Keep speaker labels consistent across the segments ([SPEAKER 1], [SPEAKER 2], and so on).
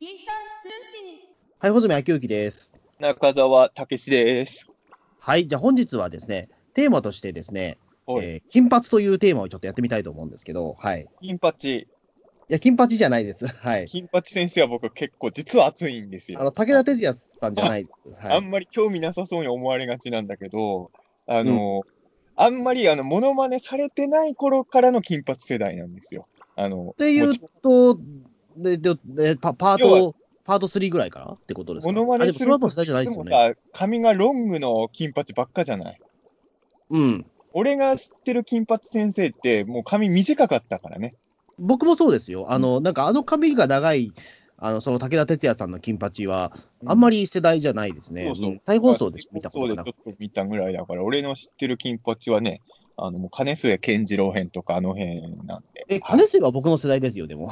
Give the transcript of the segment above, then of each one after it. [SPEAKER 1] インター通信
[SPEAKER 2] はい、ほずめあきゆきです。
[SPEAKER 3] 中澤武史です。
[SPEAKER 2] はい、じゃあ本日はですね、テーマとしてですね、
[SPEAKER 3] はい
[SPEAKER 2] えー金髪というテーマをちょっとやってみたいと思うんですけど、はい。い
[SPEAKER 3] 金八、
[SPEAKER 2] や、金髪じゃないです。 はい。
[SPEAKER 3] 金八先生は僕結構実は熱いんですよ。
[SPEAKER 2] あの、武田鉄矢さんじゃない。は
[SPEAKER 3] あ
[SPEAKER 2] い。
[SPEAKER 3] んまり興味なさそうに思われがちなんだけど、あの、あんまりあの、モノマネされてない頃からの金八世代なんですよ。あの、
[SPEAKER 2] っていう
[SPEAKER 3] もち
[SPEAKER 2] と、でででパパー
[SPEAKER 3] 要
[SPEAKER 2] ト、パート3ぐらいかなってことですか
[SPEAKER 3] モノマネ
[SPEAKER 2] あですもそれは
[SPEAKER 3] る
[SPEAKER 2] もう世代じゃない
[SPEAKER 3] で
[SPEAKER 2] ですよ
[SPEAKER 3] も
[SPEAKER 2] ね。
[SPEAKER 3] さ、髪がロングの金八ばっかじゃない。
[SPEAKER 2] うん。
[SPEAKER 3] 俺が知ってる金八先生って、もう髪短かったからね。
[SPEAKER 2] 僕もそうですよ。あの、なんかあの髪が長い、あの、その武田鉄矢さんの金髪は、あんま
[SPEAKER 3] り
[SPEAKER 2] り世代じゃないですね。
[SPEAKER 3] そうそうん
[SPEAKER 2] 再放送で見たことがな
[SPEAKER 3] そう
[SPEAKER 2] く
[SPEAKER 3] でちょっと見たぐらいだから、俺の知ってる金八はね、あの、もう金末健次郎編とかあの辺なんで。
[SPEAKER 2] え、金瀬は僕の世代ですよ、でも。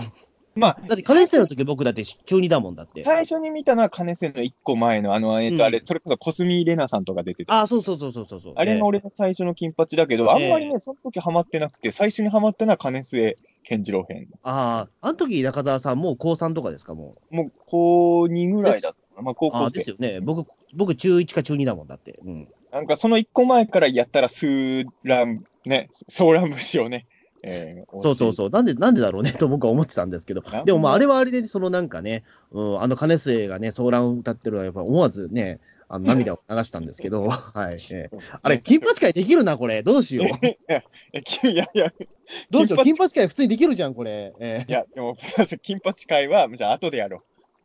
[SPEAKER 3] まあ、
[SPEAKER 2] だって、カレッセの時僕だって中2だもんだって。
[SPEAKER 3] 最初に見たのは金瀬の一個前の、あの、えっ
[SPEAKER 2] うん
[SPEAKER 3] と、あれ、それこそコスミレナさんとか出てた。
[SPEAKER 2] あ、そうそうそうそうそうそう。
[SPEAKER 3] あれが
[SPEAKER 2] ね
[SPEAKER 3] 俺の最初の金八だけど、あんまり
[SPEAKER 2] え
[SPEAKER 3] ね、その時ハマってなくて、最初にハマったのは金末健次郎編。
[SPEAKER 2] ああ、あの時中澤さん、もう高3とかですか、も
[SPEAKER 3] もう、高2ぐらいだったかな。まあ、
[SPEAKER 2] う。
[SPEAKER 3] 高
[SPEAKER 2] ああ
[SPEAKER 3] 校
[SPEAKER 2] ー、です
[SPEAKER 3] 生。
[SPEAKER 2] よね。僕、僕中1か中2だもんだって。うん。
[SPEAKER 3] なんか、その一個前からやったら、スーラン、ね、ソーラン節をね、えー
[SPEAKER 2] そうそうそう。なんで、なんでだろうねと僕は思ってたんですけど
[SPEAKER 3] なん。で
[SPEAKER 2] でもまあ、あれはあれで、そのなんかね、うん、あの金末がね、ソーラン歌ってるのは、やっぱ思わずね、あ の涙を流したんですけど、はい。ええあれ、金髪会できるな、これ。どう しよう。
[SPEAKER 3] えきいやいや、い
[SPEAKER 2] どうしよう。金
[SPEAKER 3] 金
[SPEAKER 2] 髪会普通にできるじゃん、これ。ええ
[SPEAKER 3] や、でも、金八会は、じゃあ、 後でやろう。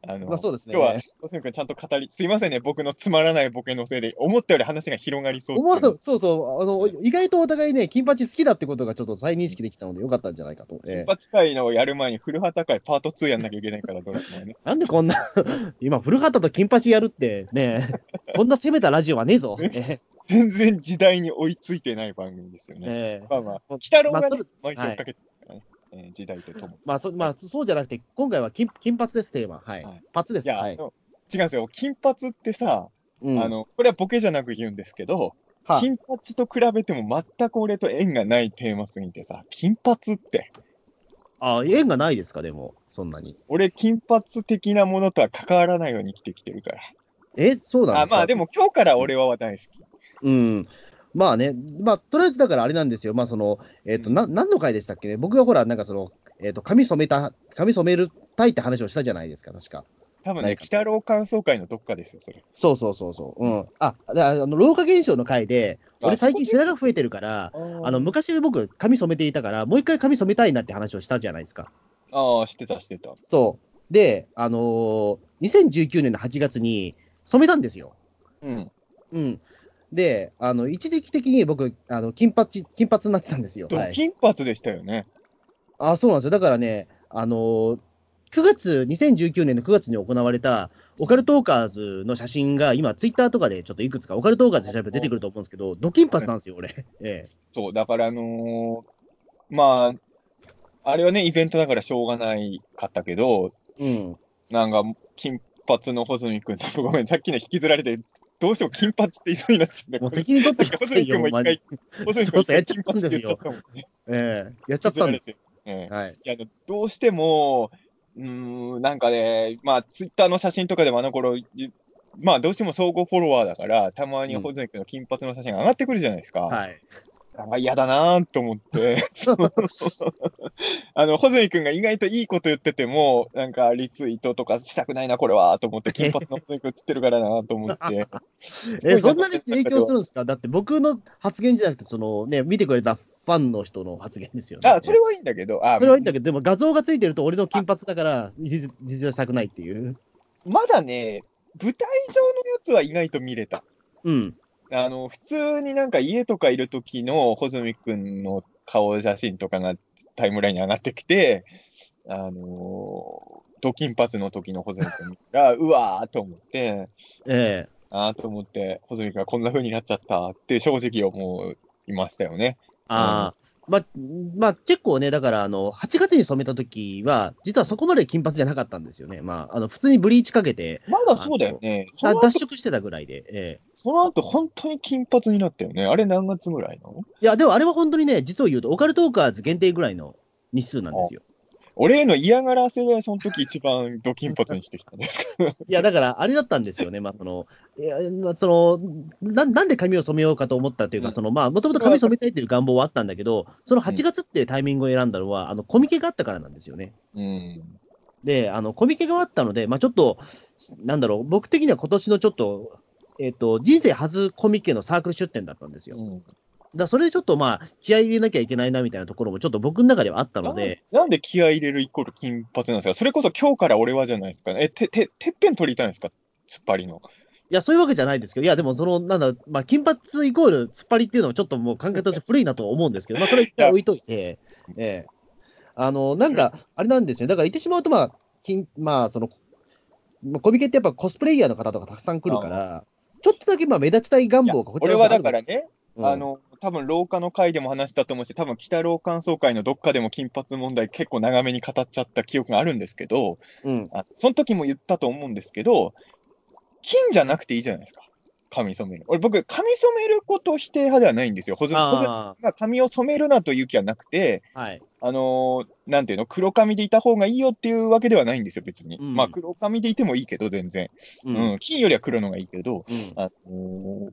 [SPEAKER 3] あの
[SPEAKER 2] まあ、そうですね。
[SPEAKER 3] 今日は、小杉君ちゃんと語り、すいませんね、僕のつまらないボケのせいで、思ったより話が広がりそうっていう
[SPEAKER 2] 思わず、そうそう、あの、意外とお互いね、金八好きだってことがちょっと再認識できたので、よかったんじゃないかと。え
[SPEAKER 3] 金八会のをやる前に、古畑会パート2やんなきゃいけないから、どうしてもね。
[SPEAKER 2] えなんでこんな、 今、古畑と金八やるって、ね え、こんな攻めたラジオはねえぞ。ええ
[SPEAKER 3] 全然時代に追いついてない番組ですよね。
[SPEAKER 2] ええ
[SPEAKER 3] まあまあ、鬼太郎が、
[SPEAKER 2] まあ
[SPEAKER 3] ね
[SPEAKER 2] そ、
[SPEAKER 3] 毎週追っかけてるからね、えー時代とともに。
[SPEAKER 2] まあそ、まあ、そうじゃなくて、今回は金金髪です、テーマ。はい。
[SPEAKER 3] はい
[SPEAKER 2] 髪で
[SPEAKER 3] い
[SPEAKER 2] す。
[SPEAKER 3] や、
[SPEAKER 2] は
[SPEAKER 3] あ
[SPEAKER 2] い。
[SPEAKER 3] の違うんですよ、金髪ってさ、
[SPEAKER 2] うん
[SPEAKER 3] あ、の、これはボケじゃなく言うんですけど、
[SPEAKER 2] は
[SPEAKER 3] 金髪と比べても全く俺と縁がないテーマすぎてさ、金髪って、
[SPEAKER 2] あ、縁がないですか、でも、そんなに。
[SPEAKER 3] 俺、金髪的なものとは関わらないように生きてきてるから。
[SPEAKER 2] え、そうなん
[SPEAKER 3] あ
[SPEAKER 2] ですか
[SPEAKER 3] まあでも今日から俺は大好き。
[SPEAKER 2] うん。まあね、まあ、とりあえずだからあれなんですよ。まあ、その、えっ、と、な、何の回でしたっけね僕がほら、なんかその、えっ、と、髪染めた、髪染めるたいって話をしたじゃないですか、確か。
[SPEAKER 3] 多分
[SPEAKER 2] 何
[SPEAKER 3] ね、
[SPEAKER 2] か
[SPEAKER 3] 鬼太郎感想会のどっかですよ、それ。
[SPEAKER 2] そうそうそうそう。うん。あ、だからあの、老化現象の回で、
[SPEAKER 3] あ
[SPEAKER 2] 俺最近白髪増えてるから、あ
[SPEAKER 3] あ
[SPEAKER 2] の、昔僕髪染めていたから、もう一回髪染めたいなって話をしたじゃないですか。
[SPEAKER 3] ああ、してた、してた。
[SPEAKER 2] そう。で、あのー2019年の8月に染めたんですよ。
[SPEAKER 3] うん。
[SPEAKER 2] うん。で、あの、一時期的に僕、あの、金髪、金髪になってたんですよ。
[SPEAKER 3] ド
[SPEAKER 2] はい
[SPEAKER 3] 金髪でしたよね。
[SPEAKER 2] あ、そうなんですよ。だからね、あのー9月、2019年の9月に行われた、オカルトーカーズの写真が、今、ツイッターとかでちょっといくつか、オカルトーカーズで調べて出てくると思うんですけど、ドキンパスなんですよ、俺。ええ。
[SPEAKER 3] そう、だからあのーまあ、あれはね、イベントだからしょうがないかったけど、
[SPEAKER 2] うん。
[SPEAKER 3] なんか、金髪の細見君と、ごめん、さっきの引きずられて、どうしても金髪って言いそうになっちゃった
[SPEAKER 2] もう責任取ってくださいよ、
[SPEAKER 3] 細見君も一
[SPEAKER 2] マ
[SPEAKER 3] 回
[SPEAKER 2] ジ
[SPEAKER 3] 細見
[SPEAKER 2] そうそうやっ
[SPEAKER 3] 君、
[SPEAKER 2] ちゃ
[SPEAKER 3] 金
[SPEAKER 2] ったんで
[SPEAKER 3] 髪
[SPEAKER 2] すよ
[SPEAKER 3] って言っちゃったもんね。
[SPEAKER 2] ええ。やっちゃ
[SPEAKER 3] 引
[SPEAKER 2] っ
[SPEAKER 3] きず
[SPEAKER 2] た
[SPEAKER 3] ら
[SPEAKER 2] んで
[SPEAKER 3] れ
[SPEAKER 2] す。
[SPEAKER 3] て。うん
[SPEAKER 2] はい。
[SPEAKER 3] いや、でもどうしても、うーん、なんかね、まあ、ツイッターの写真とかでもあの頃、いまあ、どうしても総合フォロワーだから、たまに
[SPEAKER 2] うん
[SPEAKER 3] ホズネックの金髪の写真が上がってくるじゃないですか。
[SPEAKER 2] はい。
[SPEAKER 3] あ嫌だなーと思って、 あの、ホズミ君が意外といいこと言ってても、なんかリツイートとかしたくないな、これは、と思って、金髪のホズミ君映ってるからなと 思って。
[SPEAKER 2] え、そんなに影響するんですかだって僕の発言じゃなくて、そのね、見てくれたファンの人の発言ですよね。
[SPEAKER 3] あ、それはいいんだけど、あ
[SPEAKER 2] それはいいんだけど、でも画像がついてると俺の金髪だから、実実はしたくないっていう。
[SPEAKER 3] まだね、舞台上のやつは意外と見れた。
[SPEAKER 2] うん。
[SPEAKER 3] あの、普通になんか家とかいる時の穂積くんの顔写真とかがタイムラインに上がってきて、あのー、ド金髪の時の穂積くんが、うわーと思って、
[SPEAKER 2] ええ
[SPEAKER 3] あーと思って、穂積くんがこんな風になっちゃったって正直思いましたよね。
[SPEAKER 2] ああ。まあ、まあ、結構ね、だから、あの、8月に染めた時は、実はそこまで金髪じゃなかったんですよね。まあ、あの、普通にブリーチかけて、
[SPEAKER 3] まだそうだよね。そ
[SPEAKER 2] あ
[SPEAKER 3] の後
[SPEAKER 2] 脱、色してたぐらいで。え
[SPEAKER 3] その後本当に金髪になったよね。あれ何月ぐらいなの
[SPEAKER 2] えいや、でもあれは本当にね、実を言うと、オカルトーカーズ限定ぐらいの日数なんですよ。
[SPEAKER 3] 俺への嫌がらせで、その時一番ドキンパツにしてきたんですけど。
[SPEAKER 2] いや、だから、あれだったんですよね。まあ、その、いや、まあその、ななんで髪を染めようかと思ったという
[SPEAKER 3] う
[SPEAKER 2] か、
[SPEAKER 3] ん
[SPEAKER 2] その、まあ、もともと髪染めたいという願望はあったんだけど、その8月っていうタイミングを選んだのは、あの、コミケがあったからなんですよね。
[SPEAKER 3] うん。
[SPEAKER 2] で、あの、コミケがあったので、まあ、ちょっと、なんだろう、僕的には今年のちょっと、えっ、と、人生初コミケのサークル出展だったんですよ。だか
[SPEAKER 3] うん
[SPEAKER 2] らそれでちょっとまあ、気合い入れなきゃいけないなみたいなところもちょっと僕の中ではあった
[SPEAKER 3] な
[SPEAKER 2] の
[SPEAKER 3] ん
[SPEAKER 2] で、
[SPEAKER 3] なんで気合い入れるイコール金髪なんですかそれこそ今日から俺はじゃないですか、ね。え、て、て、てっぺん取りたいんですか突っ張りの。
[SPEAKER 2] いや、そういうわけじゃないですけど、いや、でもその、なんだろう、まあ、金髪イコール突っ張りっていうのはちょっともう感覚として古いなとは思うんですけど、まあ、それは一回置いといて、ええあの、なんか、あれなんですよね。だから言ってしまうと、まあ、金、まあ、その、まあコミケってやっぱコスプレイヤーの方とかたくさん来るから、ちょっとだけまあ目立ちたい願望がこち
[SPEAKER 3] 俺
[SPEAKER 2] らは
[SPEAKER 3] は
[SPEAKER 2] あ
[SPEAKER 3] だ
[SPEAKER 2] る
[SPEAKER 3] からね、
[SPEAKER 2] うん
[SPEAKER 3] あの、多分廊下の回でも話したと思うし、多分北廊下総会のどっかでも金髪問題結構長めに語っちゃった記憶があるんですけど、
[SPEAKER 2] うん、
[SPEAKER 3] あその時も言ったと思うんですけど、金じゃなくていいじゃないですか。髪染める。俺僕、髪染めること否定派ではないんですよ。ほず、ほず
[SPEAKER 2] あ
[SPEAKER 3] まあ髪を染めるなという気はなくて、
[SPEAKER 2] あ、はい。
[SPEAKER 3] あのーなんていうの、黒髪でいた方がいいよっていうわけではないんですよ、別に。
[SPEAKER 2] うん
[SPEAKER 3] まあ、黒髪でいてもいいけど、全然。
[SPEAKER 2] う
[SPEAKER 3] うん、
[SPEAKER 2] ん。
[SPEAKER 3] 金よりは黒のがいいけど、
[SPEAKER 2] うん
[SPEAKER 3] あのー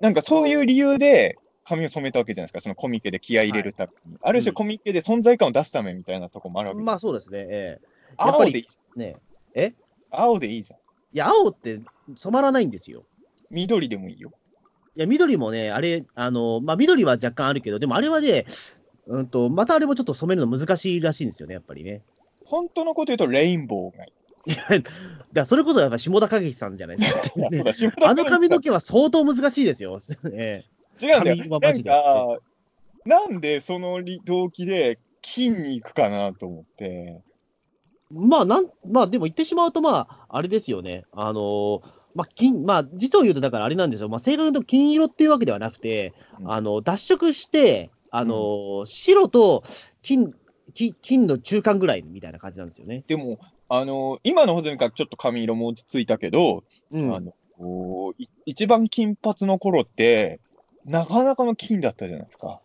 [SPEAKER 3] なんかそういう理由で髪を染めたわけじゃないですか、そのコミケで気合い入れるために。ある種、
[SPEAKER 2] うん
[SPEAKER 3] コミケで存在感を出すためみたいなとこもあるわけ、
[SPEAKER 2] まあそうですね。えやっぱ
[SPEAKER 3] 青
[SPEAKER 2] り
[SPEAKER 3] でいいじゃん。
[SPEAKER 2] えねえ。え
[SPEAKER 3] 青でいいじゃん。
[SPEAKER 2] いや、青って染まらないんですよ。
[SPEAKER 3] 緑でもいいよ。
[SPEAKER 2] いや、緑もね、あれ、あの、まあ、緑は若干あるけど、でもあれはね、うんと、またあれもちょっと染めるの難しいらしいんですよね、やっぱりね。
[SPEAKER 3] 本当のこと言うと、レインボーがいい。
[SPEAKER 2] いや、だからそれこそやっぱ下田景樹さんじゃない ですか。
[SPEAKER 3] いやそうだ、仕事
[SPEAKER 2] あの髪の毛は相当難しいですよ。 え
[SPEAKER 3] 違うんだ
[SPEAKER 2] 髪
[SPEAKER 3] よ。
[SPEAKER 2] は
[SPEAKER 3] な
[SPEAKER 2] マ
[SPEAKER 3] ん
[SPEAKER 2] ジで
[SPEAKER 3] か、なんでその理動機で金に行くかなと思って。
[SPEAKER 2] えまあ、なん、まあ、でも言ってしまうと、まあ、あれですよね。あの、まあ、金、まあ、実を言うと、だからあれなんですよ。まあ、正確に言うと金色っていうわけではなくて、
[SPEAKER 3] うん
[SPEAKER 2] あの、脱色して、あの、白と金、金金の中間ぐらいみたいな感じなんですよね。
[SPEAKER 3] でも、あの、今のほずみからちょっと髪色も落ち着いたけど、
[SPEAKER 2] うん。
[SPEAKER 3] あのこうい一番金髪の頃って、なかなかの金だったじゃないですか。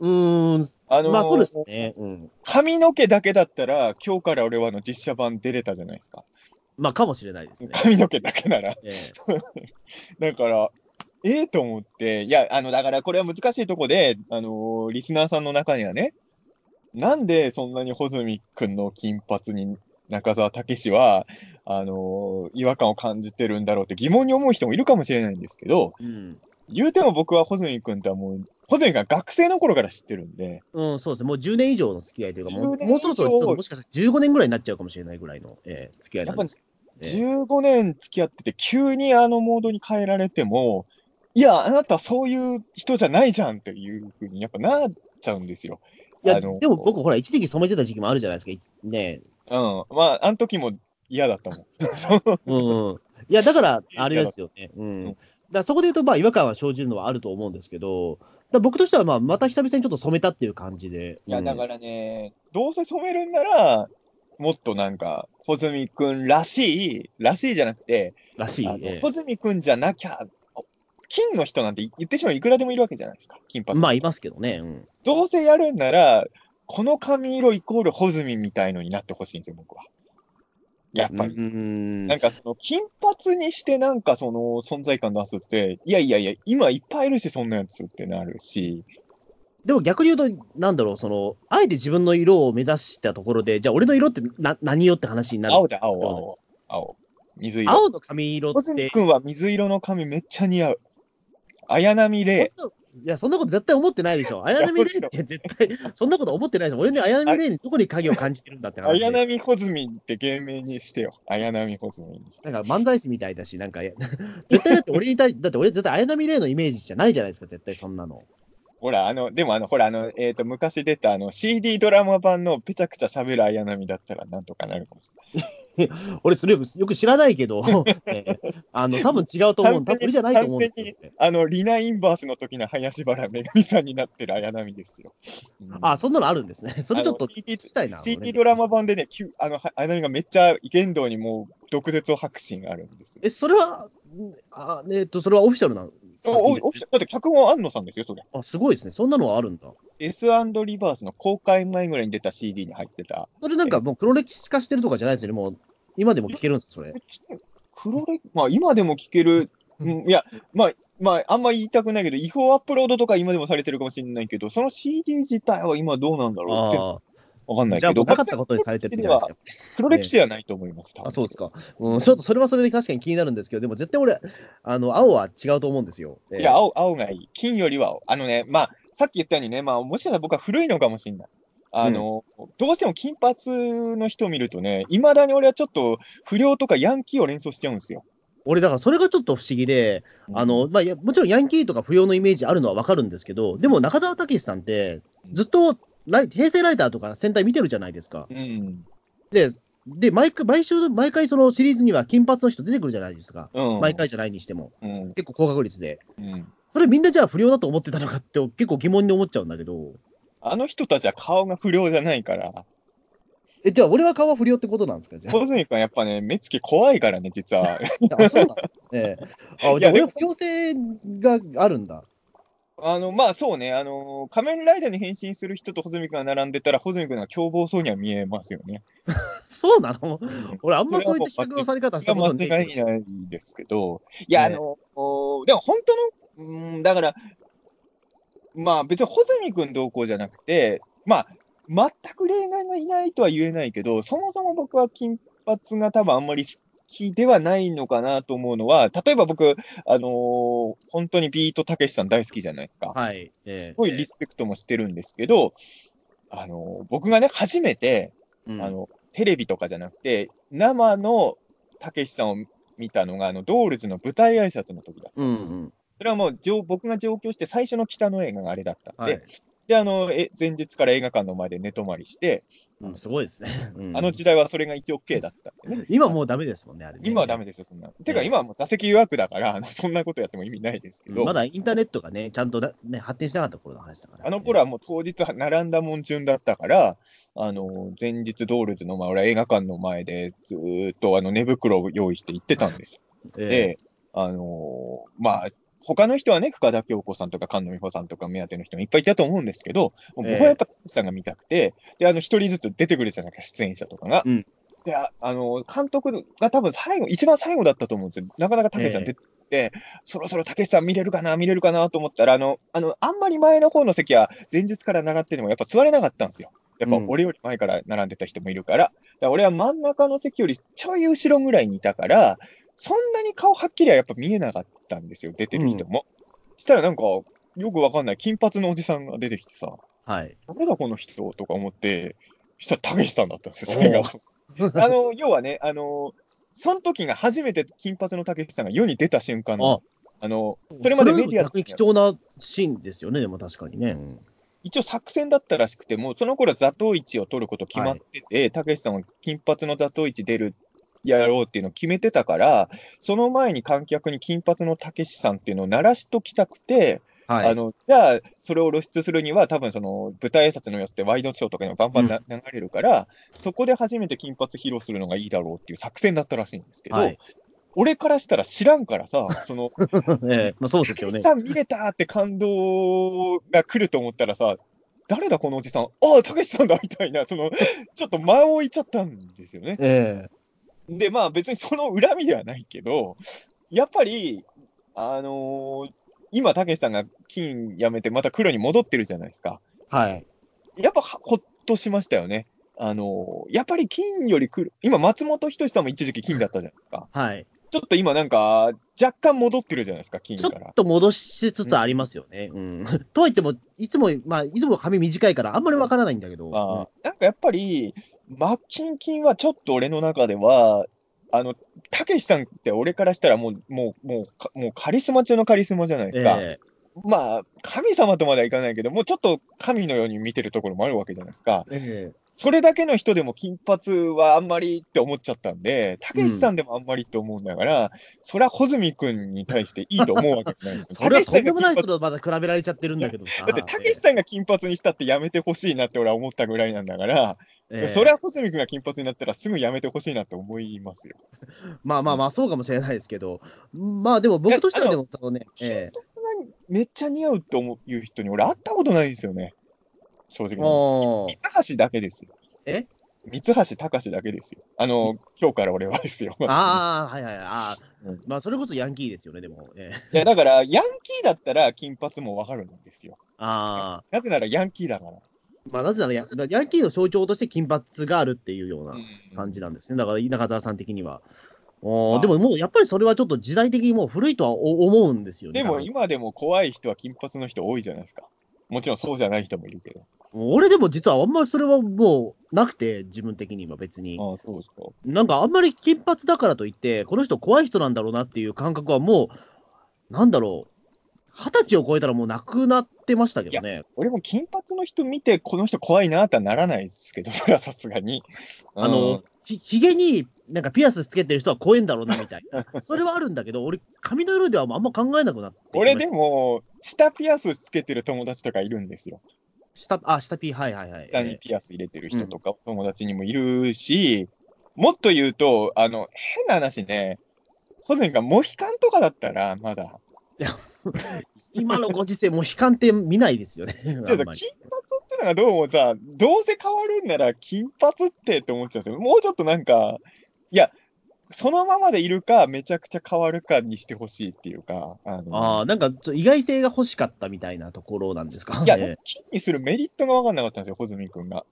[SPEAKER 2] うーん、
[SPEAKER 3] あの
[SPEAKER 2] まあそうですね。うん。
[SPEAKER 3] 髪の毛だけだったら、今日から俺はあの実写版出れたじゃないですか。
[SPEAKER 2] まあかもしれない ですね。
[SPEAKER 3] 髪の毛だけなら。
[SPEAKER 2] ええ
[SPEAKER 3] だから、ええと思って、いや、あの、だからこれは難しいとこで、あのーリスナーさんの中にはね、なんでそんなに穂積君の金髪に中澤武史は、あのー違和感を感じてるんだろうって疑問に思う人もいるかもしれないんですけど、
[SPEAKER 2] うん。
[SPEAKER 3] 言うても僕は穂積君とはもう、穂積君は学生の頃から知ってるんで、
[SPEAKER 2] うん、そうですね。もう10年以上の付き合いというか、も
[SPEAKER 3] 10
[SPEAKER 2] う
[SPEAKER 3] 年
[SPEAKER 2] もうそろそろ
[SPEAKER 3] 以上
[SPEAKER 2] もしかしたら15年ぐらいになっちゃうかもしれないぐらいの、ええ付き合いなんですけど、ええ
[SPEAKER 3] 15年付き合ってて、急にあのモードに変えられても、いや、あなたそういう人じゃないじゃんっていうふうにやっぱなっちゃうんですよ。
[SPEAKER 2] いや、
[SPEAKER 3] あの
[SPEAKER 2] でも僕、ほら、一時期染めてた時期もあるじゃないですか。いね
[SPEAKER 3] うん。まあ、あの時も嫌だったもん。
[SPEAKER 2] え。うん、うん。いや、だから、あれですよね。う
[SPEAKER 3] う
[SPEAKER 2] ん。
[SPEAKER 3] ん
[SPEAKER 2] だからそこで言うと、まあ、違和感は生じるのはあると思うんですけど、だから僕としては、まあ、また久々にちょっと染めたっていう感じで。。
[SPEAKER 3] いや、だかららね、どうせ染めるんなら、もっとなんか、穂積くんらしい、らしいじゃなくて、
[SPEAKER 2] らしい。
[SPEAKER 3] あの
[SPEAKER 2] え
[SPEAKER 3] 穂積くんじゃなきゃ、お金の人なんて言ってしまういくらでもいるわけじゃないですか、金
[SPEAKER 2] え、
[SPEAKER 3] 髪。
[SPEAKER 2] まあ、いますけどね。うん。
[SPEAKER 3] どうせやるんなら、この髪色イコール穂積みたいのになってほしいんですよ、僕は。やっぱり。
[SPEAKER 2] うん
[SPEAKER 3] なんかその、金髪にしてなんかその存在感出すって、いやいやいや、今いっぱいいるし、そんなやつってなるし。
[SPEAKER 2] でも逆に言うと、なんだろう、その、あえて自分の色を目指したところで、じゃあ俺の色ってな何よって話になる。
[SPEAKER 3] 青だ、青、青、青。水色。
[SPEAKER 2] 青の髪色
[SPEAKER 3] 小
[SPEAKER 2] っ
[SPEAKER 3] 泉
[SPEAKER 2] て、
[SPEAKER 3] 君は水色の髪めっちゃ似合う。綾波レ
[SPEAKER 2] そんないや、そんなこと絶対思ってないでし ょ。綾波レイって絶対、そんなこと思ってないでしょ。俺ね、綾波レイにどこに影を感じてるんだって
[SPEAKER 3] イ。
[SPEAKER 2] 話で。
[SPEAKER 3] 綾波小泉って芸名にしてよ。綾波小泉にして。
[SPEAKER 2] なんか漫才師みたいだし、なんか、いや 絶対だって俺に対だって俺絶対綾波レイのイメージじゃないじゃないですか、絶対そんなの。
[SPEAKER 3] ほら、あの、でもあの、ほら、あの、えっ、と、昔出たあの、CD ドラマ版のぺちゃくちゃ喋る綾波だったらなんとかなるかもし
[SPEAKER 2] 俺、それよくよく知らないけど、 ねあの、多分違うと思う。多分俺じゃないと思うんですよ。
[SPEAKER 3] れない。あの、リナインバースの時の林原めぐみさんになってる綾波ですよ。うん
[SPEAKER 2] あ、そんなのあるんですね。それちょっと
[SPEAKER 3] あ
[SPEAKER 2] 聞
[SPEAKER 3] の CD
[SPEAKER 2] きたいな。俺
[SPEAKER 3] CD ドラマ版でね、きゅあの、は綾波がめっちゃ言動にもう、毒舌を吐くシーンがあるんですよ。
[SPEAKER 2] え、それは、んあえっ、と、それはオフィシャルな
[SPEAKER 3] おおおだって脚本は安野さんですよ、それ。
[SPEAKER 2] あ、すごいですね。そんなのはあるんだ。
[SPEAKER 3] S& リバースの公開前ぐらいに出た CD に入ってた。
[SPEAKER 2] それなんかもう黒歴史化してるとかじゃないですよね。もう、今でも聞けるんですか、それ。
[SPEAKER 3] 黒レまあ今でも聴ける、うん、いや、まあ、まあ、あんま言いたくないけど、違法アップロードとか今でもされてるかもしれないけど、その CD 自体は今どうなんだろうって、
[SPEAKER 2] あ
[SPEAKER 3] わかんな
[SPEAKER 2] あ。
[SPEAKER 3] い
[SPEAKER 2] じゃあ
[SPEAKER 3] け
[SPEAKER 2] も
[SPEAKER 3] ど、
[SPEAKER 2] うなかったことにされてるってことですか。
[SPEAKER 3] 黒歴史ではないと思います、多分
[SPEAKER 2] あ、そうですか。うん、ちょっとそれはそれで確かに気になるんですけど、でも絶対俺、あの、青は違うと思うんですよ。えー
[SPEAKER 3] いや、青、青がいい。金よりは青。あのね、まあ、さっき言ったようにね、まあ、もしかしたら僕は古いのかもしれない。あの、どうしても金髪の人見るとね、いまだに俺はちょっと不良とかヤンキーを連想しちゃうんですよ。
[SPEAKER 2] 俺、だからそれがちょっと不思議で、あの、まあ、いやもちろんヤンキーとか不要のイメージあるのはわかるんですけど、でも中澤武さんって、ずっとライ平成ライターとか戦隊見てるじゃないですか。
[SPEAKER 3] うん、
[SPEAKER 2] で、で毎回毎週、毎回そのシリーズには金髪の人出てくるじゃないですか。
[SPEAKER 3] うん、
[SPEAKER 2] 毎回じゃないにしても、
[SPEAKER 3] うん、
[SPEAKER 2] 結構高確率で。
[SPEAKER 3] うん。
[SPEAKER 2] それみんなじゃあ不良だと思ってたのかって結構疑問に思っちゃうんだけど、
[SPEAKER 3] あの人たちは顔が不良じゃないから、
[SPEAKER 2] え、じゃあ俺は顔は不良ってことなんですかじゃあ
[SPEAKER 3] 小泉君はやっぱね、目つき怖いからね、実は。
[SPEAKER 2] あ、そうなんだ。ええ。あ、
[SPEAKER 3] い
[SPEAKER 2] じゃ
[SPEAKER 3] や
[SPEAKER 2] あ、
[SPEAKER 3] で
[SPEAKER 2] 俺
[SPEAKER 3] も
[SPEAKER 2] は不良性があるんだ。
[SPEAKER 3] あの、まあそうね、あの、仮面ライダーに変身する人と穂積君が並んでたら、穂積君が凶暴そうには見えますよね。
[SPEAKER 2] そうなの
[SPEAKER 3] ん
[SPEAKER 2] 俺、あんまそういった比較のされ方し
[SPEAKER 3] いや、
[SPEAKER 2] たこ
[SPEAKER 3] 間
[SPEAKER 2] とない
[SPEAKER 3] 違いないですけど、いや、あ
[SPEAKER 2] ね
[SPEAKER 3] の、おでも本当の、うん、だから、まあ別に穂積君同行じゃなくて、まあ、全く例外がいないとは言えないけど、そもそも僕は金髪が多分あんまり好きではないのかなと思うのは、例えば僕、あのー本当にビートたけしさん大好きじゃないですか。
[SPEAKER 2] はい。ええ
[SPEAKER 3] すごいリスペクトもしてるんですけど、あのー僕がね、初めて、
[SPEAKER 2] うん
[SPEAKER 3] あの、テレビとかじゃなくて、生のたけしさんを見たのが、あの、ドールズの舞台挨拶の時だ。
[SPEAKER 2] うんうん。
[SPEAKER 3] それはもう上、僕が上京して最初の北の映画があれだったんで、
[SPEAKER 2] はい。
[SPEAKER 3] で、あの、え前日から映画館の前で寝泊まりして、
[SPEAKER 2] うんすごいですね。うん
[SPEAKER 3] あの時代はそれが一応 OK だったんでね。
[SPEAKER 2] 今もうダメですもんね、あれね。
[SPEAKER 3] 今はダメ
[SPEAKER 2] で
[SPEAKER 3] ですよ、そんなの。てか、今はもう座席予約だから、あのそんなことやっても意味ないですけど、
[SPEAKER 2] まだインターネットがね、ちゃんとだね発展しなかった頃の話だから。
[SPEAKER 3] あの頃はもう当日並んだもん順だったから、あの、前日ドールズの前、俺は映画館の前でずーっとあの寝袋を用意して行ってたんですよ
[SPEAKER 2] ええ、
[SPEAKER 3] で、あのーまあ、他の人はね、深田恭子さんとか菅野美穂さんとか目当ての人もいっぱいいたと思うんですけど、もう僕
[SPEAKER 2] ええ
[SPEAKER 3] はやっぱ、田口さんが見たくて、で、あの、一人ずつ出てくるじゃないですか、出演者とかが。
[SPEAKER 2] うん
[SPEAKER 3] で、あ、あのー監督が多分最後、一番最後だったと思うんですよ。なかなか武さん出てて、そろそろ武さん見れるかな、見れるかなと思ったら、あの、あの、あんまり前の方の席は前日から並っててもやっぱ座れなかったんですよ。やっぱ
[SPEAKER 2] うん
[SPEAKER 3] 俺より前から並んでた人もいるから、だから俺は真ん中の席よりちょい後ろぐらいにいたから、そんなに顔はっきりはやっぱ見えなかったんですよ、出てる人も。したらなんか、よくわかんない金髪のおじさんが出てきてさ、
[SPEAKER 2] はい。
[SPEAKER 3] 誰だこの人とか思って、したらたけしさんだったんですよ、それが
[SPEAKER 2] お。
[SPEAKER 3] あの、要はね、あの、その時が初めて金髪のたけしさんが世に出た瞬間の、あの、それまでメディア
[SPEAKER 2] これは逆に貴重なシーンですよね、でも確かにね。
[SPEAKER 3] 一応作戦だったらしくて、もうその頃は座頭市を取ること決まってて、たけしさんは金髪の座頭市出る、やろうっていうのを決めてたから、その前に観客に金髪のたけしさんっていうのを鳴らしときたくて、
[SPEAKER 2] はい。
[SPEAKER 3] あのじゃあ、それを露出するには、多分その舞台挨拶の様子ってワイドショーとかにもバンバンな流れるから、そこで初めて金髪披露するのがいいだろうっていう作戦だったらしいんですけど、
[SPEAKER 2] はい。
[SPEAKER 3] 俺からしたら知らんか らさ、その
[SPEAKER 2] ええ、まあそうですよ ね。
[SPEAKER 3] さん見れたって感動が来ると思ったらさ、誰だこのおじさん、ああ、たけしさんだみたいな、その、ちょっと間を置いちゃったんですよね。
[SPEAKER 2] ええ。
[SPEAKER 3] で、まあ別にその恨みではないけど、やっぱり、あのー今、たけしさんが金やめて、また黒に戻ってるじゃないですか。
[SPEAKER 2] はい。
[SPEAKER 3] やっぱはほっとしましたよね。あのーやっぱり金より黒、今、松本人志さんも一時期金だったじゃないですか。
[SPEAKER 2] はい。
[SPEAKER 3] ちょっと今なんか、若干戻ってるじゃないですか、金
[SPEAKER 2] ちょ
[SPEAKER 3] か
[SPEAKER 2] っ
[SPEAKER 3] ら。
[SPEAKER 2] と戻しつつありますよね。うん。 とはいっても、いつも、まあ、いつも髪短いから、あんまりわからないんだけど。
[SPEAKER 3] まあ、なんかやっぱり、マッキンキンはちょっと俺の中では、あの、たけしさんって俺からしたらもう、もう、もうか、もうカリスマ中のカリスマじゃないですか。
[SPEAKER 2] え
[SPEAKER 3] まあ、神様とまではいかないけど、もうちょっと神のように見てるところもあるわけじゃないですか。
[SPEAKER 2] ええ
[SPEAKER 3] それだけの人でも金髪はあんまりって思っちゃったんで、たけしさんでもあんまりって思うんだから、そりゃ穂積君に対していいと思うわけじゃないです
[SPEAKER 2] それはとんでもない
[SPEAKER 3] たけしさんが金
[SPEAKER 2] 人とまだ比べられちゃってるんだけどさ。
[SPEAKER 3] 髪だって、たけしさんが金髪にしたってやめてほしいなって俺は思ったぐらいなんだから、
[SPEAKER 2] ええ
[SPEAKER 3] それは穂積君が金髪になったらすぐやめてほしいなって思いますよ。
[SPEAKER 2] まあまあまあ、そうかもしれないですけど、まあでも僕としてはでも、そのね、ええ
[SPEAKER 3] めっちゃ似合うって思う人に俺会ったことないんですよね。正直な話。
[SPEAKER 2] ああ。
[SPEAKER 3] 三橋だけですよ。
[SPEAKER 2] え
[SPEAKER 3] 三橋隆だけですよ。あの、今日から俺はですよ。
[SPEAKER 2] ああ、はいはいはい。あー
[SPEAKER 3] うん
[SPEAKER 2] まあ、それこそヤンキーですよね、でも。ええ
[SPEAKER 3] いや、だから、ヤンキーだったら金髪もわかるんですよ。
[SPEAKER 2] あ
[SPEAKER 3] なぜならヤンキーだから。
[SPEAKER 2] あ、まあ、なぜならヤ、ヤンキーの象徴として金髪があるっていうような感じなんですね。だから、中澤さん的には。お
[SPEAKER 3] あ
[SPEAKER 2] ー
[SPEAKER 3] ー
[SPEAKER 2] でももうやっぱりそれはちょっと時代的にもう古いとはお思うんですよね。
[SPEAKER 3] でも
[SPEAKER 2] 多分
[SPEAKER 3] 今でも怖い人は金髪の人多いじゃないですか。もちろんそうじゃない人もいるけど。
[SPEAKER 2] 俺でも実はあんまりそれはもうなくて、自分的には別に。
[SPEAKER 3] ああ、そうですか。
[SPEAKER 2] なんかあんまり金髪だからといって、この人怖い人なんだろうなっていう感覚はもう、なんだろう、二十歳を超えたらもうなくなってましたけどね。
[SPEAKER 3] 俺も金髪の人見て、この人怖いなとはならないですけど、 それはさすがに。
[SPEAKER 2] あの、ひ、ひげになんかピアスつけてる人は怖いんだろうなみたい な。それはあるんだけど、俺、髪の色ではもうあんま考えなくなってきました。
[SPEAKER 3] 俺でも、下ピアスつけてる友達とかいるんですよ。
[SPEAKER 2] 下、あ、下ピー、はいはいはい。
[SPEAKER 3] 下にピアス入れてる人とか、友達にもいるし、もっと言うと、あの、変な話ね、ホゼンがモヒカンとかだったら、まだ、
[SPEAKER 2] 今のご時世、もう悲観って見ないですよね。
[SPEAKER 3] ちょっ
[SPEAKER 2] あ
[SPEAKER 3] と
[SPEAKER 2] んまり
[SPEAKER 3] 金髪ってのがどうもさ、どうせ変わるんなら金髪ってって思っちゃうんですよ。もうちょっとなんか、いや、そのままでいるか、めちゃくちゃ変わるかにしてほしいっていうか、あの
[SPEAKER 2] ああ、なんかちょっと意外性が欲しかったみたいなところなんですか。
[SPEAKER 3] いや、
[SPEAKER 2] ええ
[SPEAKER 3] 金にするメリットが分かんなかったんですよ、穂積君が。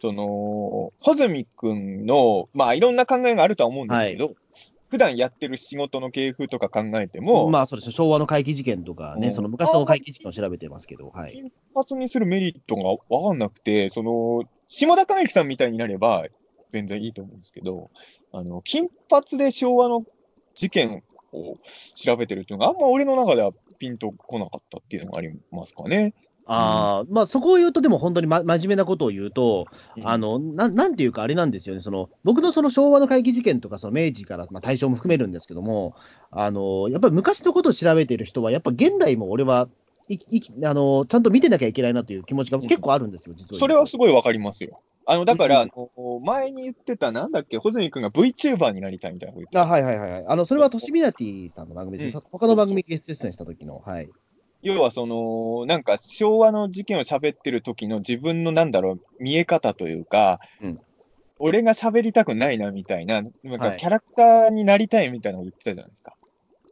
[SPEAKER 3] その、穂積君の、まあ、いろんな考えがあるとは思うんですけど、普段やってる仕事の系風とか考えて も、
[SPEAKER 2] まあそうですね昭和の怪奇事件とかね、
[SPEAKER 3] うん
[SPEAKER 2] その昔の怪奇事件を調べてますけど、はい。
[SPEAKER 3] 金髪にするメリットが分かんなくて、その、下田寛之さんみたいになれば、全然いいと思うんですけど、あの、金髪で昭和の事件を調べてるっていうのがあんま俺の中ではピンとこなかったっていうのがありますかね。
[SPEAKER 2] ああ、まあそこを言うと、でも本当に、ま、真面目なことを言うと、
[SPEAKER 3] うん
[SPEAKER 2] あのななんていうか、あれなんですよね、その僕のその昭和の怪奇事件とか、その明治から、まあ、大正も含めるんですけども、あのやっぱり昔のことを調べてる人は、やっぱ現代も俺はいいきあの、ちゃんと見てなきゃいけないなという気持ちが結構あるんですよ、実を言うと
[SPEAKER 3] それはすごいわかりますよ。あの、だか
[SPEAKER 2] う
[SPEAKER 3] ら、あの前に言ってた、なんだっけ、穂積君が VTuber になりたいみたいなこと言ってた
[SPEAKER 2] あはいはいはいはい、あのそれはトシミナティさんの番組です、
[SPEAKER 3] う
[SPEAKER 2] 他の番組ゲスト出演した時の、はい、
[SPEAKER 3] 要は、その、なんか昭和の事件を喋ってる時の自分の、なんだろう、見え方というか、
[SPEAKER 2] うん
[SPEAKER 3] 俺が喋りたくないなみたいな、なん
[SPEAKER 2] は
[SPEAKER 3] か
[SPEAKER 2] い
[SPEAKER 3] キャラクターになりたいみたいなこと言ってたじゃないですか。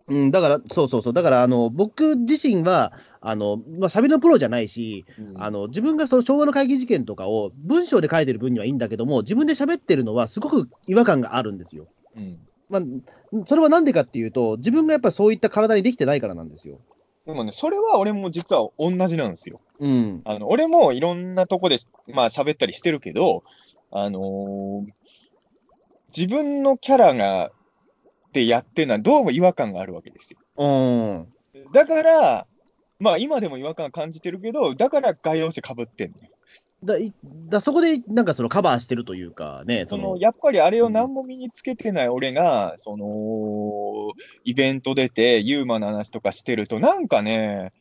[SPEAKER 2] うん、だから、そうそうそう、だからあの僕自身は、あのまあ、喋りのプロじゃないし、
[SPEAKER 3] うん
[SPEAKER 2] あの自分がその昭和の怪奇事件とかを文章で書いてる分にはいいんだけども、自分で喋ってるのはすごく違和感があるんですよ。
[SPEAKER 3] うん
[SPEAKER 2] まあ、それはなんでかっていうと、自分がやっぱりそういった体にできてないからなんですよ。
[SPEAKER 3] でもね、それは俺も実は同じなんですよ。
[SPEAKER 2] うん、
[SPEAKER 3] あの、俺もいろんなとこで、まあ喋ったりしてるけど、あのー自分のキャラが、でやってるのはどうも違和感があるわけですよ。
[SPEAKER 2] うん、
[SPEAKER 3] だから、まあ今でも違和感感じてるけど、だから概要紙かぶってんのよ。
[SPEAKER 2] だいだそこでなんかそのカバーしてるというかね、そ
[SPEAKER 3] その
[SPEAKER 2] の
[SPEAKER 3] やっぱりあれを何も身につけてない俺が、そのイベント出て、ユーマの話とかしてると、なんかね、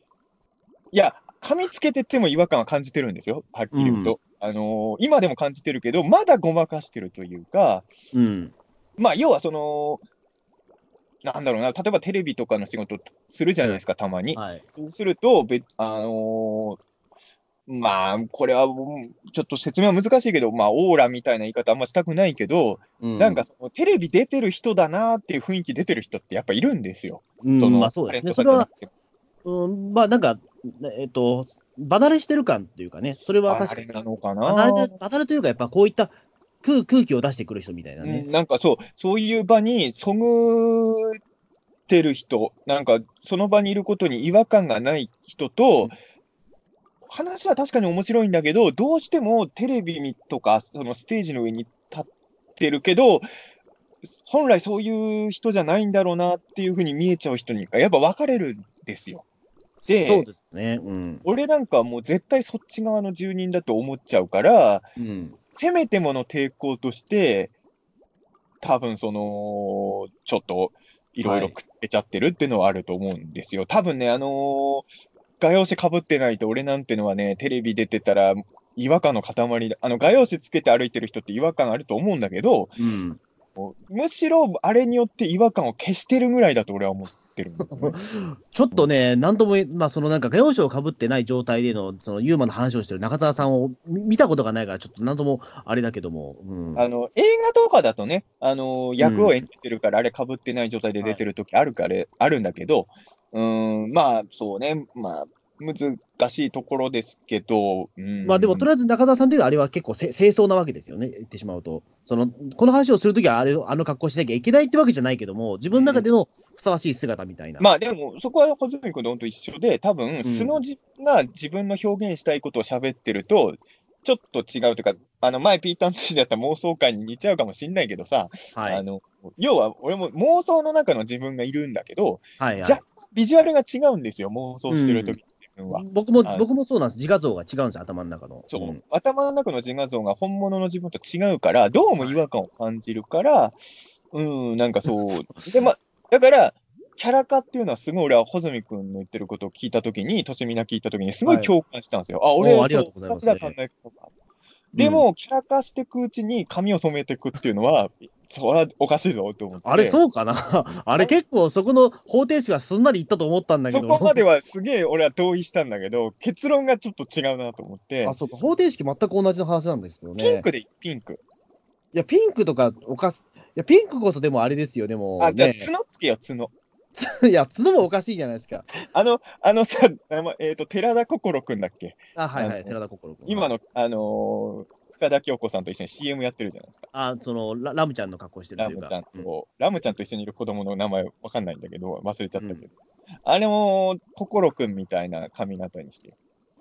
[SPEAKER 3] いや、噛みつけてても違和感は感じてるんですよ、はっきり言うと。あのー今でも感じてるけど、まだごまかしてるというか、
[SPEAKER 2] うん、
[SPEAKER 3] まあ、要はその、なんだろうな、例えばテレビとかの仕事するじゃないですか、たまに。
[SPEAKER 2] はい、
[SPEAKER 3] そうすると、べあのーまあ、これはもうちょっと説明は難しいけど、まあ、オーラみたいな言い方あんましたくないけど、
[SPEAKER 2] うん
[SPEAKER 3] なんかそのテレビ出てる人だなっていう雰囲気出てる人ってやっぱいるんですよ。
[SPEAKER 2] うん、
[SPEAKER 3] の
[SPEAKER 2] まあそうですね、そ
[SPEAKER 3] タレントさん
[SPEAKER 2] れ
[SPEAKER 3] じゃ
[SPEAKER 2] は、
[SPEAKER 3] なくても
[SPEAKER 2] うん、まあなんか、えっと、離れしてる感というかね、それは
[SPEAKER 3] あ
[SPEAKER 2] 確
[SPEAKER 3] あ
[SPEAKER 2] か
[SPEAKER 3] れ
[SPEAKER 2] に。
[SPEAKER 3] なのか
[SPEAKER 2] 離れ
[SPEAKER 3] な
[SPEAKER 2] て離れというか、やっぱこういった空空気を出してくる人みたいな
[SPEAKER 3] う
[SPEAKER 2] ね。
[SPEAKER 3] ん、なんかそう、そういう場にそぐってる人、なんかその場にいることに違和感がない人と、話は確かに面白いんだけど、どうしてもテレビとかそのステージの上に立ってるけど、本来そういう人じゃないんだろうなっていうふうに見えちゃう人に、やっぱ分かれるんですよ。で、
[SPEAKER 2] そうですね。うん。
[SPEAKER 3] 俺なんかはもう絶対そっち側の住人だと思っちゃうから、
[SPEAKER 2] うん。
[SPEAKER 3] せめてもの抵抗として、多分その、ちょっといろいろ
[SPEAKER 2] はい
[SPEAKER 3] くっつけちゃってるっていうのはあると思うんですよ。多分ね、あのー画用紙かぶってないと俺なんてのはね、テレビ出てたら違和感の塊だ。あの、画用紙つけて歩いてる人って違和感あると思うんだけど、
[SPEAKER 2] うん。
[SPEAKER 3] むしろあれによって違和感を消してるぐらいだと俺は思ってってるんですよね。
[SPEAKER 2] ちょっとね、なんともい、まあ、そのなんか、画用紙をかぶってない状態での、そのユーマの話をしてる中澤さんを見見たことがないから、ちょっとなんともあれだけども、うん、
[SPEAKER 3] あの映画とかだとね、あの役を演じてるから、あれかぶってない状態で出てる時あるから、あるんだけど、うーん、まあそうね、まあ難しいところですけど、うん、
[SPEAKER 2] まあでも、とりあえず中澤さんというのは、あれは結構せ、清掃なわけですよね、言ってしまうと。そのこの話をするときはあれ、あの格好しなきゃいけないってわけじゃないけども、自分の中でのふさわしい姿みたいな。
[SPEAKER 3] まあでも、そこは穂積君と本当一緒で、多分素のじ、が自分の表現したいことを喋ってると、ちょっと違うというか、あの前、ピーターン寿司だった妄想界に似ちゃうかもしんないけどさ、
[SPEAKER 2] はい、
[SPEAKER 3] あの要は俺も妄想の中の自分がいるんだけど、
[SPEAKER 2] はいはい、
[SPEAKER 3] じゃビジュアルが違うんですよ、妄想してるとき、自分は。
[SPEAKER 2] 僕も
[SPEAKER 3] あの
[SPEAKER 2] 僕もそうなんです、自画像が違うんですよ、頭の中の。
[SPEAKER 3] そう、
[SPEAKER 2] ん
[SPEAKER 3] 頭の中の自画像が本物の自分と違うから、どうも違和感を感じるから、うん、なん かそう。で、ま、だから、キャラ化っていうのはすごい俺は穂積君の言ってることを聞いたときに、としみな聞いたときにすごい共感したんですよ。あ、俺
[SPEAKER 2] おーありがとうございます
[SPEAKER 3] 同じだ考え方があるでも、キャラ化していくうちに髪を染めていくっていうのは、そりゃおかしいぞと思って。
[SPEAKER 2] あれ、そうかな あれ、結構そこの方程式はすんなりいったと思ったんだけ
[SPEAKER 3] そ
[SPEAKER 2] ど。
[SPEAKER 3] こまではすげえ俺は同意したんだけど、結論がちょっと違うなと思って
[SPEAKER 2] あ、、そうか、方程式全く同じの話なんですけどね。
[SPEAKER 3] ピンクでいいピンク。
[SPEAKER 2] いや、ピンクとかおかす、いや、ピンクこそでもあれですよ、でも、
[SPEAKER 3] あ、じゃあ
[SPEAKER 2] ね、
[SPEAKER 3] 角つけよ、角。
[SPEAKER 2] いや、角もおかしいじゃないですか。
[SPEAKER 3] あの、あのさ、あのえっ、と、寺田心くんだっけ
[SPEAKER 2] あ、はいは
[SPEAKER 3] あ
[SPEAKER 2] い、
[SPEAKER 3] の
[SPEAKER 2] 寺田心君。
[SPEAKER 3] 今の、あのー深田恭子さんと一緒に CM やってるじゃないですか。
[SPEAKER 2] あ、そのラ、ラムちゃんの格好してる
[SPEAKER 3] ラ
[SPEAKER 2] という
[SPEAKER 3] ム
[SPEAKER 2] か。
[SPEAKER 3] ちゃんと、
[SPEAKER 2] うん
[SPEAKER 3] ラムちゃんと一緒にいる子供の名前わかんないんだけど、忘れちゃったけど。あれも、心くんみたいな髪型にして。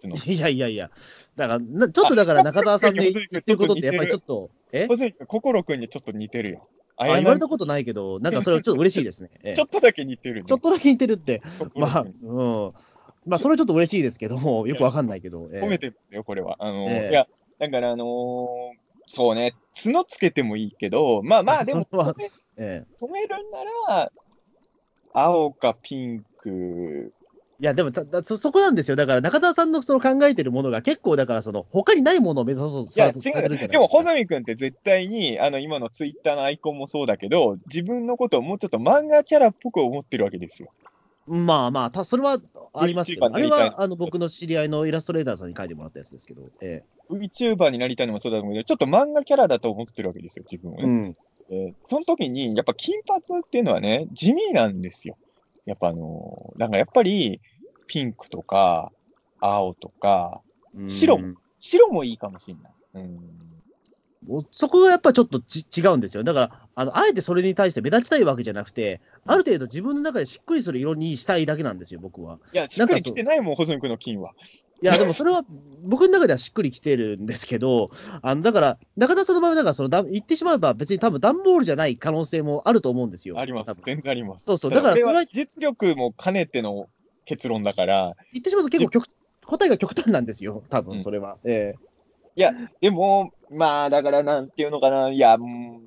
[SPEAKER 3] 角
[SPEAKER 2] いやいやいや、だから、なちょっとだから中澤さんの言ってることって、やっぱりちょっと、え
[SPEAKER 3] 小杉君心くんにちょっと似てるよ。あ
[SPEAKER 2] あ
[SPEAKER 3] や
[SPEAKER 2] 言わ
[SPEAKER 3] な
[SPEAKER 2] れたことないけど、なんかそれはちょっと嬉しいですね。ええ
[SPEAKER 3] ちょっとだけ似てるね。
[SPEAKER 2] ちょっとだけ似てるって、
[SPEAKER 3] 心君
[SPEAKER 2] まあ、うん。まあ、それはちょっと嬉しいですけども、よくわかんないけど。ええ
[SPEAKER 3] 褒めてるよ、これは。あのー
[SPEAKER 2] ええ
[SPEAKER 3] いや、だから、あのーそうね、角つけてもいいけど、まあまあ、でも、
[SPEAKER 2] それはええ
[SPEAKER 3] 止めるなら、青かピンク。
[SPEAKER 2] いや、でもただそ、そこなんですよ。だから、中澤さんのその考えてるものが結構、だから、その、他にないものを目指そうと
[SPEAKER 3] いや、
[SPEAKER 2] されてるじゃない
[SPEAKER 3] 違
[SPEAKER 2] す
[SPEAKER 3] う。
[SPEAKER 2] か
[SPEAKER 3] でも、穂積君って絶対に、あの、今のツイッターのアイコンもそうだけど、自分のことをもうちょっと漫画キャラっぽく思ってるわけですよ。
[SPEAKER 2] まあまあ、たそれはありますけど、あ
[SPEAKER 3] VTuber にな
[SPEAKER 2] れ
[SPEAKER 3] りたい
[SPEAKER 2] はあの僕の知り合いのイラストレーターさんに書いてもらったやつですけど、え
[SPEAKER 3] VTuber になりたいのもそうだと思うけど、ちょっと漫画キャラだと思ってるわけですよ、自分を
[SPEAKER 2] え
[SPEAKER 3] ね。えーその時に、やっぱ金髪っていうのはね、地味なんですよ。やっぱあのーなんかやっぱり、ピンクとか、青とか、
[SPEAKER 2] うん
[SPEAKER 3] 白
[SPEAKER 2] うん
[SPEAKER 3] 白もいいかもしれない。うん。
[SPEAKER 2] そこがやっぱちょっとち違うんですよ。だからあの、あえてそれに対して目立ちたいわけじゃなくて、ある程度自分の中でしっくりする色にしたいだけなんですよ、僕は。
[SPEAKER 3] いや、しっくりきてないもん、細野君の金は。
[SPEAKER 2] いや、でもそれは僕の中ではしっくりきてるんですけど、あのだから、中田さんの場合はだからそのだ、言ってしまえば別に多分段ボールじゃない可能性もあると思うんですよ。
[SPEAKER 3] ありま
[SPEAKER 2] 多
[SPEAKER 3] す。
[SPEAKER 2] 分
[SPEAKER 3] 全然あります。
[SPEAKER 2] そうそう、だから
[SPEAKER 3] こ
[SPEAKER 2] そ
[SPEAKER 3] れ
[SPEAKER 2] れ
[SPEAKER 3] は
[SPEAKER 2] は
[SPEAKER 3] 技術力も兼ねての結論だから、
[SPEAKER 2] 言ってしまうと結構極答えが極端なんですよ、多
[SPEAKER 3] うん
[SPEAKER 2] 分それは。ええ
[SPEAKER 3] でも、まあ、だからなんていうのかな、いや、うん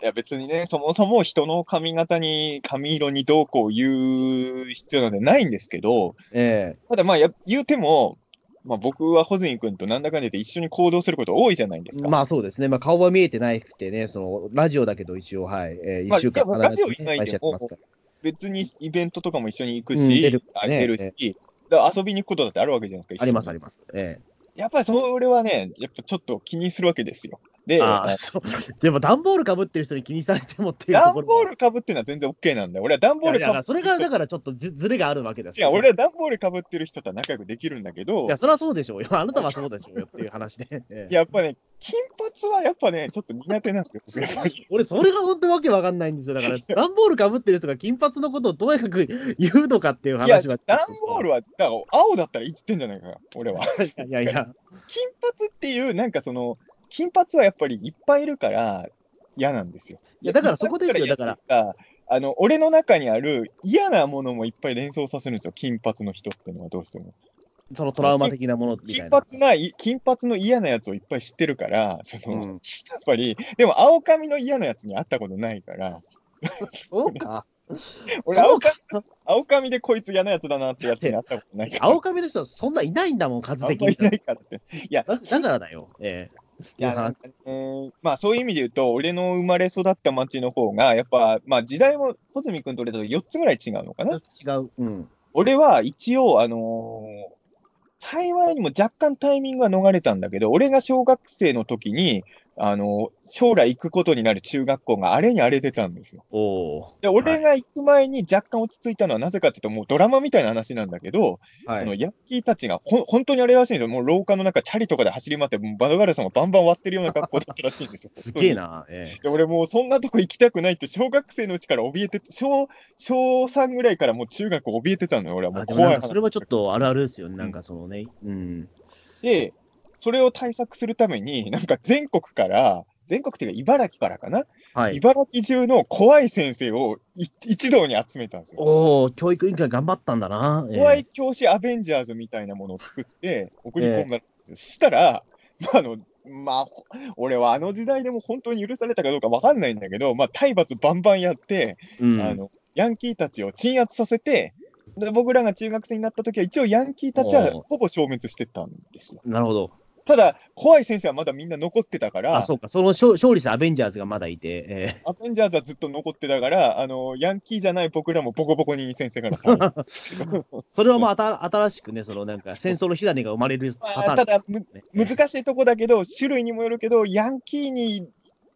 [SPEAKER 3] いや別にね、そもそも人の髪型に、髪色にどうこう言う必要なんてないんですけど、
[SPEAKER 2] え
[SPEAKER 3] ただまあ、や言うても、まあ、僕は穂積君となんだかんだ言って一緒に行動すること多いじゃないですか。
[SPEAKER 2] まあそうですね、まあ、顔は見えてないくてね、そのラジオだけど一応、はい、えー、
[SPEAKER 3] まあ
[SPEAKER 2] 1週間
[SPEAKER 3] でも
[SPEAKER 2] 必ず
[SPEAKER 3] ラジオ以外でも
[SPEAKER 2] 毎週やってますから
[SPEAKER 3] 別にイベントとかも一緒に行く
[SPEAKER 2] うん出
[SPEAKER 3] し
[SPEAKER 2] る、
[SPEAKER 3] あ
[SPEAKER 2] ね
[SPEAKER 3] 出るし、だから遊びに行くことだってあるわけじゃないですか。一緒
[SPEAKER 2] あ
[SPEAKER 3] に
[SPEAKER 2] ります、あります。え
[SPEAKER 3] やっぱりそれはね、やっぱちょっと気にするわけですよ。
[SPEAKER 2] え
[SPEAKER 3] で、
[SPEAKER 2] ああそうでも、段ボールかぶってる人に気にされてもっていうと
[SPEAKER 3] 段
[SPEAKER 2] ころ
[SPEAKER 3] ボー
[SPEAKER 2] も
[SPEAKER 3] ルかぶってるのは全然 OK なんだよ。俺は段ボール
[SPEAKER 2] いやだ
[SPEAKER 3] か
[SPEAKER 2] か
[SPEAKER 3] ぶ
[SPEAKER 2] らそれがだからちょっとずずれがあるわけです
[SPEAKER 3] 違う、俺は段ボールかぶってる人とは仲良くできるんだけど
[SPEAKER 2] いや、、それはそうでしょうよ。あなたはそうでしょうよっていう話 で。ええ
[SPEAKER 3] やっぱね、金髪はやっぱね、ちょっと苦手なんですよ、僕やっぱり。
[SPEAKER 2] 俺、それが本当わけわかんないんですよ。だから、段ボールかぶってる人が金髪のことをとにかく言うのかっていう
[SPEAKER 3] いや、
[SPEAKER 2] 話は。
[SPEAKER 3] 段ボールは、だから青だったら言ってんじゃないかな、俺は。
[SPEAKER 2] いやいや、
[SPEAKER 3] 金髪っていう、なんかその、金髪はやっぱりいっぱいいるから嫌なんですよ。
[SPEAKER 2] いやだからそこですよ
[SPEAKER 3] 嫌っていうか。あの、俺の中にある嫌なものもいっぱい連想させるんですよ、金髪の人ってのはどうしても。
[SPEAKER 2] そのトラウマ的なものみた
[SPEAKER 3] 金
[SPEAKER 2] いな。
[SPEAKER 3] 髪ない、金髪の嫌なやつをいっぱい知ってるから、その、
[SPEAKER 2] うん
[SPEAKER 3] やっぱり、でも青髪の嫌なやつに会ったことないから、
[SPEAKER 2] そうか。
[SPEAKER 3] 俺
[SPEAKER 2] そ
[SPEAKER 3] 青
[SPEAKER 2] うか
[SPEAKER 3] 髪、青髪でこいつ嫌なやつだなってやつに会っ たことないから、
[SPEAKER 2] 青髪の人はそんないないんだもん、数
[SPEAKER 3] あん
[SPEAKER 2] 的
[SPEAKER 3] まり
[SPEAKER 2] に。
[SPEAKER 3] いないからって。
[SPEAKER 2] だだからだよ。ええ
[SPEAKER 3] いや、なんかね、まあそういう意味で言うと、俺の生まれ育った町の方が、やっぱ、まあ時代も、小泉君と俺と4つぐらい違うのか
[SPEAKER 2] ちょ
[SPEAKER 3] な
[SPEAKER 2] っ。と違う。うん。
[SPEAKER 3] 俺は一応、あのー幸いにも若干タイミングは逃れたんだけど、俺が小学生の時に、あのー将来行くことになる中学校があれに荒れてたんですよ。
[SPEAKER 2] おお。
[SPEAKER 3] で、俺が行く前に若干落ち着いたのはなぜかっていうと、もうドラマみたいな話なんだけど、
[SPEAKER 2] は
[SPEAKER 3] あ
[SPEAKER 2] い。
[SPEAKER 3] の。ヤッキーたちがほん本当にあれらしいんですよ、もう廊下の中、チャリとかで走り回って、もうバドガラさんがバンバン割ってるような格好だったらしいんですよ
[SPEAKER 2] すげえな。え
[SPEAKER 3] で俺もうそんなとこ行きたくないって、小学生のうちから怯えて、小小3ぐらいからもう中学怯えてたのよ、俺は
[SPEAKER 2] え
[SPEAKER 3] もう
[SPEAKER 2] あでも
[SPEAKER 3] 怖
[SPEAKER 2] ないんか
[SPEAKER 3] 話
[SPEAKER 2] それはちょっとあるあるですよね。なんかそのね。うん。
[SPEAKER 3] で、それを対策するために、 なんか全国から、全国っていうか茨城からかな、
[SPEAKER 2] はい。
[SPEAKER 3] 茨城中の怖い先生をい一堂に集めたんですよ。
[SPEAKER 2] おお、教育委員会頑張ったんだな。ええ
[SPEAKER 3] 怖い教師アベンジャーズみたいなものを作って送り込んだんですよ、したら、まああのまあ、ほ俺はあの時代でも本当に許されたかどうかわかんないんだけど、まあ、体罰バンバンやって、
[SPEAKER 2] うん。
[SPEAKER 3] あの、ヤンキーたちを鎮圧させて、で僕らが中学生になった時は、一応ヤンキーたちは
[SPEAKER 2] おう
[SPEAKER 3] ほぼ消滅してたんですよ。
[SPEAKER 2] なるほど。
[SPEAKER 3] ただ、怖い先生はまだみんな残ってたから、
[SPEAKER 2] あ、そうか。その勝勝利したアベンジャーズがまだいて。え
[SPEAKER 3] アベンジャーズはずっと残ってたから、あのヤンキーじゃない僕らもボコボコに先 生からされて
[SPEAKER 2] え それはまあた新しくね、そのなんか戦争の火種が生まれるパ
[SPEAKER 3] まあ、
[SPEAKER 2] ター
[SPEAKER 3] た
[SPEAKER 2] ン
[SPEAKER 3] だ、む
[SPEAKER 2] ですね。
[SPEAKER 3] 難しいとこだけど、種類にもよるけど、ヤンキーに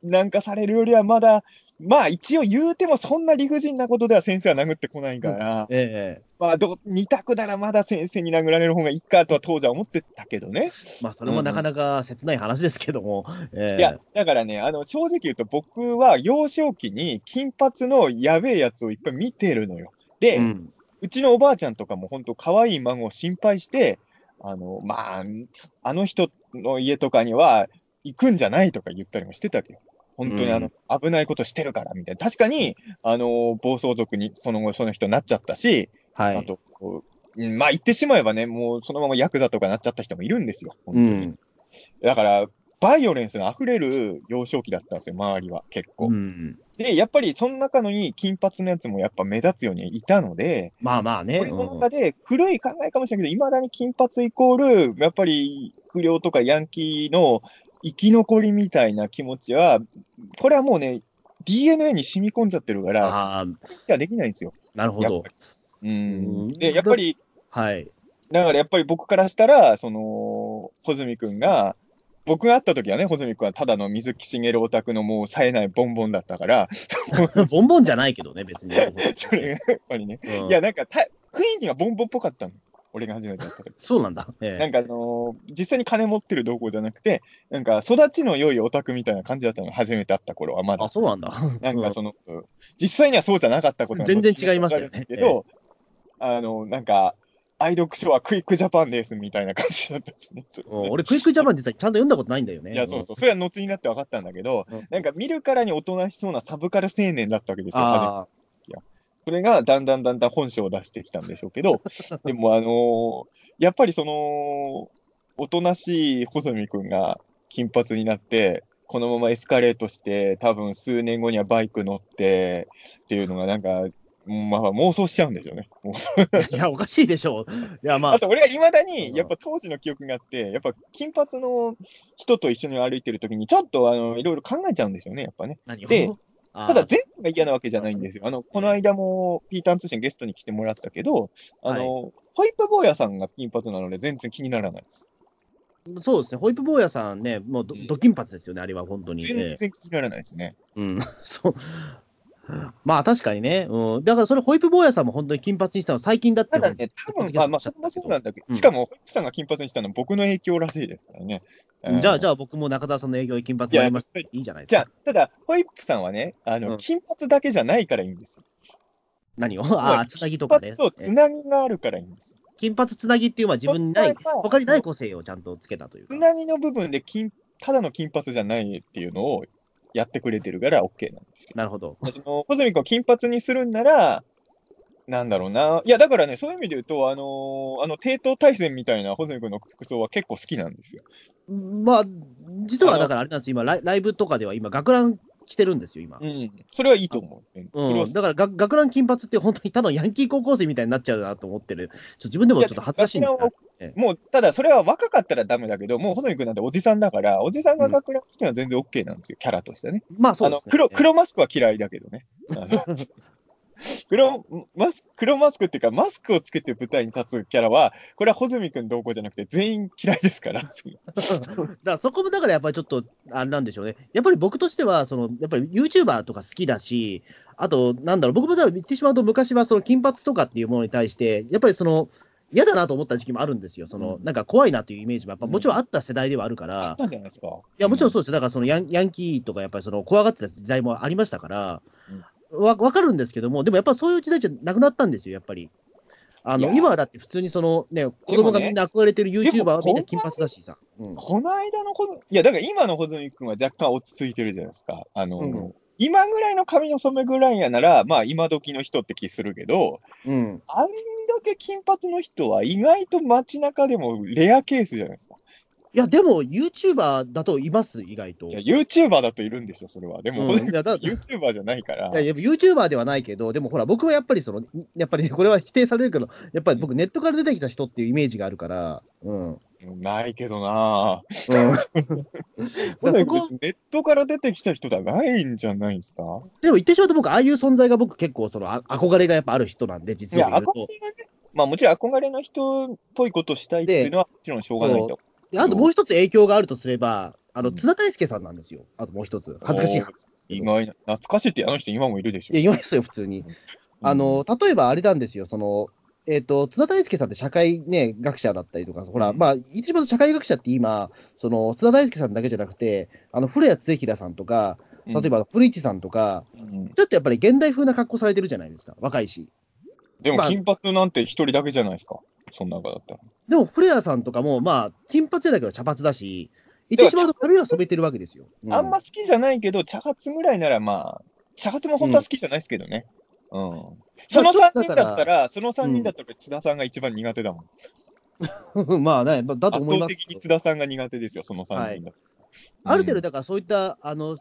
[SPEAKER 3] なんかされるよりは、まだ、まあ一応言うても、そんな理不尽なことでは先生は殴ってこないから、
[SPEAKER 2] ええ
[SPEAKER 3] まあど、二択ならまだ先生に殴られる方がいいかとは当時は思ってたけどね。
[SPEAKER 2] まあ、それもなかなか切ない話ですけども。ええ
[SPEAKER 3] いや、だからね、あの、正直言うと僕は幼少期に金髪のやべえやつをいっぱい見てるのよ。で、
[SPEAKER 2] うん。
[SPEAKER 3] うちのおばあちゃんとかも本当可愛い孫を心配して、あの、まあ、あの人の家とかには行くんじゃないとか言ったりもしてたけど、本当にあの、危ないことしてるからみたいな。確かに、あの、暴走族にその後その人になっちゃったし、
[SPEAKER 2] はい。
[SPEAKER 3] あと、こううんまあ言ってしまえばね、もうそのままヤクザとかなっちゃった人もいるんですよ、本
[SPEAKER 2] う
[SPEAKER 3] 当に。
[SPEAKER 2] ん。
[SPEAKER 3] だから、バイオレンスが溢れる幼少期だったんですよ、周りは結構。
[SPEAKER 2] うん。
[SPEAKER 3] で、やっぱりその中のに金髪のやつもやっぱ目立つようにいたので、
[SPEAKER 2] まあまあね。
[SPEAKER 3] こういうの
[SPEAKER 2] うん
[SPEAKER 3] 中で、古い考えかもしれないけど、いまだに金髪イコール、やっぱり不良とかヤンキーの生き残りみたいな気持ちは、これはもうね、DNA に染み込んじゃってるから、
[SPEAKER 2] ああ、
[SPEAKER 3] しかできないんですよ。
[SPEAKER 2] なるほ
[SPEAKER 3] やっ
[SPEAKER 2] ど
[SPEAKER 3] ぱ。り。う
[SPEAKER 2] うん
[SPEAKER 3] ん。で、やっぱり、
[SPEAKER 2] はい。
[SPEAKER 3] だからやっぱり僕からしたら、その、穂積君が、僕が会った時はね、穂積君はただの水木しげるオタクのもう冴えないボンボンだったから、
[SPEAKER 2] ボンボンじゃないけどね、別 に。
[SPEAKER 3] それがやっぱりね、
[SPEAKER 2] うん
[SPEAKER 3] いや、なんかた、雰囲気がボンボンっぽかったの。俺が初めて会った時。
[SPEAKER 2] そうなんだ。え
[SPEAKER 3] なんかあのー実際に金持ってる動向じゃなくて、なんか育ちの良いオタクみたいな感じだったの、初めて会った頃はま
[SPEAKER 2] あ、
[SPEAKER 3] だ。
[SPEAKER 2] そうなんだ。
[SPEAKER 3] なんかその、実際にはそうじゃなかったことが
[SPEAKER 2] 全然違いますよね
[SPEAKER 3] わかるんですけど、あの、なんか、愛読書はクイックジャパンですみたいな感じだったしね。それ
[SPEAKER 2] うん俺、クイックジャパン実はちゃんと読んだことないんだよね。
[SPEAKER 3] いや、そうそう、それは後になって分かったんだけど、
[SPEAKER 2] うん
[SPEAKER 3] なんか見るからに大人しそうなサブカル青年だったわけですよ、初め
[SPEAKER 2] ああ、
[SPEAKER 3] それがだんだんだんだん本性を出してきたんでしょう けど、でも、あのーやっぱりその、おとなしい細見君が金髪になって、このままエスカレートして、多分数年後にはバイク乗ってっていうのが、なんか、まあ、妄想しちゃうんでしょうね。妄 想
[SPEAKER 2] いや、おかしいでしょう。いや、まあ
[SPEAKER 3] あ、と、俺がいまだ
[SPEAKER 2] うん
[SPEAKER 3] に、やっぱ当時の記憶があって、やっぱ金髪の人と一緒に歩いてるときに、ちょっとあのいろいろ考えちゃうんですよね、やっぱね。
[SPEAKER 2] 何を
[SPEAKER 3] で
[SPEAKER 2] あー
[SPEAKER 3] ただ全部が嫌なわけじゃないんですよ。あの、この間もピーターン通信ゲストに来てもらったけど、あの、ホイップ坊やさんが金髪なので全然気にならないです。
[SPEAKER 2] そうですね、ホイップ坊やさんね、もうど
[SPEAKER 3] うん
[SPEAKER 2] ドキンパツですよね、あれは本当に。
[SPEAKER 3] 全然気にならないですね。
[SPEAKER 2] うん、 そう。まあ確かにね、うん、だからそれ、ホイップ坊やさんも本当に金髪にしたの、最近だって、
[SPEAKER 3] ただね、多分まあまあ、それもそうなんだけ
[SPEAKER 2] う
[SPEAKER 3] ど、
[SPEAKER 2] ん
[SPEAKER 3] しかもホイップさんが金髪にしたのは僕の影響らしいですからね。
[SPEAKER 2] うんじゃあ、じ
[SPEAKER 3] ゃあ。
[SPEAKER 2] ゃあ僕も中田さんの営業で金髪になりましたいいじゃないです
[SPEAKER 3] じゃ
[SPEAKER 2] か。
[SPEAKER 3] あ、ただ、ホイップさんはね、あ
[SPEAKER 2] う
[SPEAKER 3] の、
[SPEAKER 2] ん
[SPEAKER 3] 金髪だけじゃないからいいんですよ。
[SPEAKER 2] 何をああ、つなぎとかね
[SPEAKER 3] 金。髪とつなぎがあるからいいんですよ。
[SPEAKER 2] 金髪つなぎっていうのは自分にない、
[SPEAKER 3] 本当は
[SPEAKER 2] 他にない個性をちゃんとつけたというか
[SPEAKER 3] つ。なぎの部分で金、ただの金髪じゃないっていうのをやってくれてるから OK なんですよ。
[SPEAKER 2] なるほど。
[SPEAKER 3] その、小泉君を金髪にするんなら、なんだろうな。いや、だからね、そういう意味で言うと、あのーあの、帝東大戦みたいな穂積君の服装は結構好きなんですよ。
[SPEAKER 2] まあ、実はだからあれなんですよ、今ライ、ライブとかでは今、学ラン着てるんですよ、今。
[SPEAKER 3] うん。それはいいと思う。それ
[SPEAKER 2] う
[SPEAKER 3] は
[SPEAKER 2] ん、だからが学ラン金髪って本当にただのヤンキー高校生みたいになっちゃうなと思ってる。ちょっと自分でもちょっと恥ずかしいんです
[SPEAKER 3] いや
[SPEAKER 2] が
[SPEAKER 3] 学
[SPEAKER 2] え
[SPEAKER 3] もう、ただそれは若かったらダメだけど、もう細見君なんておじさんだから、おじさんが学ラン着てるのは全然 OK なんですよ、キャラとしてね。
[SPEAKER 2] まあそう
[SPEAKER 3] あ
[SPEAKER 2] で
[SPEAKER 3] の
[SPEAKER 2] すね。
[SPEAKER 3] 黒黒マスクは嫌いだけどね。あの黒 マス黒マスクっていうか、マスクをつけて舞台に立つキャラは、これは穂積君同行じゃなくて、全員嫌いですか ら、
[SPEAKER 2] だからそこもだからやっぱりちょっと、あれなんでしょうね、やっぱり僕としてはその、やっぱり YouTuber とか好きだし、あと、なんだろう、僕もだから言ってしまうと、昔はその金髪とかっていうものに対して、やっぱりその、嫌だなと思った時期もあるんですよ、その
[SPEAKER 3] うん
[SPEAKER 2] なんか怖いなというイメージも、やっぱ
[SPEAKER 3] うん
[SPEAKER 2] もちろんあった世代ではあるか
[SPEAKER 3] あ
[SPEAKER 2] ら
[SPEAKER 3] っ、たんじゃないですか。い
[SPEAKER 2] いやもちろんそうですよ、だからそのヤンヤンキーとか、やっぱりその怖がってた時代もありましたから、わ分かるんですけども、でもやっぱそういう時代じゃなくなったんですよ、やっぱり。あ
[SPEAKER 3] い
[SPEAKER 2] の
[SPEAKER 3] や
[SPEAKER 2] 今はだって普通にその、ね、子供がみんな憧れてる YouTuber はみんな金髪だしさ。うん
[SPEAKER 3] この間の穂積いや、だから今の穂積君は若干落ち着いてるじゃないですか。あの、
[SPEAKER 2] うん
[SPEAKER 3] 今ぐらいの髪の染めぐらいやなら、まあ今時の人って気するけど、
[SPEAKER 2] うん
[SPEAKER 3] あんだけ金髪の人は意外と街中でもレアケースじゃないですか。
[SPEAKER 2] いや、でも、ユーチューバーだといます、意外と。
[SPEAKER 3] いや、YouTuber だといるんでしょ、それは。でも、
[SPEAKER 2] うん
[SPEAKER 3] 穂積
[SPEAKER 2] いやだ
[SPEAKER 3] 君 YouTuber じゃないから。
[SPEAKER 2] いやユーチューバーではないけど、でもほら、僕はやっぱりその、やっぱりねこれは否定されるけど、やっぱり僕、ネットから出てきた人っていうイメージがあるから、うん。 うん、
[SPEAKER 3] ないけどなぁ。
[SPEAKER 2] らそこ
[SPEAKER 3] ネットから出てきた人ではないんじゃないですか
[SPEAKER 2] でも言ってしまうと、僕、ああいう存在が僕、結構その、あ憧れがやっぱある人なんで、
[SPEAKER 3] い
[SPEAKER 2] 実
[SPEAKER 3] や、
[SPEAKER 2] は
[SPEAKER 3] 憧
[SPEAKER 2] 言う
[SPEAKER 3] れ
[SPEAKER 2] と。
[SPEAKER 3] はね、まあもちろん憧れの人っぽいことしたいっていうのはもちろんしょうがないと。
[SPEAKER 2] であともう一つ影響があるとすれば、あの
[SPEAKER 3] うん
[SPEAKER 2] 津田大介さんなんですよ、あともう一つ、恥ずかしい話ですけ
[SPEAKER 3] 意
[SPEAKER 2] ど。
[SPEAKER 3] 外な。懐かしいってあの人今もいるでしょ。
[SPEAKER 2] いや、いますよ、普通に。あの、例えばあれなんですよ、その、えっ、と、津田大介さんって社会ね、学者だったりとか、ほら、
[SPEAKER 3] うん
[SPEAKER 2] まあ、一番社会学者って今、その、津田大介さんだけじゃなくて、あの、古谷恒平さんとか、
[SPEAKER 3] うん、
[SPEAKER 2] 例えば古市さんとか、
[SPEAKER 3] うん、うん
[SPEAKER 2] ちょっとやっぱり現代風な格好されてるじゃないですか、若いし。
[SPEAKER 3] でも
[SPEAKER 2] まあ
[SPEAKER 3] 金髪なんて一人だけじゃないですか。そん中だったら。
[SPEAKER 2] でも、古谷さんとかも、まあ、金髪だけど茶髪だし、言ってしまうと髪は染めてるわけですよ。
[SPEAKER 3] あんま好きじゃないけど、茶髪ぐらいならまあ、茶髪も本当は好きじゃないですけどね。うん。その3人だったら、その3人だったら津田さんが一番苦手だもん。
[SPEAKER 2] うん、 まあね、だと
[SPEAKER 3] 圧
[SPEAKER 2] 思い
[SPEAKER 3] 倒
[SPEAKER 2] ます
[SPEAKER 3] 的
[SPEAKER 2] け
[SPEAKER 3] に
[SPEAKER 2] ど。
[SPEAKER 3] 津田さんが苦手ですよ、その3人だと、
[SPEAKER 2] ある程度、
[SPEAKER 3] 度、
[SPEAKER 2] だからそういった、あの、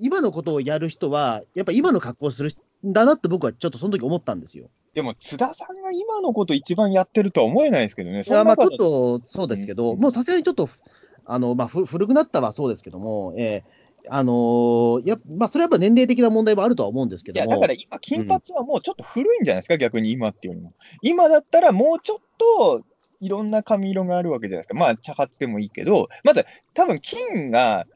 [SPEAKER 2] 今のことをやる人は、やっぱ今の格好をするんだなって僕はちょっとその時思ったんですよ。
[SPEAKER 3] でも津田さんが今のこと一番やってるとは思えないですけどね、
[SPEAKER 2] い
[SPEAKER 3] そ
[SPEAKER 2] や
[SPEAKER 3] の
[SPEAKER 2] まあち
[SPEAKER 3] 中
[SPEAKER 2] ょっ
[SPEAKER 3] だ
[SPEAKER 2] とそうですけど、
[SPEAKER 3] うん
[SPEAKER 2] もうさすがにちょっとあの、まあ、ふ古くなったはそうですけども、えーあのーやまあ、それはやっぱ年齢的な問題もあるとは思うんですけ
[SPEAKER 3] い
[SPEAKER 2] ど
[SPEAKER 3] や
[SPEAKER 2] も、
[SPEAKER 3] だから今、金髪はもうちょっと古いんじゃないですか、逆に今っていうよりも。今だったらもうちょっといろんな髪色があるわけじゃないですか、まあ茶髪でもいいけど、まず多分金が、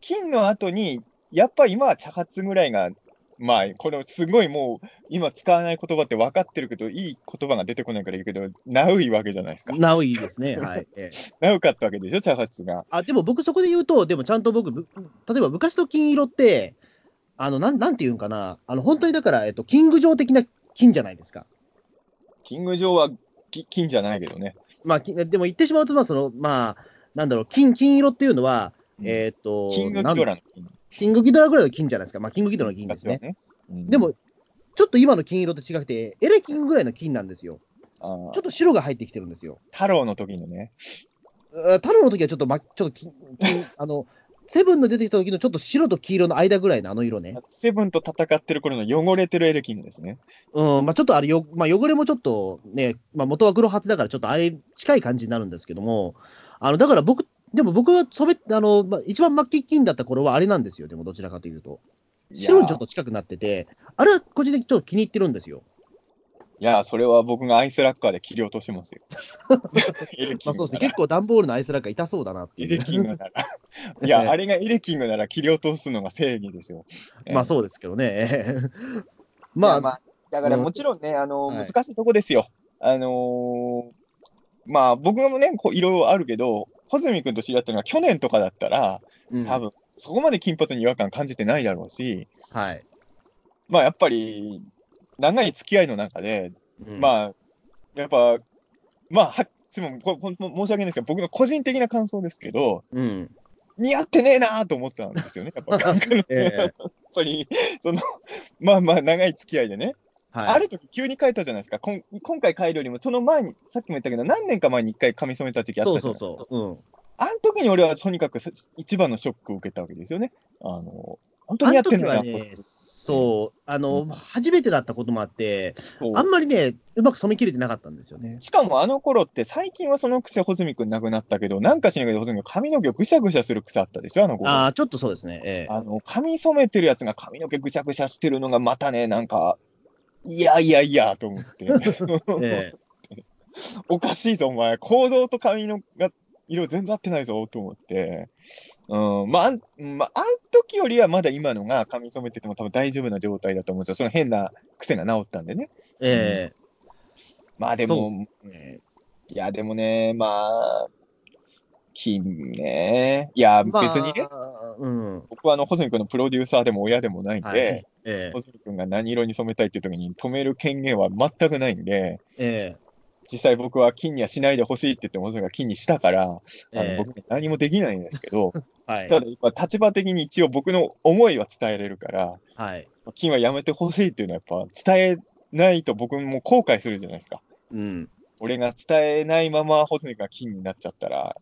[SPEAKER 3] 金の後に、やっぱ今は茶髪ぐらいが、まあこれすごいもう今使わない言葉って分かってるけど、いい言葉が出てこないから言うけど、ナウいわけじゃないですか。
[SPEAKER 2] なおいいですね、はいえー
[SPEAKER 3] ナウかったわけでしょ、茶髪が。
[SPEAKER 2] あ。でも僕、そこで言うと、でもちゃんと僕、ぶ例えば昔の金色って、あのなんなんていうんかな、あの本当にだから、えっと、キング状的な金じゃないですか。
[SPEAKER 3] キング・ジョーはき金じゃないけどね。
[SPEAKER 2] まあ、きでも言ってしまうと、まあそのまあ、なんだろう金、金色っていうのは、えーっと
[SPEAKER 3] キング・
[SPEAKER 2] なん
[SPEAKER 3] ドラの金
[SPEAKER 2] キングギドラぐらいの金じゃないですか、まあ、キングギドラの金ですね。
[SPEAKER 3] うん
[SPEAKER 2] でも、ちょっと今の金色と違くて、エレキングぐらいの金なんですよ。
[SPEAKER 3] あー
[SPEAKER 2] ちょっと白が入ってきてるんですよ。
[SPEAKER 3] 太郎の時のね、
[SPEAKER 2] あ太郎の時はちょっと、ま、ちょっと金、金あの、セブンの出てきた時のちょっと白と黄色の間ぐらいのあの色ね。
[SPEAKER 3] セブンと戦ってる頃の汚れてるエレキングですね。
[SPEAKER 2] うん、まあ、ちょっとあれよ、まあ、汚れもちょっとね、まあ、元は黒髪だからちょっとあれ近い感じになるんですけども、あの、だから僕、でも僕は染め、あの、まあ、一番末期金だった頃はあれなんですよ。でもどちらかというと。白にちょっと近くなってて、あれは個人的にちょっと気に入ってるんですよ。
[SPEAKER 3] いやー、いやーそれは僕がアイスラッカーで切り落としますよ。エレ キ
[SPEAKER 2] まあ
[SPEAKER 3] ン
[SPEAKER 2] そう
[SPEAKER 3] グ
[SPEAKER 2] ですね、
[SPEAKER 3] なら。
[SPEAKER 2] 結構段ボールのアイスラッカー痛そうだなってい
[SPEAKER 3] エ
[SPEAKER 2] う。
[SPEAKER 3] レキングなら。いや、あれがエレキングなら切り落とすのが正義ですよ。
[SPEAKER 2] まあ
[SPEAKER 3] う。
[SPEAKER 2] そうですけど ね。
[SPEAKER 3] ま
[SPEAKER 2] ま
[SPEAKER 3] あ、
[SPEAKER 2] あ、
[SPEAKER 3] まあ、だからもちろんね、あのー
[SPEAKER 2] はい
[SPEAKER 3] 難しいとこですよ。あのーまあ僕もね、こういろいろあるけど、穂積君と知り合ったのは去年とかだったら、
[SPEAKER 2] うん
[SPEAKER 3] 多分そこまで金髪に違和感感じてないだろうし、
[SPEAKER 2] はい。
[SPEAKER 3] まあやっぱり長い付き合いの中で、
[SPEAKER 2] あ、
[SPEAKER 3] まあ、やっぱ、まあ、はすみませんこれほんと申し訳ないですけど、僕の個人的な感想ですけど、
[SPEAKER 2] うん。
[SPEAKER 3] 似合ってねえなーと思ったんですよね、やっぱ
[SPEAKER 2] ええ
[SPEAKER 3] やっぱり、その、 まあまあ、長い付き合いでね、
[SPEAKER 2] はい。
[SPEAKER 3] ある時急に変えたじゃないですか、こん今回変えるよりも、その前に、さっきも言ったけど、何年か前に一回髪染めた時期あっ
[SPEAKER 2] そ
[SPEAKER 3] たじ
[SPEAKER 2] う
[SPEAKER 3] ゃな
[SPEAKER 2] そ
[SPEAKER 3] いうですか。
[SPEAKER 2] そう。うん。
[SPEAKER 3] あの時に俺はとにかくそ一番のショックを受けたわけですよね。あの、本当
[SPEAKER 2] あ
[SPEAKER 3] にや
[SPEAKER 2] の
[SPEAKER 3] ってん
[SPEAKER 2] 時
[SPEAKER 3] のや
[SPEAKER 2] は
[SPEAKER 3] っぱ
[SPEAKER 2] ね、そう、あの、初めてだったこともあって、
[SPEAKER 3] そう
[SPEAKER 2] あんまりね、うまく染めきれてなかったんですよね。
[SPEAKER 3] しかもあの頃って、最近はその癖、穂積君なくなったけど、なんかしないけど、穂積君、髪の毛をぐしゃぐしゃする癖あったでしょ、あの頃。
[SPEAKER 2] ああ、ちょっとそうですね。ええ
[SPEAKER 3] あの、髪染めてるやつが髪の毛ぐしゃぐしゃしてるのがまたね、なんか、いやいやいや、と思って。
[SPEAKER 2] ええ
[SPEAKER 3] おかしいぞ、お前。行動と髪のが色全然合ってないぞ、と思って。うん、まあ、あんまあ、あん時よりはまだ今のが髪染めてても多分大丈夫な状態だと思うんですよ。その変な癖が治ったんでね。
[SPEAKER 2] え
[SPEAKER 3] まあで
[SPEAKER 2] そう
[SPEAKER 3] も、
[SPEAKER 2] ええ
[SPEAKER 3] いやでもね、まあ、金ね。いや、
[SPEAKER 2] え
[SPEAKER 3] 別
[SPEAKER 2] まあ
[SPEAKER 3] にね、
[SPEAKER 2] うん。
[SPEAKER 3] 僕はあの、細見君のプロデューサーでも親でもないんで、
[SPEAKER 2] はい。ええ
[SPEAKER 3] 細見君が何色に染めたいっていう時に止める権限は全くないんで、
[SPEAKER 2] え
[SPEAKER 3] 実際僕は金にはしないでほしいって言って、細見君が金にしたから、
[SPEAKER 2] え
[SPEAKER 3] あの
[SPEAKER 2] ええ
[SPEAKER 3] 僕に何もできないんですけど、
[SPEAKER 2] はい。
[SPEAKER 3] ただ今、立場的に一応僕の思いは伝えれるから、
[SPEAKER 2] はい。
[SPEAKER 3] 金はやめてほしいっていうのはやっぱ伝えないと僕も後悔するじゃないですか。
[SPEAKER 2] うん。
[SPEAKER 3] 俺が伝えないままホズミが金になっちゃったら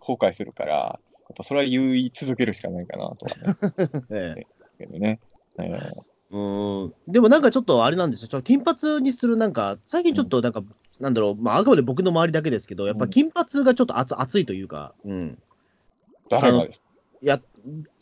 [SPEAKER 3] 後悔するから、やっぱそれは言い続けるしかないかなとは思うんで
[SPEAKER 2] ええ
[SPEAKER 3] すけどね。えー
[SPEAKER 2] うーん。でもなんかちょっとあれなんですよ。ちょっと金髪にするなんか、最近ちょっとなんか、なんだろう、まあ、あくまで僕の周りだけですけど、やっぱ金髪がちょっと熱熱いというか、うん。
[SPEAKER 3] 誰がですか
[SPEAKER 2] いや、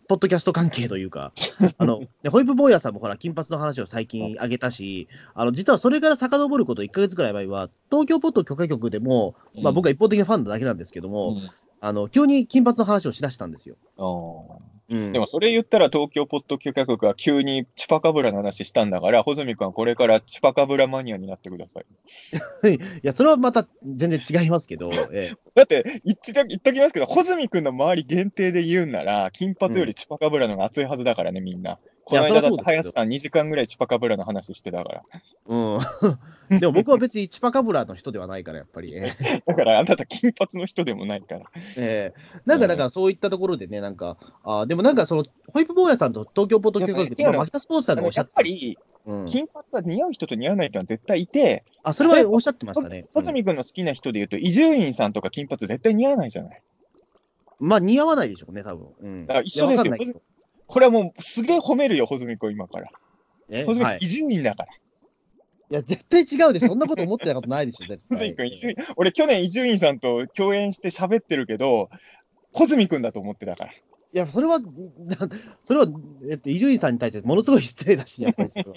[SPEAKER 2] ポッドキャスト関係という か、あの、ねホイップ坊やさんもほら、金髪の話を最近あげたし、あの、実はそれから遡ること1ヶ月くらい前は、東京ポッド許可局でも、まあ僕は一方的なファンなだけなんですけども、
[SPEAKER 3] うん
[SPEAKER 2] あの、急に金髪の話をしだしたんですよ。
[SPEAKER 3] あー
[SPEAKER 2] うん
[SPEAKER 3] でもそれ言ったら東京ポッド許可局が急にチュパカブラの話したんだから、ホズミ君はこれからチュパカブラマニアになってください。
[SPEAKER 2] いや、それはまた全然違います けど、え
[SPEAKER 3] だって言っちゃ言っときますけど、ホズミ君の周り限定で言うんなら、金髪よりチュパカブラの方が熱いはずだからね、みんな。この間だって、
[SPEAKER 2] そりゃそうです
[SPEAKER 3] 林さん2時間ぐらいチュパカブラの話してたから。
[SPEAKER 2] えうん。 でも僕は別にチュパカブラの人ではないから、やっぱり。ええ
[SPEAKER 3] だからあなた金髪の人でもないから。
[SPEAKER 2] ええなんか、なんかそういったところでね、なんか、あーでもなんかその、ホイップ坊やさんと東京ポッド許可局で、
[SPEAKER 3] や
[SPEAKER 2] まあ
[SPEAKER 3] っぱり
[SPEAKER 2] マキタスポーツさんがおっしゃ
[SPEAKER 3] や
[SPEAKER 2] っ
[SPEAKER 3] って
[SPEAKER 2] た
[SPEAKER 3] ぱ、り、
[SPEAKER 2] うん、
[SPEAKER 3] 金髪は似合う人と似合わない人は絶対いて、
[SPEAKER 2] あ、それはおっしゃってましたね。
[SPEAKER 3] 小泉君の好きな人で言うと、伊集院さんとか金髪絶対似合わないじゃない。
[SPEAKER 2] うんまあ似合わないでしょうね、多分。うん、
[SPEAKER 3] だから一緒ですよ
[SPEAKER 2] いやわかんないけど
[SPEAKER 3] これはもうすげえ褒めるよ、小泉君今から。
[SPEAKER 2] え
[SPEAKER 3] 小泉
[SPEAKER 2] は
[SPEAKER 3] 君
[SPEAKER 2] い、
[SPEAKER 3] 伊集院だから。
[SPEAKER 2] いや、絶対違うでしょ。そんなこと思ってたことないでしょ、絶
[SPEAKER 3] 小
[SPEAKER 2] 対。
[SPEAKER 3] 泉君、伊集院俺去年伊集院さんと共演して喋ってるけど、小泉君だと思ってたから。
[SPEAKER 2] いや、それは、 なそれは、えっと、伊集院さんに対してものすごい失礼だし、やっぱりそれ は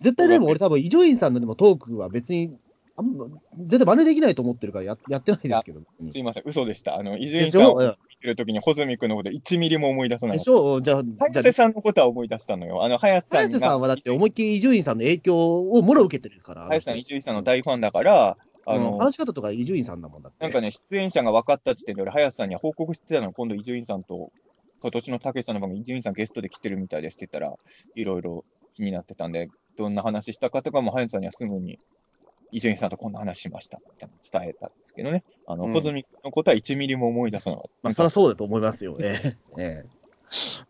[SPEAKER 2] 絶対でも俺多分、伊集院さんのでもトークは別に、あんま、絶対真似できないと思ってるからややってないですけど。うん
[SPEAKER 3] すいません、嘘でした。あの、伊集
[SPEAKER 2] で
[SPEAKER 3] 院
[SPEAKER 2] し
[SPEAKER 3] さん
[SPEAKER 2] ょう
[SPEAKER 3] を見
[SPEAKER 2] ん
[SPEAKER 3] てる時に小泉君のこと1ミリも思い出さな
[SPEAKER 2] で
[SPEAKER 3] い。
[SPEAKER 2] しょうじゃあ、
[SPEAKER 3] 早
[SPEAKER 2] じ
[SPEAKER 3] 瀬
[SPEAKER 2] ゃあ、
[SPEAKER 3] さんのことは思い出したのよ。あの、早瀬さ
[SPEAKER 2] 早
[SPEAKER 3] ん
[SPEAKER 2] 瀬
[SPEAKER 3] が
[SPEAKER 2] さんはだって思いっきり伊集院さんの影響をもろ受けてるから。
[SPEAKER 3] 林さん、伊集院さんの
[SPEAKER 2] うん
[SPEAKER 3] 大ファンだから、あ
[SPEAKER 2] う
[SPEAKER 3] の
[SPEAKER 2] ん、話し方とか伊集院さんだもんだって。
[SPEAKER 3] なんかね、出演者が分かった時点で、俺、林さんには報告してたの、今度、伊集院さんと、今年のたけしさんの番組、伊集院さんゲストで来てるみたいですって言ったら、いろいろ気になってたんで、どんな話したかとかも、林さんにはすぐに、伊集院さんとこんな話しましたみたいなの伝えたんですけどね、あの、
[SPEAKER 2] うん
[SPEAKER 3] 穂積君のことは1ミリも思い出さなかった。
[SPEAKER 2] まあ、そりゃそうだと思いますよ。え え。え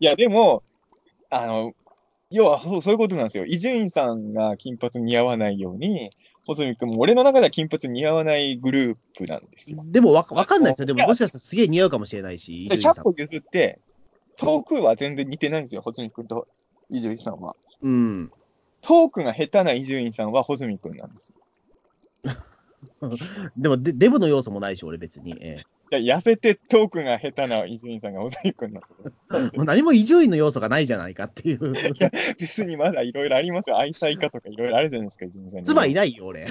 [SPEAKER 3] いや、でも、あの、要はそうそういうことなんですよ。伊集院さんが金髪似合わないように、穂積君も俺の中では金髪似合わないグループなんです
[SPEAKER 2] え
[SPEAKER 3] よ。
[SPEAKER 2] でもわかわかんないですよ。でも、もしかしたらすげえ似合うかもしれないし、伊
[SPEAKER 3] で、
[SPEAKER 2] 集院さ
[SPEAKER 3] 100
[SPEAKER 2] ん
[SPEAKER 3] 歩。譲って、トークは全然似てないんですよ、穂積君と伊集院さんは。
[SPEAKER 2] うん。
[SPEAKER 3] トークが下手な伊集院さんは穂積君なんですよ。
[SPEAKER 2] でもデ、デブの要素もないし、俺別に。え
[SPEAKER 3] いや痩せてトークが下手な伊集院さんが穂積君なんですよ。
[SPEAKER 2] え もう何も伊集院の要素がないじゃないかっていう。
[SPEAKER 3] 別にまだいろいろありますよ。愛妻家とかいろいろあるじゃないですか、伊集院さんに。
[SPEAKER 2] 妻いないよ、 俺。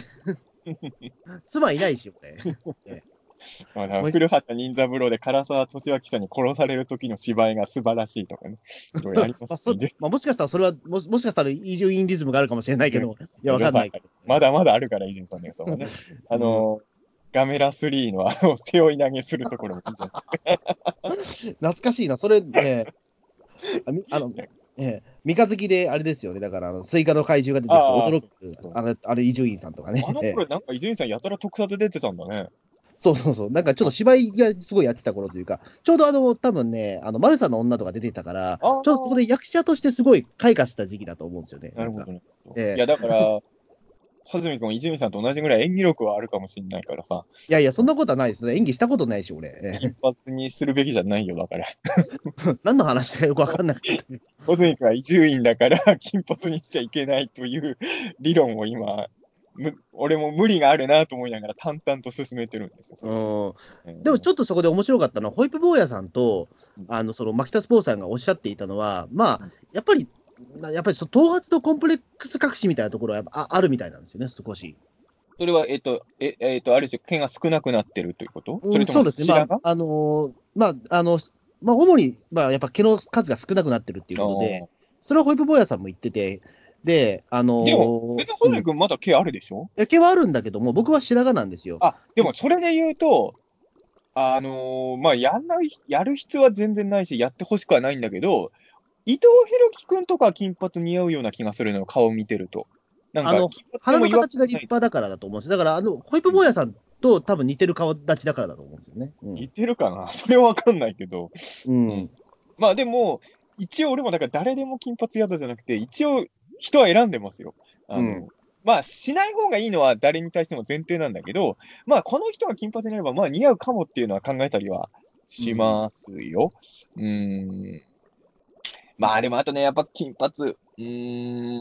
[SPEAKER 2] 妻いないし、俺。
[SPEAKER 3] まあだから古畑任三郎で唐沢俊明さんに殺される時の芝居が素晴らしいとかね。いろいろありま
[SPEAKER 2] まあ、
[SPEAKER 3] す
[SPEAKER 2] そ
[SPEAKER 3] よ
[SPEAKER 2] まあ、もしかしたらそれは、もしもしかしたら伊集院リズムがあるかもしれないけど、いや、わかんないけど。
[SPEAKER 3] まだまだあるから、伊集院さんの予想はね。あの、ガメラ3のあの、背負い投げするところもいいじゃん。
[SPEAKER 2] 懐かしいな、それ、ね、あみあの、ええ、三日月であれですよね、だからあの、スイカの怪獣が出てきて、
[SPEAKER 3] あ
[SPEAKER 2] 驚
[SPEAKER 3] ー
[SPEAKER 2] く、あれ、あれ伊集院さんとかね。
[SPEAKER 3] あの
[SPEAKER 2] ええ
[SPEAKER 3] 頃なんか伊集院さんやたら特撮出てた んだね。
[SPEAKER 2] そうそうそう、なんかちょっと芝居がすごいやってた頃というか、ちょうどあの、多分ね、あの、マルサの女とか出てたから、ち
[SPEAKER 3] あ
[SPEAKER 2] ょ
[SPEAKER 3] ー
[SPEAKER 2] っとここで役者としてすごい開花した時期だと思うんですよね。
[SPEAKER 3] なるほどね。
[SPEAKER 2] ええ
[SPEAKER 3] いや、だから、穂積君、伊集院さんと同じぐらい演技力はあるかもしれないからさ、
[SPEAKER 2] いやいや、そんなことはないですね。演技したことないし、俺。
[SPEAKER 3] 金髪にするべきじゃないよ、だから。
[SPEAKER 2] 何の話だかよくわかんなかったけど。
[SPEAKER 3] 穂積君は伊集院だから、 金髪にしちゃいけないという 理論を今、む俺も無理があるなと思いながら、淡々と進めてるんですよ。
[SPEAKER 2] うん、でも、ちょっとそこで面白かったのは、ホイップ坊やさんと、あのその牧田スポーさんがおっしゃっていたのは、まあ、やっぱり、なやっぱりその頭髪とコンプレックス隠しみたいなところはやっぱああるみたいなんですよね、少し。
[SPEAKER 3] それは、えっ、と、え、えっ、と、ある種、毛が少なくなってるということ、
[SPEAKER 2] うん
[SPEAKER 3] それとも
[SPEAKER 2] そうですね、
[SPEAKER 3] 白
[SPEAKER 2] まあ、
[SPEAKER 3] 髪
[SPEAKER 2] あのーまあ、あの、まあ、主に、まあ、やっぱ毛の数が少なくなってるっていうことで、それはホイップ坊やさんも言ってて、で、あのー
[SPEAKER 3] でも別に
[SPEAKER 2] う
[SPEAKER 3] 穂
[SPEAKER 2] ん
[SPEAKER 3] 積君まだ毛あるでしょ、
[SPEAKER 2] いや毛はあるんだけども、僕は白髪なんですよ。
[SPEAKER 3] あ、でもそれで言うと、あのーまあ、やんない、やる必要は全然ないし、やってほしくはないんだけど、伊藤博樹君とかは金髪似合うような気がするのよ、顔見てると。なんか
[SPEAKER 2] あの
[SPEAKER 3] 金
[SPEAKER 2] 鼻
[SPEAKER 3] 髪
[SPEAKER 2] の
[SPEAKER 3] も違和
[SPEAKER 2] 形が立派だからだと思うんですよ。だから、あの、ホイップ坊やさんと多分似てる顔立ちだからだと思うんですよね。うん
[SPEAKER 3] 似てるかな、それはわかんないけど、
[SPEAKER 2] うん。
[SPEAKER 3] まあでも、一応俺もだから誰でも金髪宿じゃなくて、一応人は選んでますよ。あの
[SPEAKER 2] うん
[SPEAKER 3] まあ、しない方がいいのは誰に対しても前提なんだけど、まあ、この人が金髪になれば、まあ、似合うかもっていうのは考えたりはしますよ。うーん。まあ、でもあとね、やっぱ金髪、うーん。